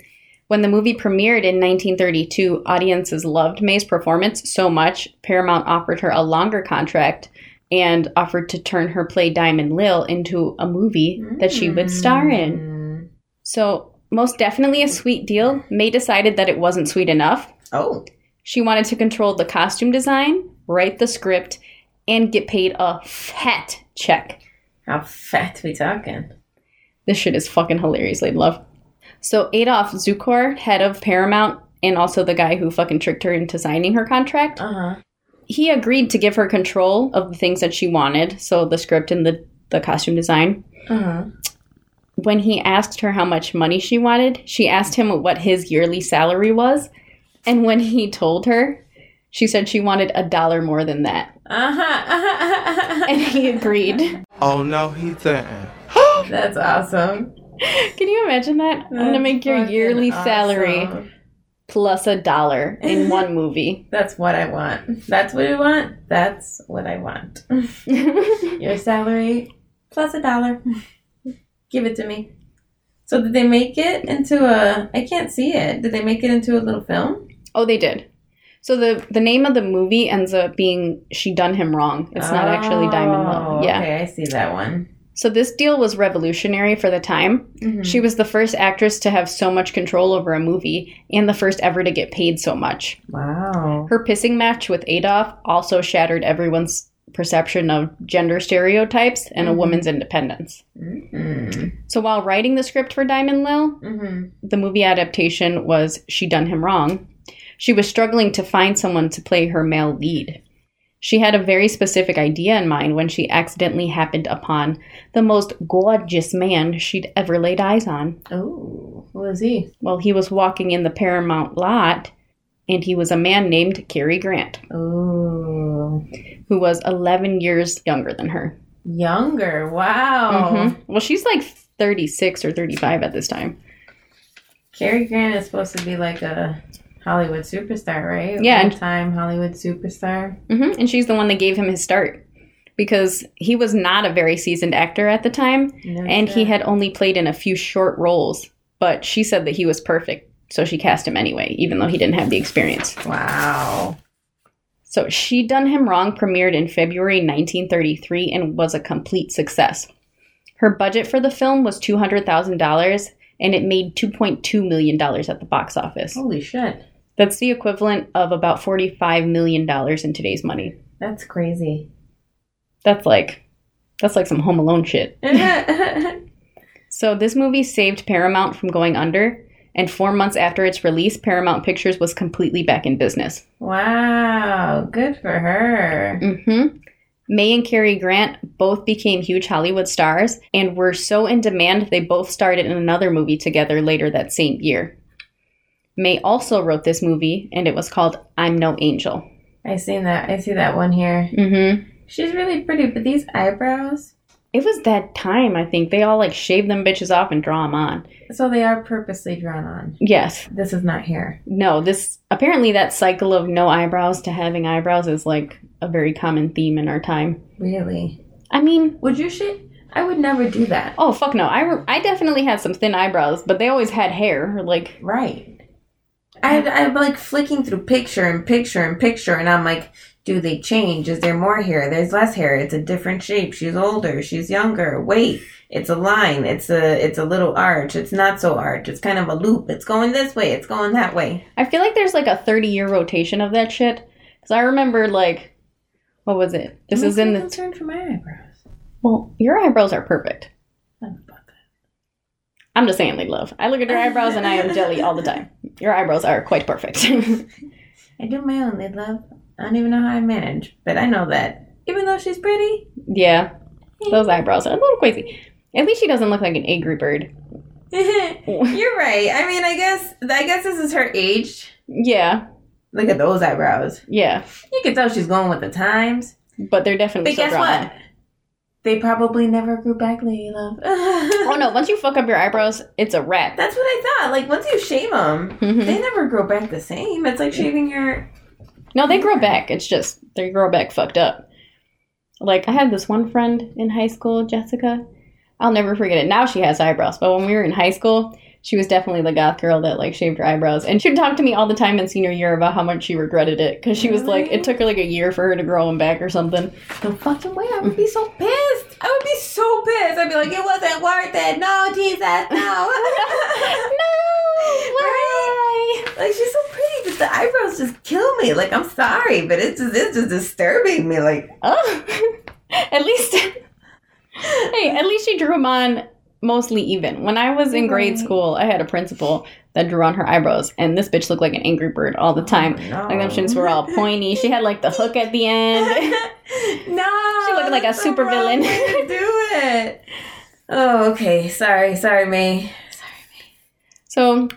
[SPEAKER 2] When the movie premiered in 1932, audiences loved May's performance so much, Paramount offered her a longer contract and offered to turn her play Diamond Lil into a movie that she would star in.
[SPEAKER 3] Mm.
[SPEAKER 2] So, most definitely a sweet deal. May decided that it wasn't sweet enough.
[SPEAKER 3] Oh.
[SPEAKER 2] She wanted to control the costume design, write the script, and get paid a fat check.
[SPEAKER 3] How fat we talking?
[SPEAKER 2] This shit is fucking hilarious, Lady Love. So, Adolf Zukor, head of Paramount, and also the guy who fucking tricked her into signing her contract,
[SPEAKER 3] Uh-huh.
[SPEAKER 2] he agreed to give her control of the things that she wanted, so the script and the, the costume design.
[SPEAKER 3] Uh-huh.
[SPEAKER 2] when he asked her how much money she wanted, she asked him what his yearly salary was. And when he told her, she said she wanted a dollar more than that.
[SPEAKER 3] Uh-huh. <laughs>
[SPEAKER 2] And he agreed. Can
[SPEAKER 6] Oh no, he didn't.
[SPEAKER 3] That's awesome.
[SPEAKER 2] you imagine that? I'm going to
[SPEAKER 3] That's
[SPEAKER 2] make your
[SPEAKER 3] fucking
[SPEAKER 2] yearly salary
[SPEAKER 3] awesome.
[SPEAKER 2] plus a dollar
[SPEAKER 3] <laughs>
[SPEAKER 2] in one movie. <laughs>
[SPEAKER 3] That's what I want. That's what I want. That's what I want. Your salary plus a dollar. Give it to me. So did they make it into a I can't see it. Did they make it into a little film?
[SPEAKER 2] oh, they did. So the, the name of the movie ends up being She Done Him Wrong. It's not actually Diamond Love.
[SPEAKER 3] Oh,
[SPEAKER 2] Yeah.
[SPEAKER 3] Okay, I see that one.
[SPEAKER 2] So this deal was revolutionary for the time. She
[SPEAKER 3] Mm-hmm.
[SPEAKER 2] was the first actress to have so much control over a movie and the first ever to get paid so much.
[SPEAKER 3] Wow.
[SPEAKER 2] Her pissing match with Adolf also shattered everyone's perception of gender stereotypes and
[SPEAKER 3] Mm-hmm.
[SPEAKER 2] a woman's independence. So while writing the script for Diamond Lil, the movie adaptation was She Done Him Wrong, she was struggling to find someone to play her male lead. She had a very specific idea in mind when she accidentally happened upon the most gorgeous man she'd ever laid eyes on.
[SPEAKER 3] Oh, who is he?
[SPEAKER 2] Well, he was walking in the Paramount lot, and he was a man named Cary Grant,
[SPEAKER 3] Oh,
[SPEAKER 2] who was 11 years younger than her.
[SPEAKER 3] younger. Wow.
[SPEAKER 2] Mhm. Well, she's like 36 or 35 at this time.
[SPEAKER 3] Cary Grant is supposed to be like a Hollywood superstar, right?
[SPEAKER 2] Yeah.
[SPEAKER 3] One time Hollywood superstar.
[SPEAKER 2] hmm And she's the one that gave him his start because he was not a very seasoned actor at the time,
[SPEAKER 3] No
[SPEAKER 2] and he
[SPEAKER 3] shit.
[SPEAKER 2] had only played in a few short roles, but she said that he was perfect. So she cast him anyway, even though he didn't have the experience.
[SPEAKER 3] Wow.
[SPEAKER 2] So She Done Him Wrong premiered in February 1933 and was a complete success. Her budget for the film was $200,000 and it made $2.2 million at the box office.
[SPEAKER 3] Holy shit.
[SPEAKER 2] That's the equivalent of about $45 million in today's money.
[SPEAKER 3] That's
[SPEAKER 2] <laughs>
[SPEAKER 3] crazy.
[SPEAKER 2] That's like that's like some home alone shit.
[SPEAKER 3] That's
[SPEAKER 2] So this movie saved Paramount from going under and 4 months after its release Paramount Pictures was completely back in business.
[SPEAKER 3] wow. Good for her.
[SPEAKER 2] Mm-hmm. May and Cary Grant both became huge Hollywood stars and were so in demand they both started in another movie together later that same year. May also wrote this movie and it was called I'm No Angel.
[SPEAKER 3] I seen that. I see that one here.
[SPEAKER 2] Mm-hmm.
[SPEAKER 3] She's really pretty, but these eyebrows.
[SPEAKER 2] It was that time, I think. They all like shave them bitches off and draw them on.
[SPEAKER 3] So they are purposely drawn on.
[SPEAKER 2] Yes.
[SPEAKER 3] This is not hair.
[SPEAKER 2] No, this apparently that cycle of no eyebrows to having eyebrows is like a very common theme in our time.
[SPEAKER 3] Really?
[SPEAKER 2] I mean,
[SPEAKER 3] Would you shit? I would never do that.
[SPEAKER 2] oh fuck no. I, re- I definitely had some thin eyebrows, but they always had hair. Like,
[SPEAKER 3] Right. I I'm like flicking through picture and picture and picture, and I'm like, do they change? Is there more hair? There's less hair. It's a different shape. She's older. She's younger. Wait, it's a line. It's a it's a little arch. It's not so arch. It's kind of a loop. It's going this way. It's going that way.
[SPEAKER 2] I feel like there's like a 30 year rotation of that shit. Because I remember, like, what was it? This is in the.
[SPEAKER 3] concern for my eyebrows.
[SPEAKER 2] Well, your eyebrows are perfect.
[SPEAKER 3] I don't know about that.
[SPEAKER 2] I'm just saying, like, love. I look at your eyebrows and I am jelly all the time. Your eyebrows are quite perfect. <laughs>
[SPEAKER 3] I do my own. They love. I don't even know how I manage, but I know that even though she's pretty, <laughs>
[SPEAKER 2] yeah. Those eyebrows are a little crazy. At least she doesn't look like an angry bird. <laughs>
[SPEAKER 3] you're right. I mean, I guess I guess this is her age.
[SPEAKER 2] Yeah.
[SPEAKER 3] Look at those eyebrows.
[SPEAKER 2] Yeah.
[SPEAKER 3] You can tell she's going with the times.
[SPEAKER 2] But they're definitely
[SPEAKER 3] But
[SPEAKER 2] still
[SPEAKER 3] guess
[SPEAKER 2] drawn.
[SPEAKER 3] what? <laughs> They probably never grew back, lady love. <laughs>
[SPEAKER 2] Oh no, once you fuck up your eyebrows, it's a wrap. <laughs>
[SPEAKER 3] That's what I thought. Like, once you shave them,
[SPEAKER 2] Mhm.
[SPEAKER 3] they never grow back the same. It's
[SPEAKER 2] Mm-hmm.
[SPEAKER 3] like shaving your.
[SPEAKER 2] No, they grow back. It's just they grow back fucked up. Like I had this one friend in high school, Jessica. I'll never forget it. Now she has eyebrows, but when we were in high school, she was definitely the goth girl that like shaved her eyebrows. And she'd talk to me all the time in senior year about how much she regretted it because she was like, it took her like a year for her to grow them back or something.
[SPEAKER 3] No fucking way. I would be so pissed. Mm-hmm. I would be so pissed. I'd be like, it wasn't worth it. No, Jesus, <laughs> no.
[SPEAKER 2] No,
[SPEAKER 3] Right? Like she's so pretty, but the eyebrows just kill me. Like I'm sorry, but it's just it's just disturbing me. Like
[SPEAKER 2] Oh, <laughs> at least. hey, at least she drew them on mostly even. When I was in grade school, I had a principal that drew on her eyebrows, and this bitch looked like an angry bird all the time.
[SPEAKER 3] no.
[SPEAKER 2] Like them shins were
[SPEAKER 3] <laughs>
[SPEAKER 2] all pointy. She had like the hook at the end. <laughs>
[SPEAKER 3] <laughs> no.
[SPEAKER 2] She looked like a
[SPEAKER 3] that's the
[SPEAKER 2] supervillain.
[SPEAKER 3] wrong way to Do <laughs> it. Oh, okay. Sorry, sorry, May.
[SPEAKER 2] so,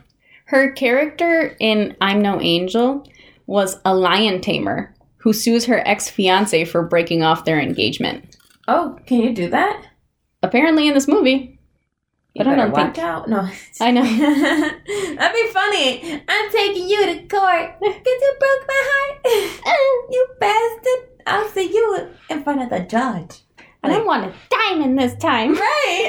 [SPEAKER 2] her character in I'm No Angel was a lion tamer who sues her ex fiance for breaking off their engagement.
[SPEAKER 3] Oh, can you do that?
[SPEAKER 2] Apparently, in this movie.
[SPEAKER 3] You
[SPEAKER 2] But I
[SPEAKER 3] better
[SPEAKER 2] don't
[SPEAKER 3] watch
[SPEAKER 2] think-
[SPEAKER 3] out. No,
[SPEAKER 2] I know.
[SPEAKER 3] <laughs> that'd be funny. I'm taking you to court because you broke my heart. <laughs> Uh, you bastard! I'll see you in front of the judge.
[SPEAKER 2] I don't want a diamond this
[SPEAKER 3] <laughs>
[SPEAKER 2] time.
[SPEAKER 3] Right?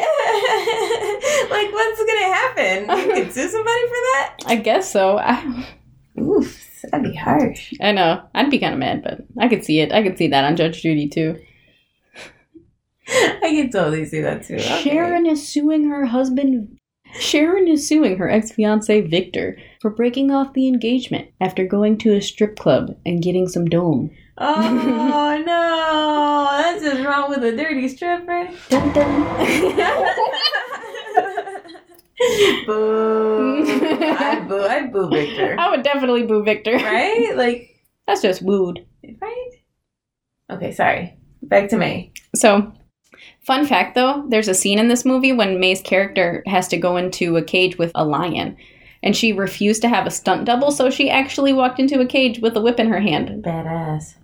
[SPEAKER 3] like, what's gonna happen?
[SPEAKER 2] <laughs>
[SPEAKER 3] You could sue somebody for that?
[SPEAKER 2] I guess so. I,
[SPEAKER 3] Oof, that'd be harsh.
[SPEAKER 2] I know. I'd be kind of mad, but I could see it. I could see that on Judge Judy too.
[SPEAKER 3] I can totally see that too. Okay.
[SPEAKER 2] Sharon is suing her husband. Sharon is suing her ex fiance Victor for breaking off the engagement after going to a strip club and getting some dome.
[SPEAKER 3] <laughs> Oh no, that's just wrong with a dirty
[SPEAKER 2] <laughs>
[SPEAKER 3] stripper. <laughs>
[SPEAKER 2] Dun, dun.
[SPEAKER 3] boo!
[SPEAKER 2] <laughs>
[SPEAKER 3] I boo! I boo Victor.
[SPEAKER 2] <laughs> I would definitely boo Victor.
[SPEAKER 3] Right? Like
[SPEAKER 2] <laughs> That's just wooed.
[SPEAKER 3] right? Okay, sorry. Back to May.
[SPEAKER 2] So, fun fact though, there's a scene in this movie when May's character has to go into a cage with a lion. And she refused to have a stunt double, so she actually walked into a cage with a whip in her hand.
[SPEAKER 3] Badass.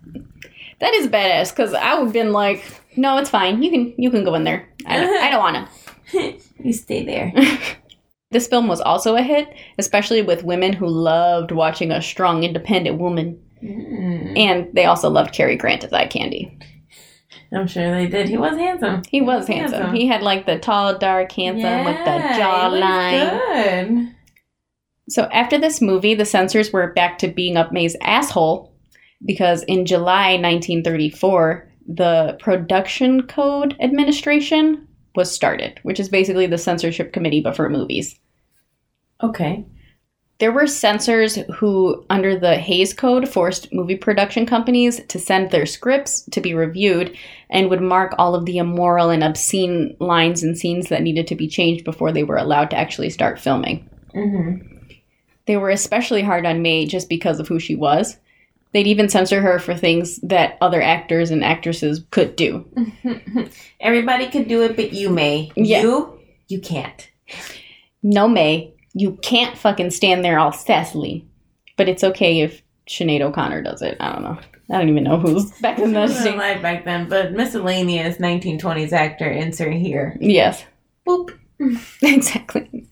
[SPEAKER 2] That is badass, because I would have been like, no, it's fine. You can you can go in there. I don't, I don't want to.
[SPEAKER 3] You
[SPEAKER 2] <laughs>
[SPEAKER 3] stay there.
[SPEAKER 2] This film was also a hit, especially with women who loved watching a strong, independent woman.
[SPEAKER 3] Mm,
[SPEAKER 2] And they also loved Cary Grant as eye candy.
[SPEAKER 3] I'm sure they did. He was handsome.
[SPEAKER 2] He was handsome. He had like the tall, dark, handsome with the jawline.
[SPEAKER 3] jawline. Good.
[SPEAKER 2] So after this movie, the censors were back to being up May's asshole because in July 1934, the Production Code Administration was started, which is basically the censorship committee but for movies.
[SPEAKER 3] Okay.
[SPEAKER 2] There were censors who, under the Hayes Code, forced movie production companies to send their scripts to be reviewed and would mark all of the immoral and obscene lines and scenes that needed to be changed before they were allowed to actually start filming.
[SPEAKER 3] Mm-hmm.
[SPEAKER 2] They were especially hard on May just because of who she was. They'd even censor her for things that other actors and actresses could do.
[SPEAKER 3] Everybody could do it, but you may.
[SPEAKER 2] Yeah.
[SPEAKER 3] You,
[SPEAKER 2] <laughs>
[SPEAKER 3] you can't.
[SPEAKER 2] No, May, you can't fucking stand there all sassily. But it's okay if Sinead O'Connor does it. I don't know. I don't even know who's back in the
[SPEAKER 3] I was
[SPEAKER 2] state.
[SPEAKER 3] alive back then, but miscellaneous 1920s actor insert here.
[SPEAKER 2] Yes, <laughs>
[SPEAKER 3] Boop.
[SPEAKER 2] exactly.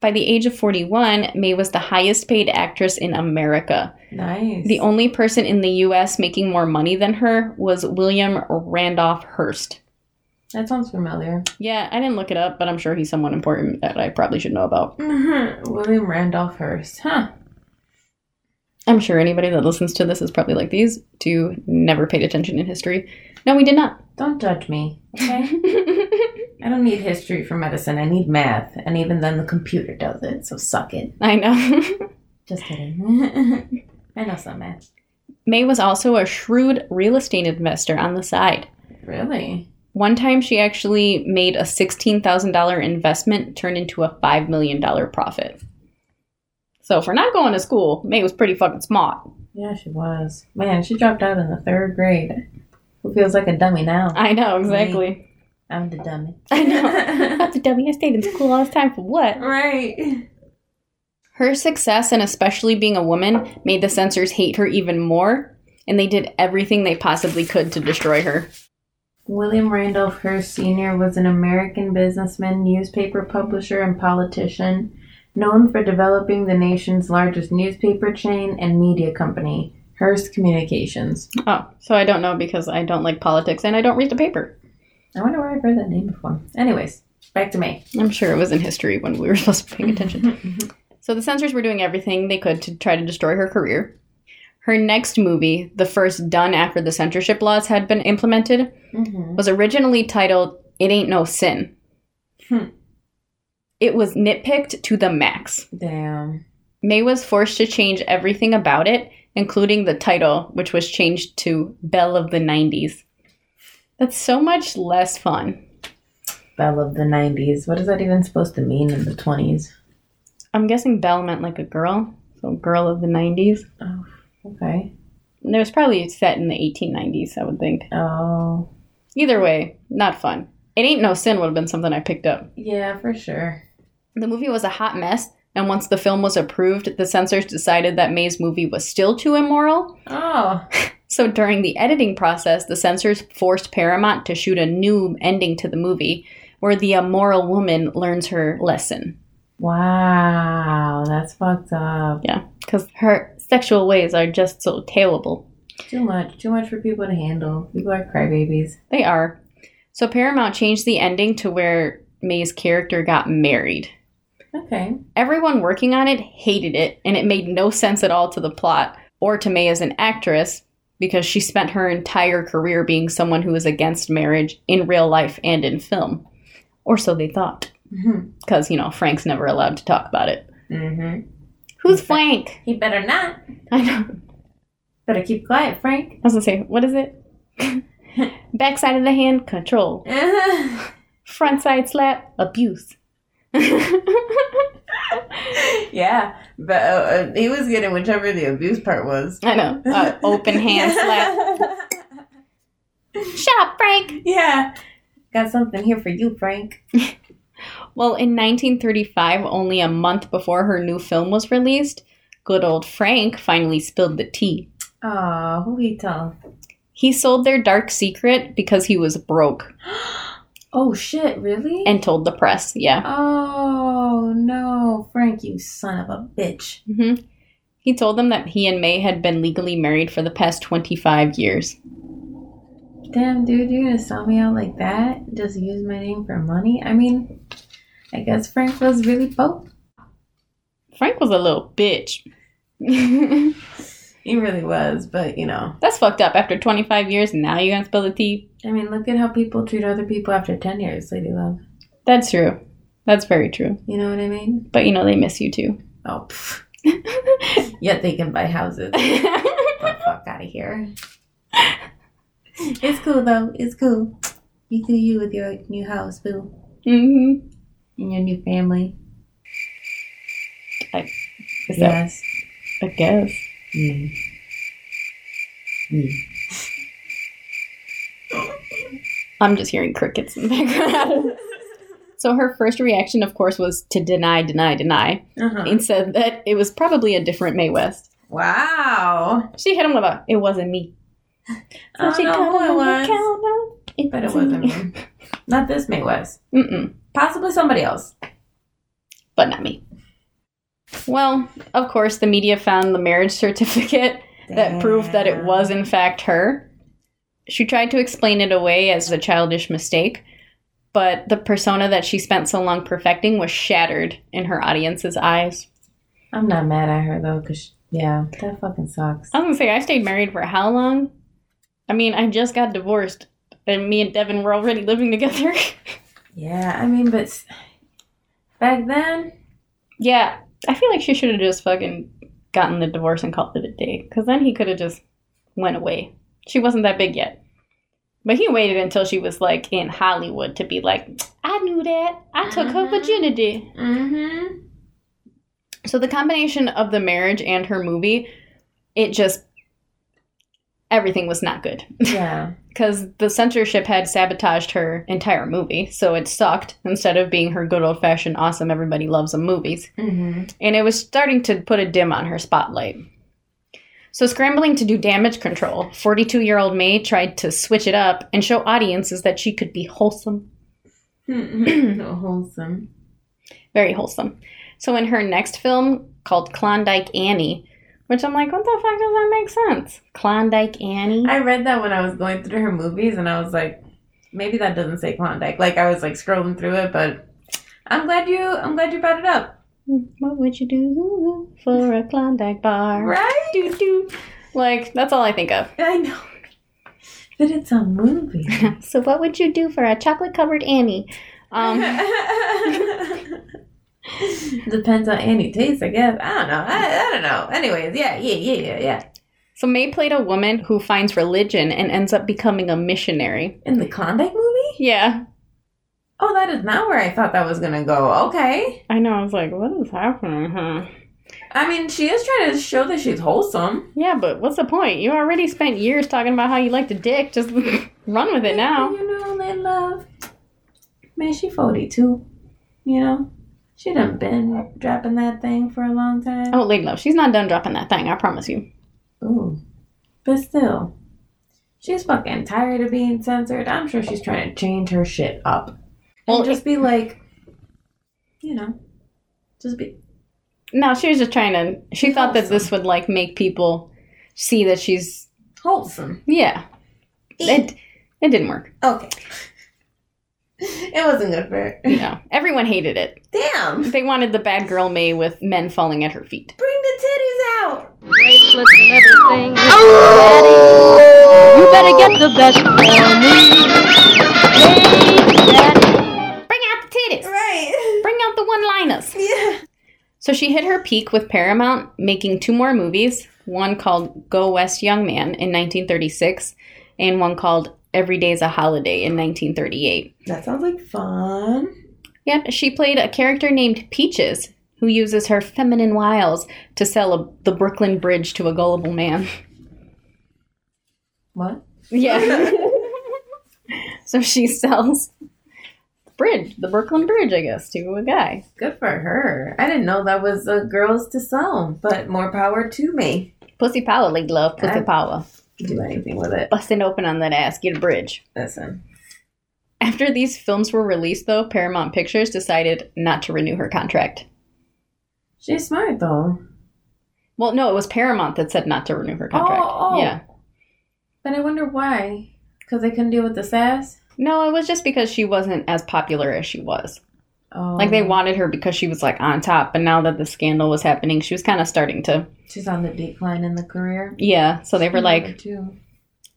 [SPEAKER 2] By the age of 41, May was the highest paid actress in America.
[SPEAKER 3] Nice.
[SPEAKER 2] The only person in the US making more money than her was William Randolph Hearst.
[SPEAKER 3] that sounds familiar.
[SPEAKER 2] Yeah, I didn't look it up, but I'm sure he's someone important that I probably should know about.
[SPEAKER 3] Mhm. William Randolph Hearst. Huh.
[SPEAKER 2] I'm sure anybody that listens to this is probably like these two never paid attention in history. No, we did not.
[SPEAKER 3] Don't judge me. Okay? I don't need history for medicine. I need math. And even then, the computer does it, so suck it.
[SPEAKER 2] I know. <laughs>
[SPEAKER 3] Just kidding. <laughs> I know some math.
[SPEAKER 2] May was also a shrewd real estate investor on the side.
[SPEAKER 3] Really?
[SPEAKER 2] One time she actually made a $16,000 investment turn into a $5 million profit. So for not going to school, May was pretty fucking smart.
[SPEAKER 3] Yeah, she was. Man, she dropped out in the third grade. Who feels like a dummy now?
[SPEAKER 2] I know, exactly.
[SPEAKER 3] I'm the dummy.
[SPEAKER 2] I know. That's a dummy. I stayed in school all this time for what?
[SPEAKER 3] Right.
[SPEAKER 2] Her success, and especially being a woman, made the censors hate her even more, and they did everything they possibly could to destroy her.
[SPEAKER 3] William Randolph Hearst Sr. was an American businessman, newspaper publisher, and politician, known for developing the nation's largest newspaper chain and media company, Hearst Communications.
[SPEAKER 2] Oh, so I don't know because I don't like politics and I don't read the paper.
[SPEAKER 3] I wonder where I've heard that name before. Anyways, back to May.
[SPEAKER 2] I'm sure it was in history when we were <laughs> supposed to pay attention. so the censors were doing everything they could to try to destroy her career. Her next movie, the first done after the censorship laws had been implemented, was originally titled It Ain't No Sin.
[SPEAKER 3] Hmm.
[SPEAKER 2] It was nitpicked to the max.
[SPEAKER 3] Damn.
[SPEAKER 2] May was forced to change everything about it, including the title, which was changed to Belle of the 90s. That's so much less fun.
[SPEAKER 3] Belle of the 90s. What is that even supposed to mean in the 20s?
[SPEAKER 2] I'm guessing Belle meant like a girl, so Girl of the 90s.
[SPEAKER 3] Okay.
[SPEAKER 2] And it was probably set in the 1890s, I would think.
[SPEAKER 3] Oh.
[SPEAKER 2] Either way, not fun. It Ain't No Sin would have been something I picked up.
[SPEAKER 3] Yeah, for sure.
[SPEAKER 2] The movie was a hot mess, and once the film was approved, the censors decided that May's movie was still too immoral
[SPEAKER 3] Oh.
[SPEAKER 2] So during the editing process, the censors forced Paramount to shoot a new ending to the movie where the immoral woman learns her lesson.
[SPEAKER 3] Wow. That's fucked up.
[SPEAKER 2] Yeah, because her sexual ways are just so terrible.
[SPEAKER 3] Too much. Too much for people to handle. People are crybabies.
[SPEAKER 2] They are. So Paramount changed the ending to where May's character got married.
[SPEAKER 3] Okay.
[SPEAKER 2] Everyone working on it hated it, and it made no sense at all to the plot or to May as an actress because she spent her entire career being someone who was against marriage in real life and in film. Or so they thought. Because, you know, Frank's never allowed to talk about it.
[SPEAKER 3] Mm-hmm.
[SPEAKER 2] <laughs> Who's Frank?
[SPEAKER 3] He better not.
[SPEAKER 2] I know.
[SPEAKER 3] Better keep quiet, Frank. <laughs>
[SPEAKER 2] was gonna say, what is it? Backside of the hand, control. Front side slap, abuse. <laughs> I
[SPEAKER 3] yeah, but uh, uh, he was getting whichever the abuse part was.
[SPEAKER 2] know. Uh, open
[SPEAKER 3] <laughs>
[SPEAKER 2] hand slap. Shut up, Frank!
[SPEAKER 3] Yeah. Got something here for you, Frank.
[SPEAKER 2] Well, in 1935, only a month before her new film was released, good old Frank finally spilled the tea.
[SPEAKER 3] Oh, who he tell?
[SPEAKER 2] He sold their dark secret because he was broke
[SPEAKER 3] Oh shit, really?
[SPEAKER 2] and told the press. Yeah.
[SPEAKER 3] oh no, Frank, you son of a bitch.
[SPEAKER 2] hmm He told them that he and May had been legally married for the past 25 years.
[SPEAKER 3] Damn, dude, you gonna sell me out like that? Just use my name for money? I mean, I guess Frank was really broke.
[SPEAKER 2] Frank was a little bitch. <laughs>
[SPEAKER 3] He really was, but you know,
[SPEAKER 2] That's fucked up. After 25 years, now you're gonna spill the tea?
[SPEAKER 3] I mean, look at how people treat other people after ten years, lady love.
[SPEAKER 2] That's true. That's very true.
[SPEAKER 3] You know what I mean?
[SPEAKER 2] But you know, they miss you too. <laughs>
[SPEAKER 3] Oh, pff. yet they can buy houses. Get
[SPEAKER 2] Mm-hmm.
[SPEAKER 3] the fuck out of here. It's cool though. It's cool. You do you with your new house, boo,
[SPEAKER 2] hmm
[SPEAKER 3] and your new family.
[SPEAKER 2] Is that
[SPEAKER 3] yes.
[SPEAKER 2] a guess? I'm just hearing crickets in the
[SPEAKER 3] <laughs>
[SPEAKER 2] background. so her first reaction, of course, was to deny, deny, deny,
[SPEAKER 3] Uh-huh.
[SPEAKER 2] and said that it was probably a different May West.
[SPEAKER 3] Wow.
[SPEAKER 2] She hit him with a, it wasn't me.
[SPEAKER 3] I don't
[SPEAKER 2] she
[SPEAKER 3] know
[SPEAKER 2] got
[SPEAKER 3] who
[SPEAKER 2] on
[SPEAKER 3] it
[SPEAKER 2] the
[SPEAKER 3] was.
[SPEAKER 2] counter. It
[SPEAKER 3] But it <laughs> wasn't me. Not this May West.
[SPEAKER 2] Mm-mm,
[SPEAKER 3] Possibly somebody else.
[SPEAKER 2] but not me. Well, of course, the media found the marriage certificate that proved that it was, in fact, her. She tried to explain it away as a childish mistake, but the persona that she spent so long perfecting was shattered in her audience's eyes.
[SPEAKER 3] I'm not mad at her though, cause she- yeah, that fucking sucks.
[SPEAKER 2] I was gonna say, I stayed married for how long? I mean, I just got divorced, and me and Devin were already living together. <laughs>
[SPEAKER 3] Yeah, I mean, but s- back then,
[SPEAKER 2] yeah, I feel like she should have just fucking gotten the divorce and called it a day, because then he could have just went away. She wasn't that big yet. But he waited until she was like in Hollywood to be like, I knew that. I took her virginity.
[SPEAKER 3] mm-hmm.
[SPEAKER 2] So the combination of the marriage and her movie, it just everything was not good.
[SPEAKER 3] yeah,
[SPEAKER 2] because the censorship had sabotaged her entire movie, so it sucked instead of being her good old fashioned awesome everybody loves them movies.
[SPEAKER 3] mm-hmm.
[SPEAKER 2] And it was starting to put a dim on her spotlight. So, scrambling to do damage control, 42 year old May tried to switch it up and show audiences that she could be wholesome,
[SPEAKER 3] Mm-hmm. <clears throat> wholesome.
[SPEAKER 2] very wholesome. So, in her next film called Klondike Annie, which I'm like, what the fuck does that make sense? Klondike Annie?
[SPEAKER 3] I read that when I was going through her movies, and I was like, maybe that doesn't say Klondike. Like I was like scrolling through it, but I'm glad you, I'm glad you brought it up.
[SPEAKER 2] What would you do for a Klondike bar?
[SPEAKER 3] Right?
[SPEAKER 2] do do. Like that's all I think of.
[SPEAKER 3] I know, but it's a <laughs> movie.
[SPEAKER 2] So what would you do for a chocolate covered Annie? Um,
[SPEAKER 3] Depends on Annie tastes, I guess. I don't know. I, I don't know. Anyways, yeah, yeah, yeah, yeah, yeah.
[SPEAKER 2] so May played a woman who finds religion and ends up becoming a missionary.
[SPEAKER 3] In the Klondike movie?
[SPEAKER 2] Yeah,
[SPEAKER 3] Oh, that is not where I thought that was gonna go. Okay.
[SPEAKER 2] I know. I was like, what is happening? Huh?
[SPEAKER 3] I mean, she is trying to show that she's wholesome.
[SPEAKER 2] Yeah, but what's the point? You already spent years talking about how you like to dick. Just <laughs> run with it now.
[SPEAKER 3] You know, they love. Man, she 42. You know? She done been dropping that thing for a long time.
[SPEAKER 2] Oh, lady love, she's not done dropping that thing. I promise you. Oh.
[SPEAKER 3] Ooh. But still, she's fucking tired of being censored. I'm sure she's trying to change her shit up.
[SPEAKER 2] Well,
[SPEAKER 3] and just be like, you know, just be.
[SPEAKER 2] No, she was just trying to. She thought that this would like make people see that she's
[SPEAKER 3] Wholesome.
[SPEAKER 2] yeah. It it didn't work.
[SPEAKER 3] Okay. <laughs> It wasn't good for
[SPEAKER 2] <laughs>
[SPEAKER 3] her.
[SPEAKER 2] You know, everyone hated it.
[SPEAKER 3] Damn!
[SPEAKER 2] They wanted the bad girl May with men falling at her feet.
[SPEAKER 3] Bring the titties out!
[SPEAKER 5] You better get the best for me.
[SPEAKER 2] Bring out the titties!
[SPEAKER 3] Right!
[SPEAKER 2] Bring out the one liners!
[SPEAKER 3] <laughs> Yeah.
[SPEAKER 2] So she hit her peak with Paramount, making two more movies one called Go West Young Man in 1936, and one called Every Day's a Holiday in 1938.
[SPEAKER 3] That sounds like fun.
[SPEAKER 2] Yep, she played a character named Peaches who uses her feminine wiles to sell a, the Brooklyn Bridge to a gullible man.
[SPEAKER 3] What?
[SPEAKER 2] Yeah. <laughs> so she sells the bridge, the Brooklyn Bridge, I guess, to a guy.
[SPEAKER 3] Good for her. I didn't know that was a girls to sell, but more power to me.
[SPEAKER 2] Pussy power, like love, pussy
[SPEAKER 3] Ah.
[SPEAKER 2] power.
[SPEAKER 3] Can do anything with it.
[SPEAKER 2] Busting open on that ass, get a bridge.
[SPEAKER 3] Listen.
[SPEAKER 2] After these films were released, though, Paramount Pictures decided not to renew her contract.
[SPEAKER 3] She's smart though.
[SPEAKER 2] Well, no, it was Paramount that said not to renew her contract.
[SPEAKER 3] oh.
[SPEAKER 2] Yeah.
[SPEAKER 3] But I wonder why. Because they couldn't deal with the sass?
[SPEAKER 2] No, it was just because she wasn't as popular as she was.
[SPEAKER 3] Oh.
[SPEAKER 2] Like they wanted her because she was like on top, but now that the scandal was happening, she was kind of starting to
[SPEAKER 3] She's on the decline in the career.
[SPEAKER 2] yeah. So they were
[SPEAKER 3] Hmm.
[SPEAKER 2] like,
[SPEAKER 3] too.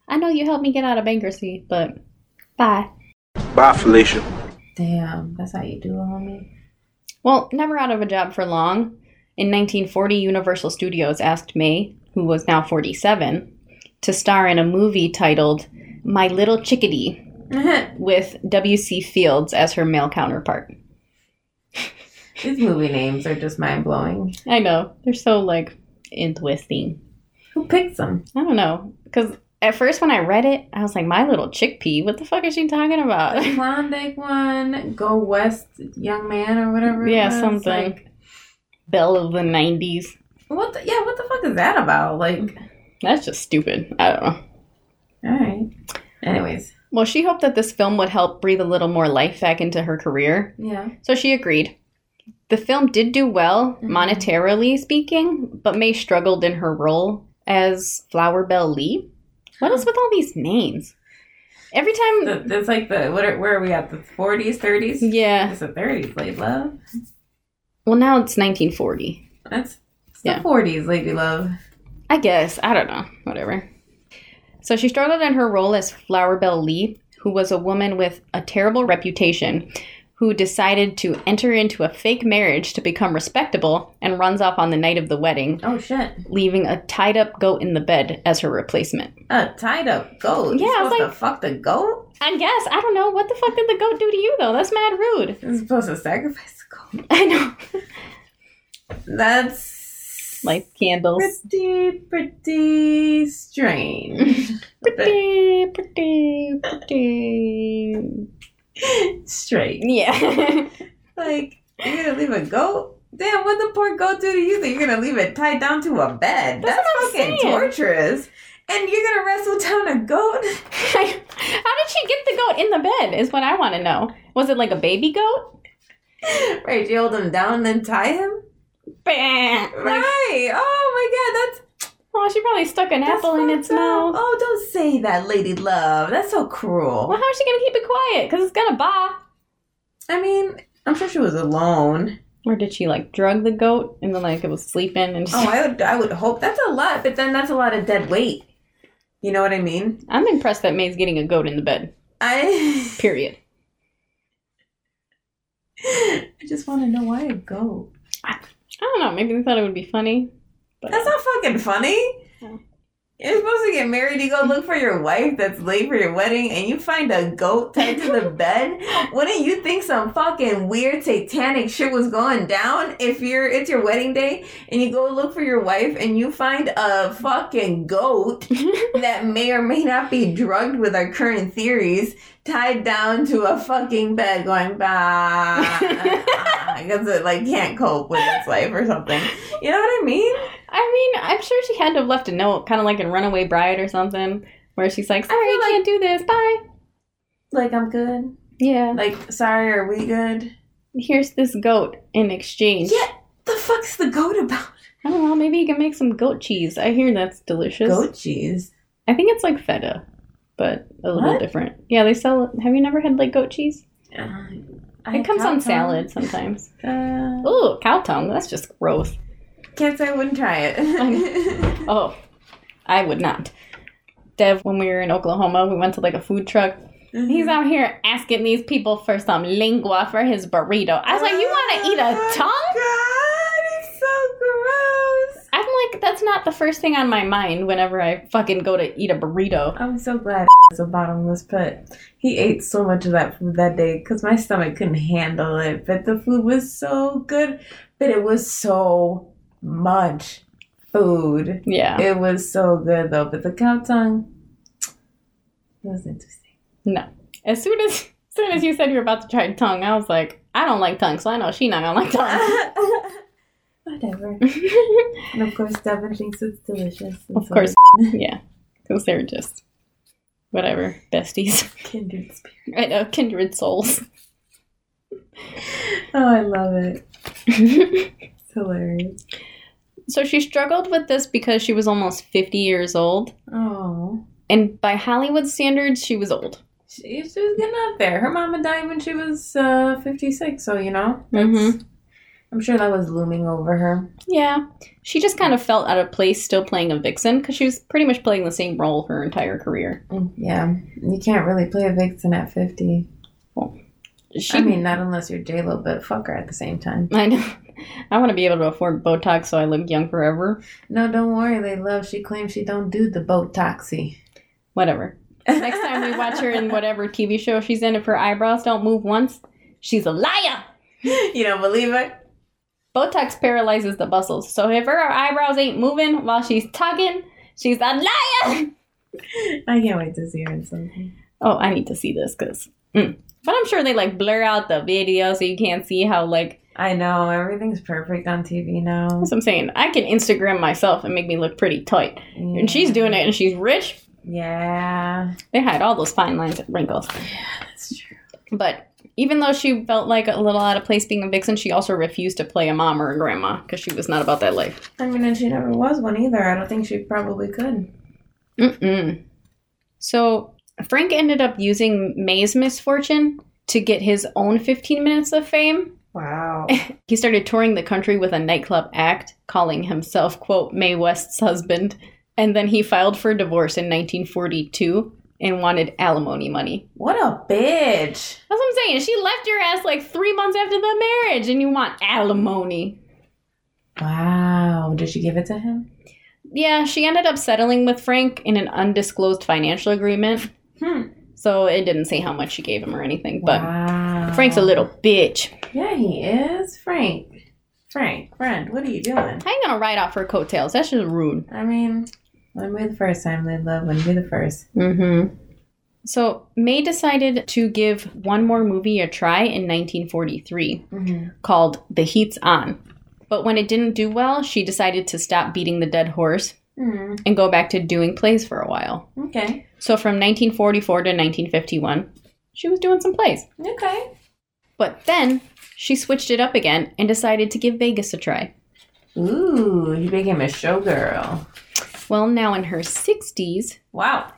[SPEAKER 2] "I know you helped me get out of bankruptcy, but bye."
[SPEAKER 6] Bye, Felicia.
[SPEAKER 3] Damn, that's how you do it, homie.
[SPEAKER 2] Well, never out of a job for long. In 1940, Universal Studios asked May, who was now 47, to star in a movie titled My Little Chickadee with W.C. Fields as her male counterpart.
[SPEAKER 3] <laughs> These movie names are just mind blowing.
[SPEAKER 2] I know, they're so like interesting.
[SPEAKER 3] Who
[SPEAKER 2] <laughs>
[SPEAKER 3] picked them?
[SPEAKER 2] I don't know. Because at first, when I read it, I was like, my little chickpea, what the fuck is she talking about? <laughs>
[SPEAKER 3] The Klondike one, Go West, Young Man, or whatever. it
[SPEAKER 2] yeah,
[SPEAKER 3] was.
[SPEAKER 2] something.
[SPEAKER 3] Like,
[SPEAKER 2] Belle of the 90s.
[SPEAKER 3] what? The, yeah, what the fuck is that about? Like,
[SPEAKER 2] That's just stupid. I don't know.
[SPEAKER 3] all right. Anyways,
[SPEAKER 2] Well, she hoped that this film would help breathe a little more life back into her career,
[SPEAKER 3] yeah.
[SPEAKER 2] so she agreed. The film did do well, monetarily speaking, but May struggled in her role as Flower Belle Lee. What is with all these names? Every time.
[SPEAKER 3] The, it's like the what? Are, where are we at? The forties, thirties.
[SPEAKER 2] Yeah.
[SPEAKER 3] It's the thirties, lady love.
[SPEAKER 2] Well, now it's 1940.
[SPEAKER 3] That's it's
[SPEAKER 2] Yeah.
[SPEAKER 3] the forties, lady love.
[SPEAKER 2] I guess. I don't know. Whatever. So she struggled in her role as Flower Belle Lee, who was a woman with a terrible reputation who decided to enter into a fake marriage to become respectable and runs off on the night of the wedding,
[SPEAKER 3] Oh shit!
[SPEAKER 2] leaving a tied up goat in the bed as her replacement.
[SPEAKER 3] A tied up goat.
[SPEAKER 2] Yeah,
[SPEAKER 3] Yeah,
[SPEAKER 2] I was
[SPEAKER 3] supposed
[SPEAKER 2] like-
[SPEAKER 3] to fuck the goat.
[SPEAKER 2] I guess. I don't know. What the fuck did the goat do to you, though? That's mad rude.
[SPEAKER 3] You're supposed to sacrifice the goat.
[SPEAKER 2] <laughs> I know.
[SPEAKER 3] That's
[SPEAKER 2] Light candles.
[SPEAKER 3] pretty, pretty strange. <laughs>
[SPEAKER 2] Pretty, pretty, pretty.
[SPEAKER 3] Straight.
[SPEAKER 2] <laughs> Yeah.
[SPEAKER 3] Like, you're gonna leave a goat? Damn, what the poor goat do to you that you're gonna leave it tied down to a bed? That's,
[SPEAKER 2] what I'm saying.
[SPEAKER 3] fucking torturous. And you're gonna wrestle down a goat? <laughs>
[SPEAKER 2] How did she get the goat in the bed? Is what I want to know. Was it like a baby goat?
[SPEAKER 3] right, you hold him down and then tie him?
[SPEAKER 2] Bam! Like,
[SPEAKER 3] right. Oh my god, that's
[SPEAKER 2] oh, she probably stuck an
[SPEAKER 3] that's
[SPEAKER 2] apple in
[SPEAKER 3] fucked
[SPEAKER 2] its
[SPEAKER 3] up.
[SPEAKER 2] mouth.
[SPEAKER 3] Oh, don't say that, lady love. That's so cruel.
[SPEAKER 2] Well, how is she gonna keep it quiet? Cause it's gonna bah.
[SPEAKER 3] I mean, I'm sure she was alone.
[SPEAKER 2] Or did she like drug the goat and then like it was sleeping and just,
[SPEAKER 3] Oh, I would I would hope that's a lot, but then that's a lot of dead weight. You know what I mean?
[SPEAKER 2] <laughs> I'm impressed that May's getting a goat in the bed.
[SPEAKER 3] I <laughs>
[SPEAKER 2] Period.
[SPEAKER 3] I just want to know why a goat.
[SPEAKER 2] I don't know. Maybe they thought it would be funny. But
[SPEAKER 3] That's not fucking funny. You're supposed to get married. You go look for your wife that's late for your wedding, and you find a goat tied to the bed. Wouldn't you think some fucking weird satanic shit was going down if you're it's your wedding day and you go look for your wife and you find a fucking goat that may or may not be drugged with our current theories tied down to a fucking bed going bah because it like can't cope with its life or something. You know what I mean?
[SPEAKER 2] I mean, I'm sure she had to have left a note, kind of like in Runaway Bride or something, where she's like, "Sorry, you
[SPEAKER 3] like-
[SPEAKER 2] can't do this. Bye."
[SPEAKER 3] Like I'm good.
[SPEAKER 2] Yeah.
[SPEAKER 3] Like, sorry, are we good?
[SPEAKER 2] Here's this goat in exchange.
[SPEAKER 3] Yeah. The fuck's the goat about?
[SPEAKER 2] I don't know. Maybe you can make some goat cheese. I hear that's delicious.
[SPEAKER 3] Goat cheese.
[SPEAKER 2] I think it's like feta, but a little
[SPEAKER 3] What?
[SPEAKER 2] different. Yeah, they sell. it. Have you never had like goat cheese? It comes on salad sometimes.
[SPEAKER 3] Uh,
[SPEAKER 2] Ooh, cow tongue. That's just gross.
[SPEAKER 3] can't say I wouldn't try it. <laughs>
[SPEAKER 2] Oh, I would not. Dev, when we were in Oklahoma, we went to like a food truck. He's out here asking these people for some lingua for his burrito. I was like, you want to eat a tongue?
[SPEAKER 3] God, it's so gross.
[SPEAKER 2] I'm like, like that's not the first thing on my mind whenever I fucking go to eat a burrito.
[SPEAKER 3] I'm so glad <laughs> it's a bottomless pit. He ate so much of that food that day because my stomach couldn't handle it. But the food was so good, but it was so much food.
[SPEAKER 2] Yeah.
[SPEAKER 3] It was so good though. But the cow tongue, it was interesting.
[SPEAKER 2] No. As soon as as soon as you said you were about to try tongue, I was like, I don't like tongue, so I know she not gonna like tongue.
[SPEAKER 3] <laughs> Whatever. And of course, Devin thinks it's delicious. and
[SPEAKER 2] of
[SPEAKER 3] so
[SPEAKER 2] course, <laughs> yeah, because they're just whatever besties, <laughs>
[SPEAKER 3] does Kindred spirit.
[SPEAKER 2] I know, kindred souls.
[SPEAKER 3] Oh, I love <laughs> it. It's hilarious.
[SPEAKER 2] so she struggled with this because she was almost fifty years old,
[SPEAKER 3] Oh.
[SPEAKER 2] and by Hollywood standards, she was old.
[SPEAKER 3] She, she was getting up there. Her mama died when she was uh, 56, so you know. that's-
[SPEAKER 2] Mhm.
[SPEAKER 3] I'm sure that was looming over her.
[SPEAKER 2] Yeah, she just kind of felt out of place still playing a vixen because she was pretty much playing the same role her entire career.
[SPEAKER 3] Mm, Yeah. You can't really play a vixen at 50.
[SPEAKER 2] She,
[SPEAKER 3] I mean, not unless you're J-Lo, but fuck her at the same time.
[SPEAKER 2] <laughs> I know. I want to be able to afford Botox so I look young forever.
[SPEAKER 3] No, don't worry, they love. She claims she don't do the Botoxy.
[SPEAKER 2] Whatever. Next time we watch her
[SPEAKER 3] <laughs>
[SPEAKER 2] in whatever TV show she's in, if her eyebrows don't move once, she's a liar.
[SPEAKER 3] You don't believe her?
[SPEAKER 2] Botox paralyzes the muscles, so if her eyebrows ain't moving while she's talking, she's a liar.
[SPEAKER 3] I can't wait to see her in something.
[SPEAKER 2] Oh, I need to see this because. But I'm sure they like blur out the video so you can't see how like.
[SPEAKER 3] I know, everything's perfect on TV now.
[SPEAKER 2] That's what I'm saying. I can Instagram myself and make me look pretty tight, and she's doing it, and she's rich.
[SPEAKER 3] Yeah.
[SPEAKER 2] They hide all those fine lines and wrinkles.
[SPEAKER 3] That's true.
[SPEAKER 2] But even though she felt like a little out of place being a vixen, she also refused to play a mom or a grandma because she was not about that life.
[SPEAKER 3] I mean, and she never was one either. I don't think she probably could.
[SPEAKER 2] Mm-mm. So Frank ended up using May's misfortune to get his own 15 minutes of fame.
[SPEAKER 3] <laughs> Wow.
[SPEAKER 2] He started touring the country with a nightclub act, calling himself, quote, May West's husband. And then he filed for divorce in 1942 and wanted alimony money.
[SPEAKER 3] What a bitch.
[SPEAKER 2] That's what I'm saying. She left your ass like three months after the marriage and you want alimony.
[SPEAKER 3] Wow. Did she give it to him?
[SPEAKER 2] Yeah, she ended up settling with Frank in an undisclosed financial agreement.
[SPEAKER 3] Hmm.
[SPEAKER 2] So it didn't say how much she gave him or anything, but
[SPEAKER 3] wow.
[SPEAKER 2] Frank's a little bitch.
[SPEAKER 3] Yeah, he is. Frank. Frank, friend, what are you doing?
[SPEAKER 2] How you gonna ride off her coattails? That's just rude.
[SPEAKER 3] I mean, when we the first time they love, when we the first.
[SPEAKER 2] Mm-hmm. So May decided to give one more movie a try in 1943
[SPEAKER 3] Mm-hmm.
[SPEAKER 2] called The Heat's On. But when it didn't do well, she decided to stop beating the dead horse and go back to doing plays for a while.
[SPEAKER 3] Okay.
[SPEAKER 2] So from 1944 to 1951, she was doing some plays.
[SPEAKER 3] Okay.
[SPEAKER 2] But then she switched it up again and decided to give Vegas a try.
[SPEAKER 3] Ooh, you became a showgirl.
[SPEAKER 2] Well, now in her 60s,
[SPEAKER 3] Wow.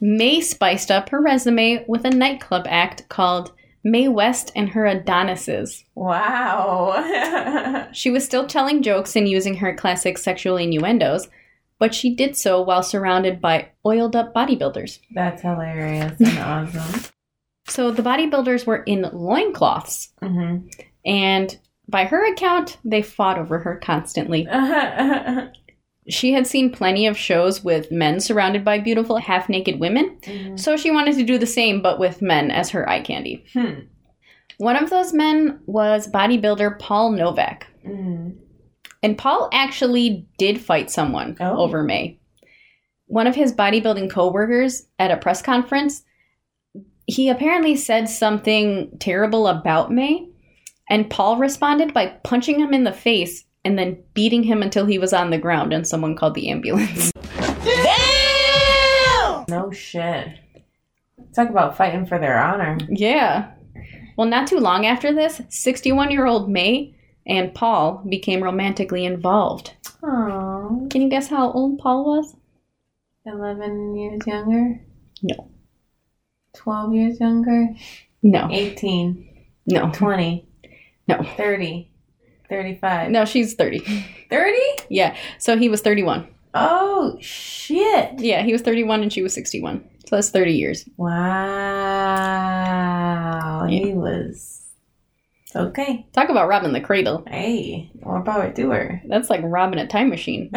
[SPEAKER 2] May spiced up her resume with a nightclub act called May West and Her Adonises.
[SPEAKER 3] Wow. <laughs>
[SPEAKER 2] She was still telling jokes and using her classic sexual innuendos, but she did so while surrounded by oiled up bodybuilders.
[SPEAKER 3] That's hilarious and awesome.
[SPEAKER 2] So the bodybuilders were in loincloths,
[SPEAKER 3] Mm-hmm.
[SPEAKER 2] and by her account, they fought over her constantly.
[SPEAKER 3] Mm-hmm.
[SPEAKER 2] She had seen plenty of shows with men surrounded by beautiful half naked women, so she wanted to do the same but with men as her eye candy.
[SPEAKER 3] <laughs> Hmm.
[SPEAKER 2] One of those men was bodybuilder Paul Novak,
[SPEAKER 3] hmm
[SPEAKER 2] and Paul actually did fight someone
[SPEAKER 3] Oh.
[SPEAKER 2] over May. One of his bodybuilding coworkers at a press conference, he apparently said something terrible about May, and Paul responded by punching him in the face and then beating him until he was on the ground and someone called the ambulance. <laughs>
[SPEAKER 3] No shit. Talk about fighting for their honor.
[SPEAKER 2] Yeah. Well, not too long after this, 61 year old May and Paul became romantically involved.
[SPEAKER 3] Aww.
[SPEAKER 2] Can you guess how old Paul was?
[SPEAKER 3] 11 years younger?
[SPEAKER 2] No.
[SPEAKER 3] 12 years younger?
[SPEAKER 2] No.
[SPEAKER 3] 18,
[SPEAKER 2] No.
[SPEAKER 3] 20,
[SPEAKER 2] No.
[SPEAKER 3] 30, 35.
[SPEAKER 2] No, she's 30.
[SPEAKER 3] 30?
[SPEAKER 2] Yeah. So he was 31.
[SPEAKER 3] Oh, shit.
[SPEAKER 2] Yeah, he was 31 and she was 61. So that's 30 years.
[SPEAKER 3] Wow. He was Okay.
[SPEAKER 2] Talk about robbing the cradle.
[SPEAKER 3] Hey, more power to her. <laughs>
[SPEAKER 2] That's like robbing a time machine. <laughs>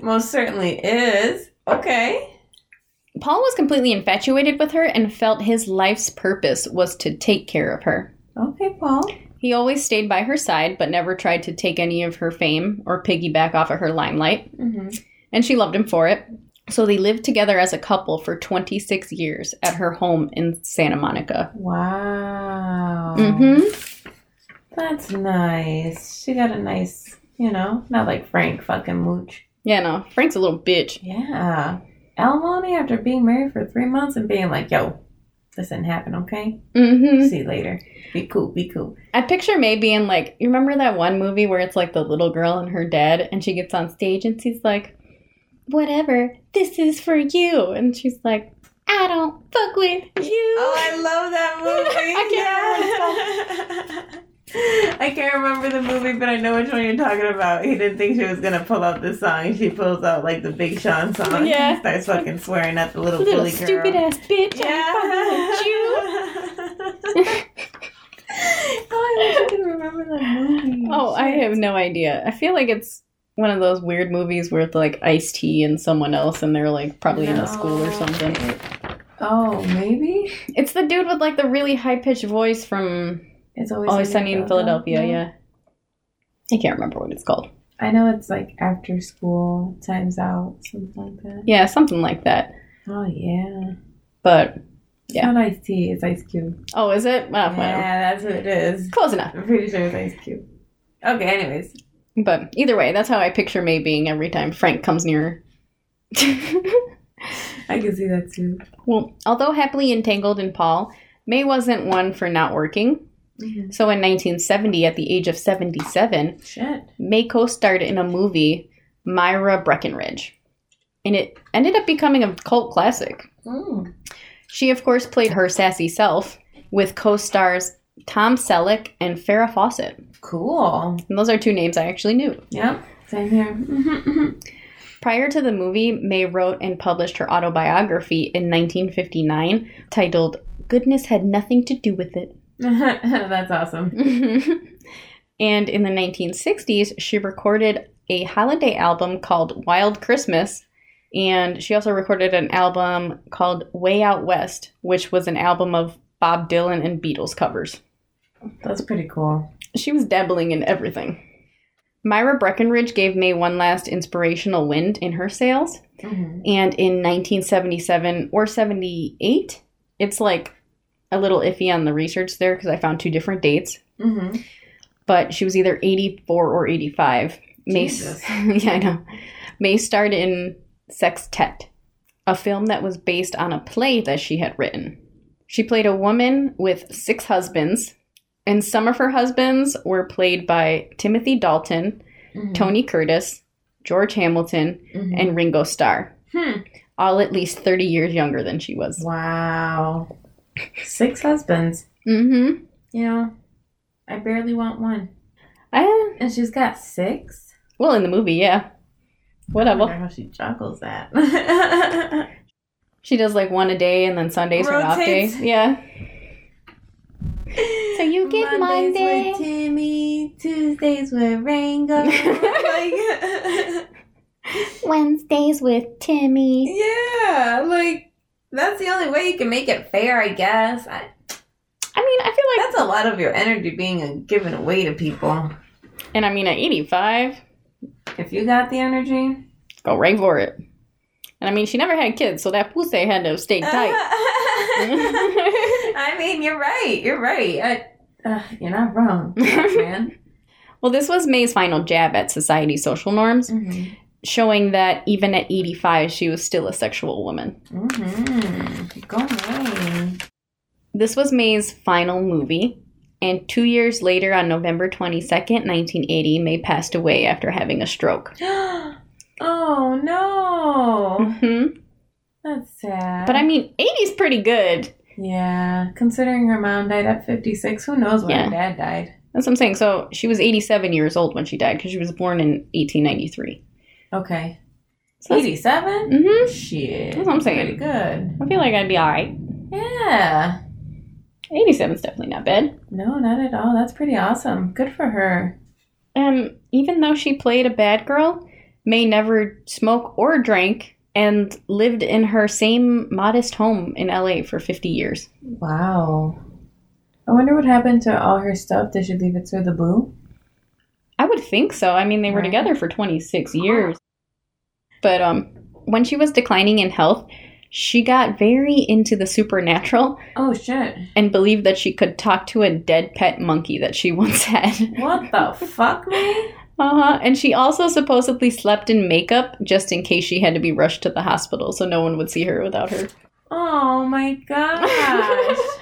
[SPEAKER 3] Most certainly is. Okay.
[SPEAKER 2] Paul was completely infatuated with her and felt his life's purpose was to take care of her.
[SPEAKER 3] Okay, Paul.
[SPEAKER 2] He always stayed by her side, but never tried to take any of her fame or piggyback off of her limelight,
[SPEAKER 3] Mm-hmm.
[SPEAKER 2] and she loved him for it. So they lived together as a couple for 26 years at her home in Santa Monica.
[SPEAKER 3] Wow.
[SPEAKER 2] Mm-hmm.
[SPEAKER 3] That's nice. She got a nice, you know, not like Frank fucking mooch.
[SPEAKER 2] Yeah, no, Frank's a little bitch.
[SPEAKER 3] Yeah. Alimony after being married for three months and being like, yo, this didn't happen, okay?
[SPEAKER 2] Mm-hmm.
[SPEAKER 3] See you later. Be cool, be cool.
[SPEAKER 2] I picture May being like, you remember that one movie where it's like the little girl and her dad, and she gets on stage and she's like, whatever, this is for you. And she's like, I don't fuck with you.
[SPEAKER 3] Oh, I love that movie.
[SPEAKER 2] <laughs> I
[SPEAKER 3] I can't remember <laughs> I can't remember the movie, but I know which one you're talking about. He didn't think she was gonna pull out the song. She pulls out like the Big Sean song.
[SPEAKER 2] Yeah.
[SPEAKER 3] Starts fucking swearing at the little,
[SPEAKER 2] little
[SPEAKER 3] bully girl.
[SPEAKER 2] stupid ass
[SPEAKER 3] <laughs>
[SPEAKER 2] bitch. I don't fuck with you.
[SPEAKER 3] Yeah. <laughs> oh, I wish I could remember that movie.
[SPEAKER 2] Oh, I have no idea. I feel like it's one of those weird movies where it's like Ice T and someone else, and they're like probably in a school or something.
[SPEAKER 3] Oh, maybe
[SPEAKER 2] It's the dude with like the really high pitched voice from
[SPEAKER 3] it's always
[SPEAKER 2] Always Oh, Sunny in Philadelphia. Yeah, I can't remember what it's called.
[SPEAKER 3] I know it's like after school, times out, something like that.
[SPEAKER 2] Yeah, something like that.
[SPEAKER 3] Oh yeah,
[SPEAKER 2] But
[SPEAKER 3] yeah.
[SPEAKER 2] Yeah.
[SPEAKER 3] Not Ice T. It's Ice Cube.
[SPEAKER 2] oh, is it? Oh, well,
[SPEAKER 3] Yeah, that's what it is.
[SPEAKER 2] close enough.
[SPEAKER 3] I'm pretty sure it's Ice Cube. Okay, anyways.
[SPEAKER 2] But either way, that's how I picture May being every time Frank comes near <laughs> her.
[SPEAKER 3] I can see that too.
[SPEAKER 2] Well, although happily entangled in Paul, May wasn't one for not working.
[SPEAKER 3] Mhm.
[SPEAKER 2] So in 1970, at the age of 77,
[SPEAKER 3] Shit.
[SPEAKER 2] May co starred in a movie, Myra Breckenridge. And it ended up becoming a cult classic.
[SPEAKER 3] Mm.
[SPEAKER 2] She, of course, played her sassy self with co stars Tom Selleck and Farrah Fawcett.
[SPEAKER 3] Cool.
[SPEAKER 2] And those are two names I actually knew.
[SPEAKER 3] Yep. Same here. <laughs> Mhm, mhm.
[SPEAKER 2] Prior to the movie, May wrote and published her autobiography in 1959 titled Goodness Had Nothing to Do with It. <laughs>
[SPEAKER 3] that's awesome.
[SPEAKER 2] and in the 1960s, she recorded a holiday album called Wild Christmas. And she also recorded an album called Way Out West, which was an album of Bob Dylan and Beatles covers.
[SPEAKER 3] That's pretty cool.
[SPEAKER 2] She was dabbling in everything. Myra Breckenridge gave May one last inspirational wind in her sales.
[SPEAKER 3] Mhm.
[SPEAKER 2] And in 1977 or 78, it's like a little iffy on the research there because I found two different dates,
[SPEAKER 3] Mhm.
[SPEAKER 2] but she was either 84 or 85. May,
[SPEAKER 3] Jesus.
[SPEAKER 2] <laughs> yeah, I know. May starred in Sextet, a film that was based on a play that she had written. She played a woman with six husbands, and some of her husbands were played by Timothy Dalton,
[SPEAKER 3] Mhm.
[SPEAKER 2] Tony Curtis, George Hamilton,
[SPEAKER 3] Mhm.
[SPEAKER 2] and Ringo Starr,
[SPEAKER 3] Hmm.
[SPEAKER 2] all at least 30 years younger than she was.
[SPEAKER 3] Wow. Six husbands.
[SPEAKER 2] Mm hmm.
[SPEAKER 3] You know, I barely want one.
[SPEAKER 2] I,
[SPEAKER 3] And she's got six?
[SPEAKER 2] well, in the movie, yeah.
[SPEAKER 3] I wonder
[SPEAKER 2] Whatever.
[SPEAKER 3] how she juggles that.
[SPEAKER 2] She does like one a day and then Sunday's her off day.
[SPEAKER 3] Rotates.
[SPEAKER 2] Yeah. <laughs> So you get
[SPEAKER 3] Mondays
[SPEAKER 2] Monday.
[SPEAKER 3] were Timmy, Tuesdays were
[SPEAKER 2] <laughs>
[SPEAKER 3] Rango. like, <laughs>
[SPEAKER 2] Wednesdays with Timmy.
[SPEAKER 3] yeah, like that's the only way you can make it fair, I guess. I,
[SPEAKER 2] I mean, I feel like,
[SPEAKER 3] that's a lot of your energy being given away to people.
[SPEAKER 2] and I mean, at 85,
[SPEAKER 3] If you got the energy,
[SPEAKER 2] go right for it. And I mean, she never had kids, so that pussy had to stay tight.
[SPEAKER 3] <laughs> Uh-huh. I mean, you're right. You're right. I, uh, you're not
[SPEAKER 2] <laughs>
[SPEAKER 3] wrong, man.
[SPEAKER 2] <laughs> well, this was May's final jab at society social norms.
[SPEAKER 3] Mhm.
[SPEAKER 2] showing that even at 85, she was still a sexual woman.
[SPEAKER 3] Mhm. Go away.
[SPEAKER 2] This was May's final movie, and two years later, on November 22nd, 1980, May passed away after having a stroke.
[SPEAKER 3] <gasps> oh no,
[SPEAKER 2] hmm
[SPEAKER 3] that's sad.
[SPEAKER 2] But I mean, 80's pretty good.
[SPEAKER 3] yeah. Considering her mom died at 56, who knows when
[SPEAKER 2] Yeah.
[SPEAKER 3] her dad died?
[SPEAKER 2] That's what I'm saying. So she was 87 years old when she died because she was born in 1893.
[SPEAKER 3] Okay,
[SPEAKER 2] So that's-
[SPEAKER 3] 87.
[SPEAKER 2] Mhm.
[SPEAKER 3] Shit,
[SPEAKER 2] That's what I'm saying.
[SPEAKER 3] Pretty good.
[SPEAKER 2] I feel like I'd be all right.
[SPEAKER 3] Yeah.
[SPEAKER 2] 87 is definitely not bad.
[SPEAKER 3] No, not at all. That's pretty awesome. Good for her.
[SPEAKER 2] Um, even though she played a bad girl, May never smoked or drank and lived in her same modest home in LA for 50 years.
[SPEAKER 3] Wow. I wonder what happened to all her stuff. Did she leave it to the boo?
[SPEAKER 2] I would think so. I mean, they were
[SPEAKER 3] Right.
[SPEAKER 2] together for 26 years. But um, when she was declining in health, she got very into the supernatural
[SPEAKER 3] Oh shit.
[SPEAKER 2] and believed that she could talk to a dead pet monkey that she <laughs> once had.
[SPEAKER 3] What
[SPEAKER 2] <laughs>
[SPEAKER 3] the fuck, man?
[SPEAKER 2] Uh-huh. And she also supposedly slept in makeup just in case she had to be rushed to the hospital so no one would see her without her.
[SPEAKER 3] Oh my gosh.
[SPEAKER 2] <laughs>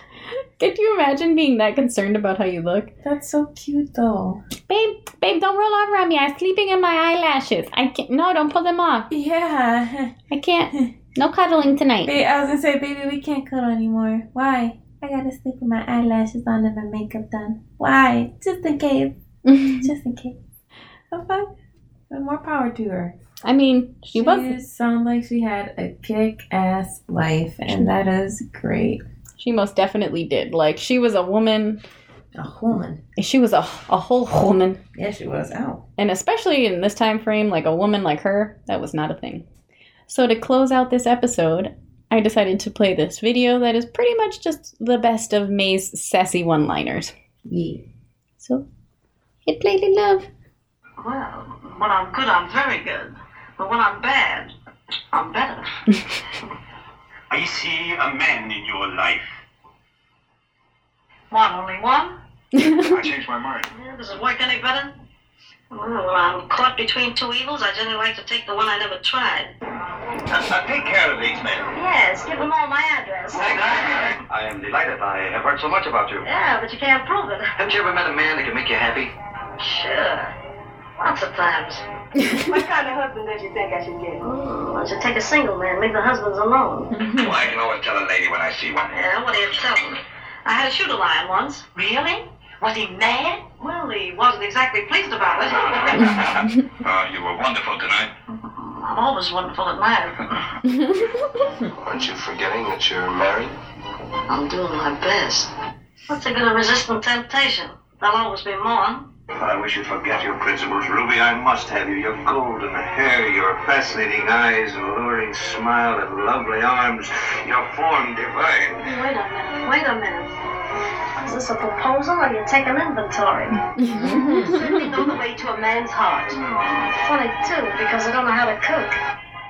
[SPEAKER 2] Could you imagine being that concerned about how you look?
[SPEAKER 3] That's so cute though.
[SPEAKER 2] Babe, babe, don't roll over on me. I'm sleeping in my eyelashes. I can't. No, don't pull them off.
[SPEAKER 3] Yeah. <laughs>
[SPEAKER 2] I <laughs> can't. No cuddling <laughs> tonight.
[SPEAKER 3] Ba- I was gonna say, baby, we can't cuddle anymore. Why? I gotta sleep with my eyelashes on and my makeup done. Why? Just in case. Just in case. Oh fuck. But more power to her.
[SPEAKER 2] I mean, she
[SPEAKER 3] She
[SPEAKER 2] was.
[SPEAKER 3] sound like she had a kick ass life, and that is great.
[SPEAKER 2] She most definitely did. Like she was a woman.
[SPEAKER 3] A woman.
[SPEAKER 2] She was a a whole woman,
[SPEAKER 3] Yeah, she was out.
[SPEAKER 2] and especially in this time frame, like a woman like her, that was not a thing. So to close out this episode, I decided to play this video that is pretty much just the best of May's sassy one-liners.
[SPEAKER 3] Yeah.
[SPEAKER 2] So, hit play, little love.
[SPEAKER 8] Well, when I'm good, I'm very good. But when I'm bad, I'm better.
[SPEAKER 7] I see a man in your life.
[SPEAKER 8] One, only one?
[SPEAKER 7] <laughs> I changed my mind.
[SPEAKER 8] Yeah, does it work any better? Well, I'm caught between two evils. I generally like to take the one I never tried.
[SPEAKER 7] Now <laughs> take care of these men.
[SPEAKER 8] Yes, give them all my address.
[SPEAKER 7] I am delighted. I have heard so much about you.
[SPEAKER 8] Yeah, but you can't prove it.
[SPEAKER 7] Haven't you ever met a man that can make you <laughs> happy?
[SPEAKER 8] Sure. Lots of times. <laughs> what kind of husband does you think I should get? Mm, I should take a single man, leave the husbands <laughs> alone.
[SPEAKER 7] Well, I can always tell a lady when I see <laughs> one.
[SPEAKER 8] Yeah, what do you tell them? I had a shoot a lion once. Really? Was he mad? Well, he wasn't exactly pleased about it. <laughs>
[SPEAKER 7] Oh, you were wonderful tonight.
[SPEAKER 8] I'm always wonderful at <laughs> life.
[SPEAKER 7] Aren't you forgetting that you're married?
[SPEAKER 8] I'm doing my best. What's the good of resisting temptation? There'll always be more.
[SPEAKER 7] I wish you'd forget your principles, Ruby. I must have you. Your golden hair, your fascinating eyes, alluring smile, and lovely arms. Your form divine.
[SPEAKER 8] Wait a minute. Wait a minute. Is this a proposal or you take an inventory? Let me know the way to a man's heart. Oh, Funny too, because I don't know how to cook.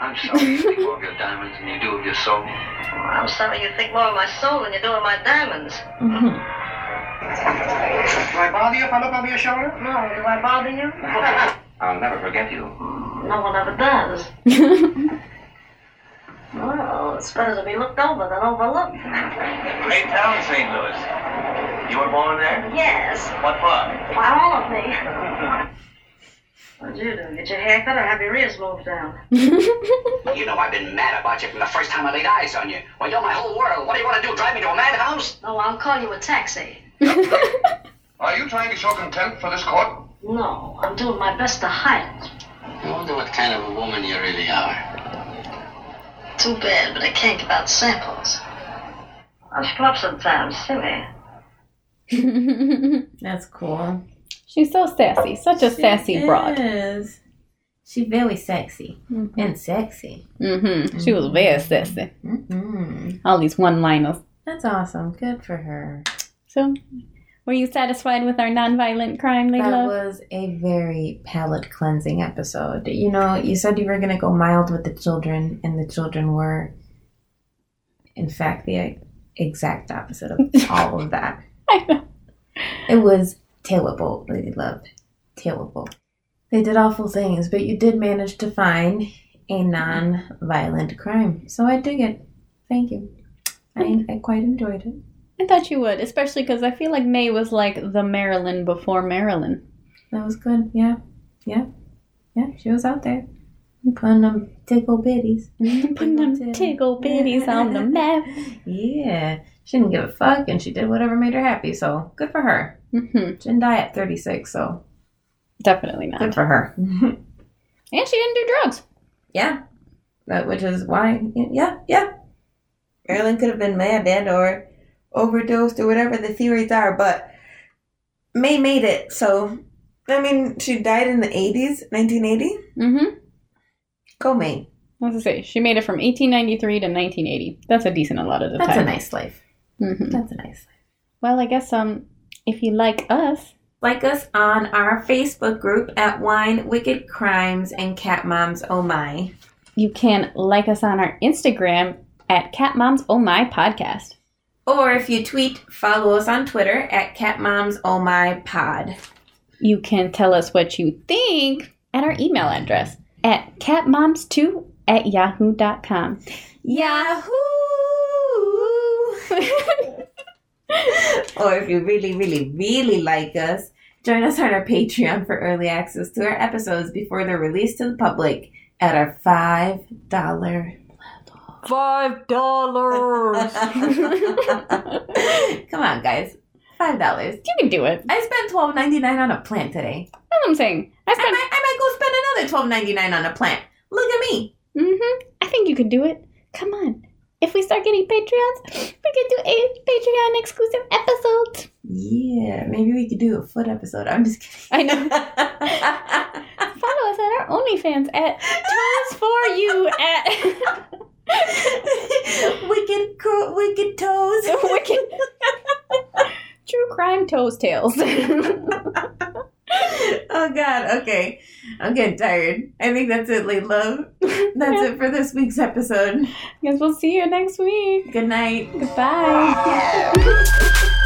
[SPEAKER 7] I'm sorry <laughs> you think more of your diamonds than you do of your soul.
[SPEAKER 8] I'm sorry you think more of my soul than you do of my diamonds.
[SPEAKER 7] Do I bother you if I look over your shoulder?
[SPEAKER 8] No, do I bother you?
[SPEAKER 7] I'll never forget you.
[SPEAKER 8] <laughs> no one ever does. Well, it's better to be looked over than overlooked.
[SPEAKER 7] Great town, St. Louis. You were born there?
[SPEAKER 8] Yes.
[SPEAKER 7] What for?
[SPEAKER 8] Why all of me? What'd you do? Get your hair cut or have your ears moved down?
[SPEAKER 7] You know I've been mad about you from the first time I laid eyes on you. Well, you're my whole world. What do you want to do? Drive me to a madhouse?
[SPEAKER 8] No, I'll call you a taxi.
[SPEAKER 7] Are you trying to show contempt for this court?
[SPEAKER 8] No, I'm doing my best to hide it.
[SPEAKER 7] I wonder what kind of a woman you really are.
[SPEAKER 8] Too bad, but I can't give out samples. I schlep sometimes, silly.
[SPEAKER 3] <laughs> That's cool.
[SPEAKER 2] She's so sassy, such a sassy broad.
[SPEAKER 3] Is. She very sexy and sexy.
[SPEAKER 2] Mm-hmm. She was very sassy.
[SPEAKER 3] Mm.
[SPEAKER 2] All these one-liners.
[SPEAKER 3] That's awesome. Good for her.
[SPEAKER 2] So, were you satisfied with our non-violent crime, Lady
[SPEAKER 3] That
[SPEAKER 2] Love?
[SPEAKER 3] was a very palate cleansing episode. You know, you said you were going to go mild with the children, and the children were, in fact, the exact
[SPEAKER 2] <laughs>
[SPEAKER 3] opposite of all of that.
[SPEAKER 2] I know.
[SPEAKER 3] It was terrible, Lady Love. Terrible. They did awful things, but you did manage to find a non violent crime. So I dig it. Thank you. I, I quite enjoyed it.
[SPEAKER 2] I thought you would, especially because I feel like May was like the Marilyn before Marilyn.
[SPEAKER 3] That was good. Yeah. Yeah. Yeah. She was out there. Putting them tickle bitties.
[SPEAKER 2] <laughs> Putting them tickle bitties on
[SPEAKER 3] <laughs>
[SPEAKER 2] the map.
[SPEAKER 3] Yeah. She didn't give a fuck and she did whatever made her happy. So good for her.
[SPEAKER 2] hmm
[SPEAKER 3] She didn't die at 36. So
[SPEAKER 2] Definitely not.
[SPEAKER 3] good for her. <laughs>
[SPEAKER 2] And she didn't do drugs.
[SPEAKER 3] Yeah. That which is why yeah, yeah. Marilyn could have been mad at or overdosed or whatever the theories are, but May made it. So, I mean, she died in the 80s, 1980.
[SPEAKER 2] Mm-hmm.
[SPEAKER 3] Go May.
[SPEAKER 2] What's to say? She made it from 1893 to 1980. That's a decent amount of the
[SPEAKER 3] That's a
[SPEAKER 2] time.
[SPEAKER 3] nice life.
[SPEAKER 2] Mhm.
[SPEAKER 3] That's a nice life.
[SPEAKER 2] Well, I guess um, if you like us,
[SPEAKER 3] Like us on our Facebook group at Wine Wicked Crimes and Cat Moms Oh My.
[SPEAKER 2] you can like us on our Instagram at Cat Moms Oh My Podcast.
[SPEAKER 3] Or if you tweet, follow us on Twitter at Cat Moms Oh My Pod.
[SPEAKER 2] You can tell us what you think at our email address at catmoms2 at yahoo.com. <laughs>
[SPEAKER 3] Yahoo! or if you really, really, really like us, join us on our Patreon for early access to our episodes before they're released to the public at our five dollar. Five dollars. <laughs> Come on, guys. Five dollars.
[SPEAKER 2] You can do it.
[SPEAKER 3] I spent twelve ninety nine on a plant today.
[SPEAKER 2] That's what I'm saying. I
[SPEAKER 3] I
[SPEAKER 2] spent.
[SPEAKER 3] might, I might go spend another twelve ninety nine on a plant. Look at me.
[SPEAKER 2] hmm I think you can do it. Come on. If we start getting Patreons, we can do a Patreon exclusive episodes.
[SPEAKER 3] Yeah, maybe we could do a foot episode. I'm just kidding.
[SPEAKER 2] I know.
[SPEAKER 3] know.
[SPEAKER 2] Follow us on our OnlyFans at Toes for You at
[SPEAKER 3] <laughs>
[SPEAKER 2] <laughs>
[SPEAKER 3] wicked, cro- wicked toes.
[SPEAKER 2] <laughs> Wicked True Crime Toes Tales. <laughs>
[SPEAKER 3] oh God. Okay, I'm getting tired. I think that's it, late love. That's it for this week's episode.
[SPEAKER 2] Guess we'll see you next week.
[SPEAKER 3] Good night.
[SPEAKER 2] Goodbye.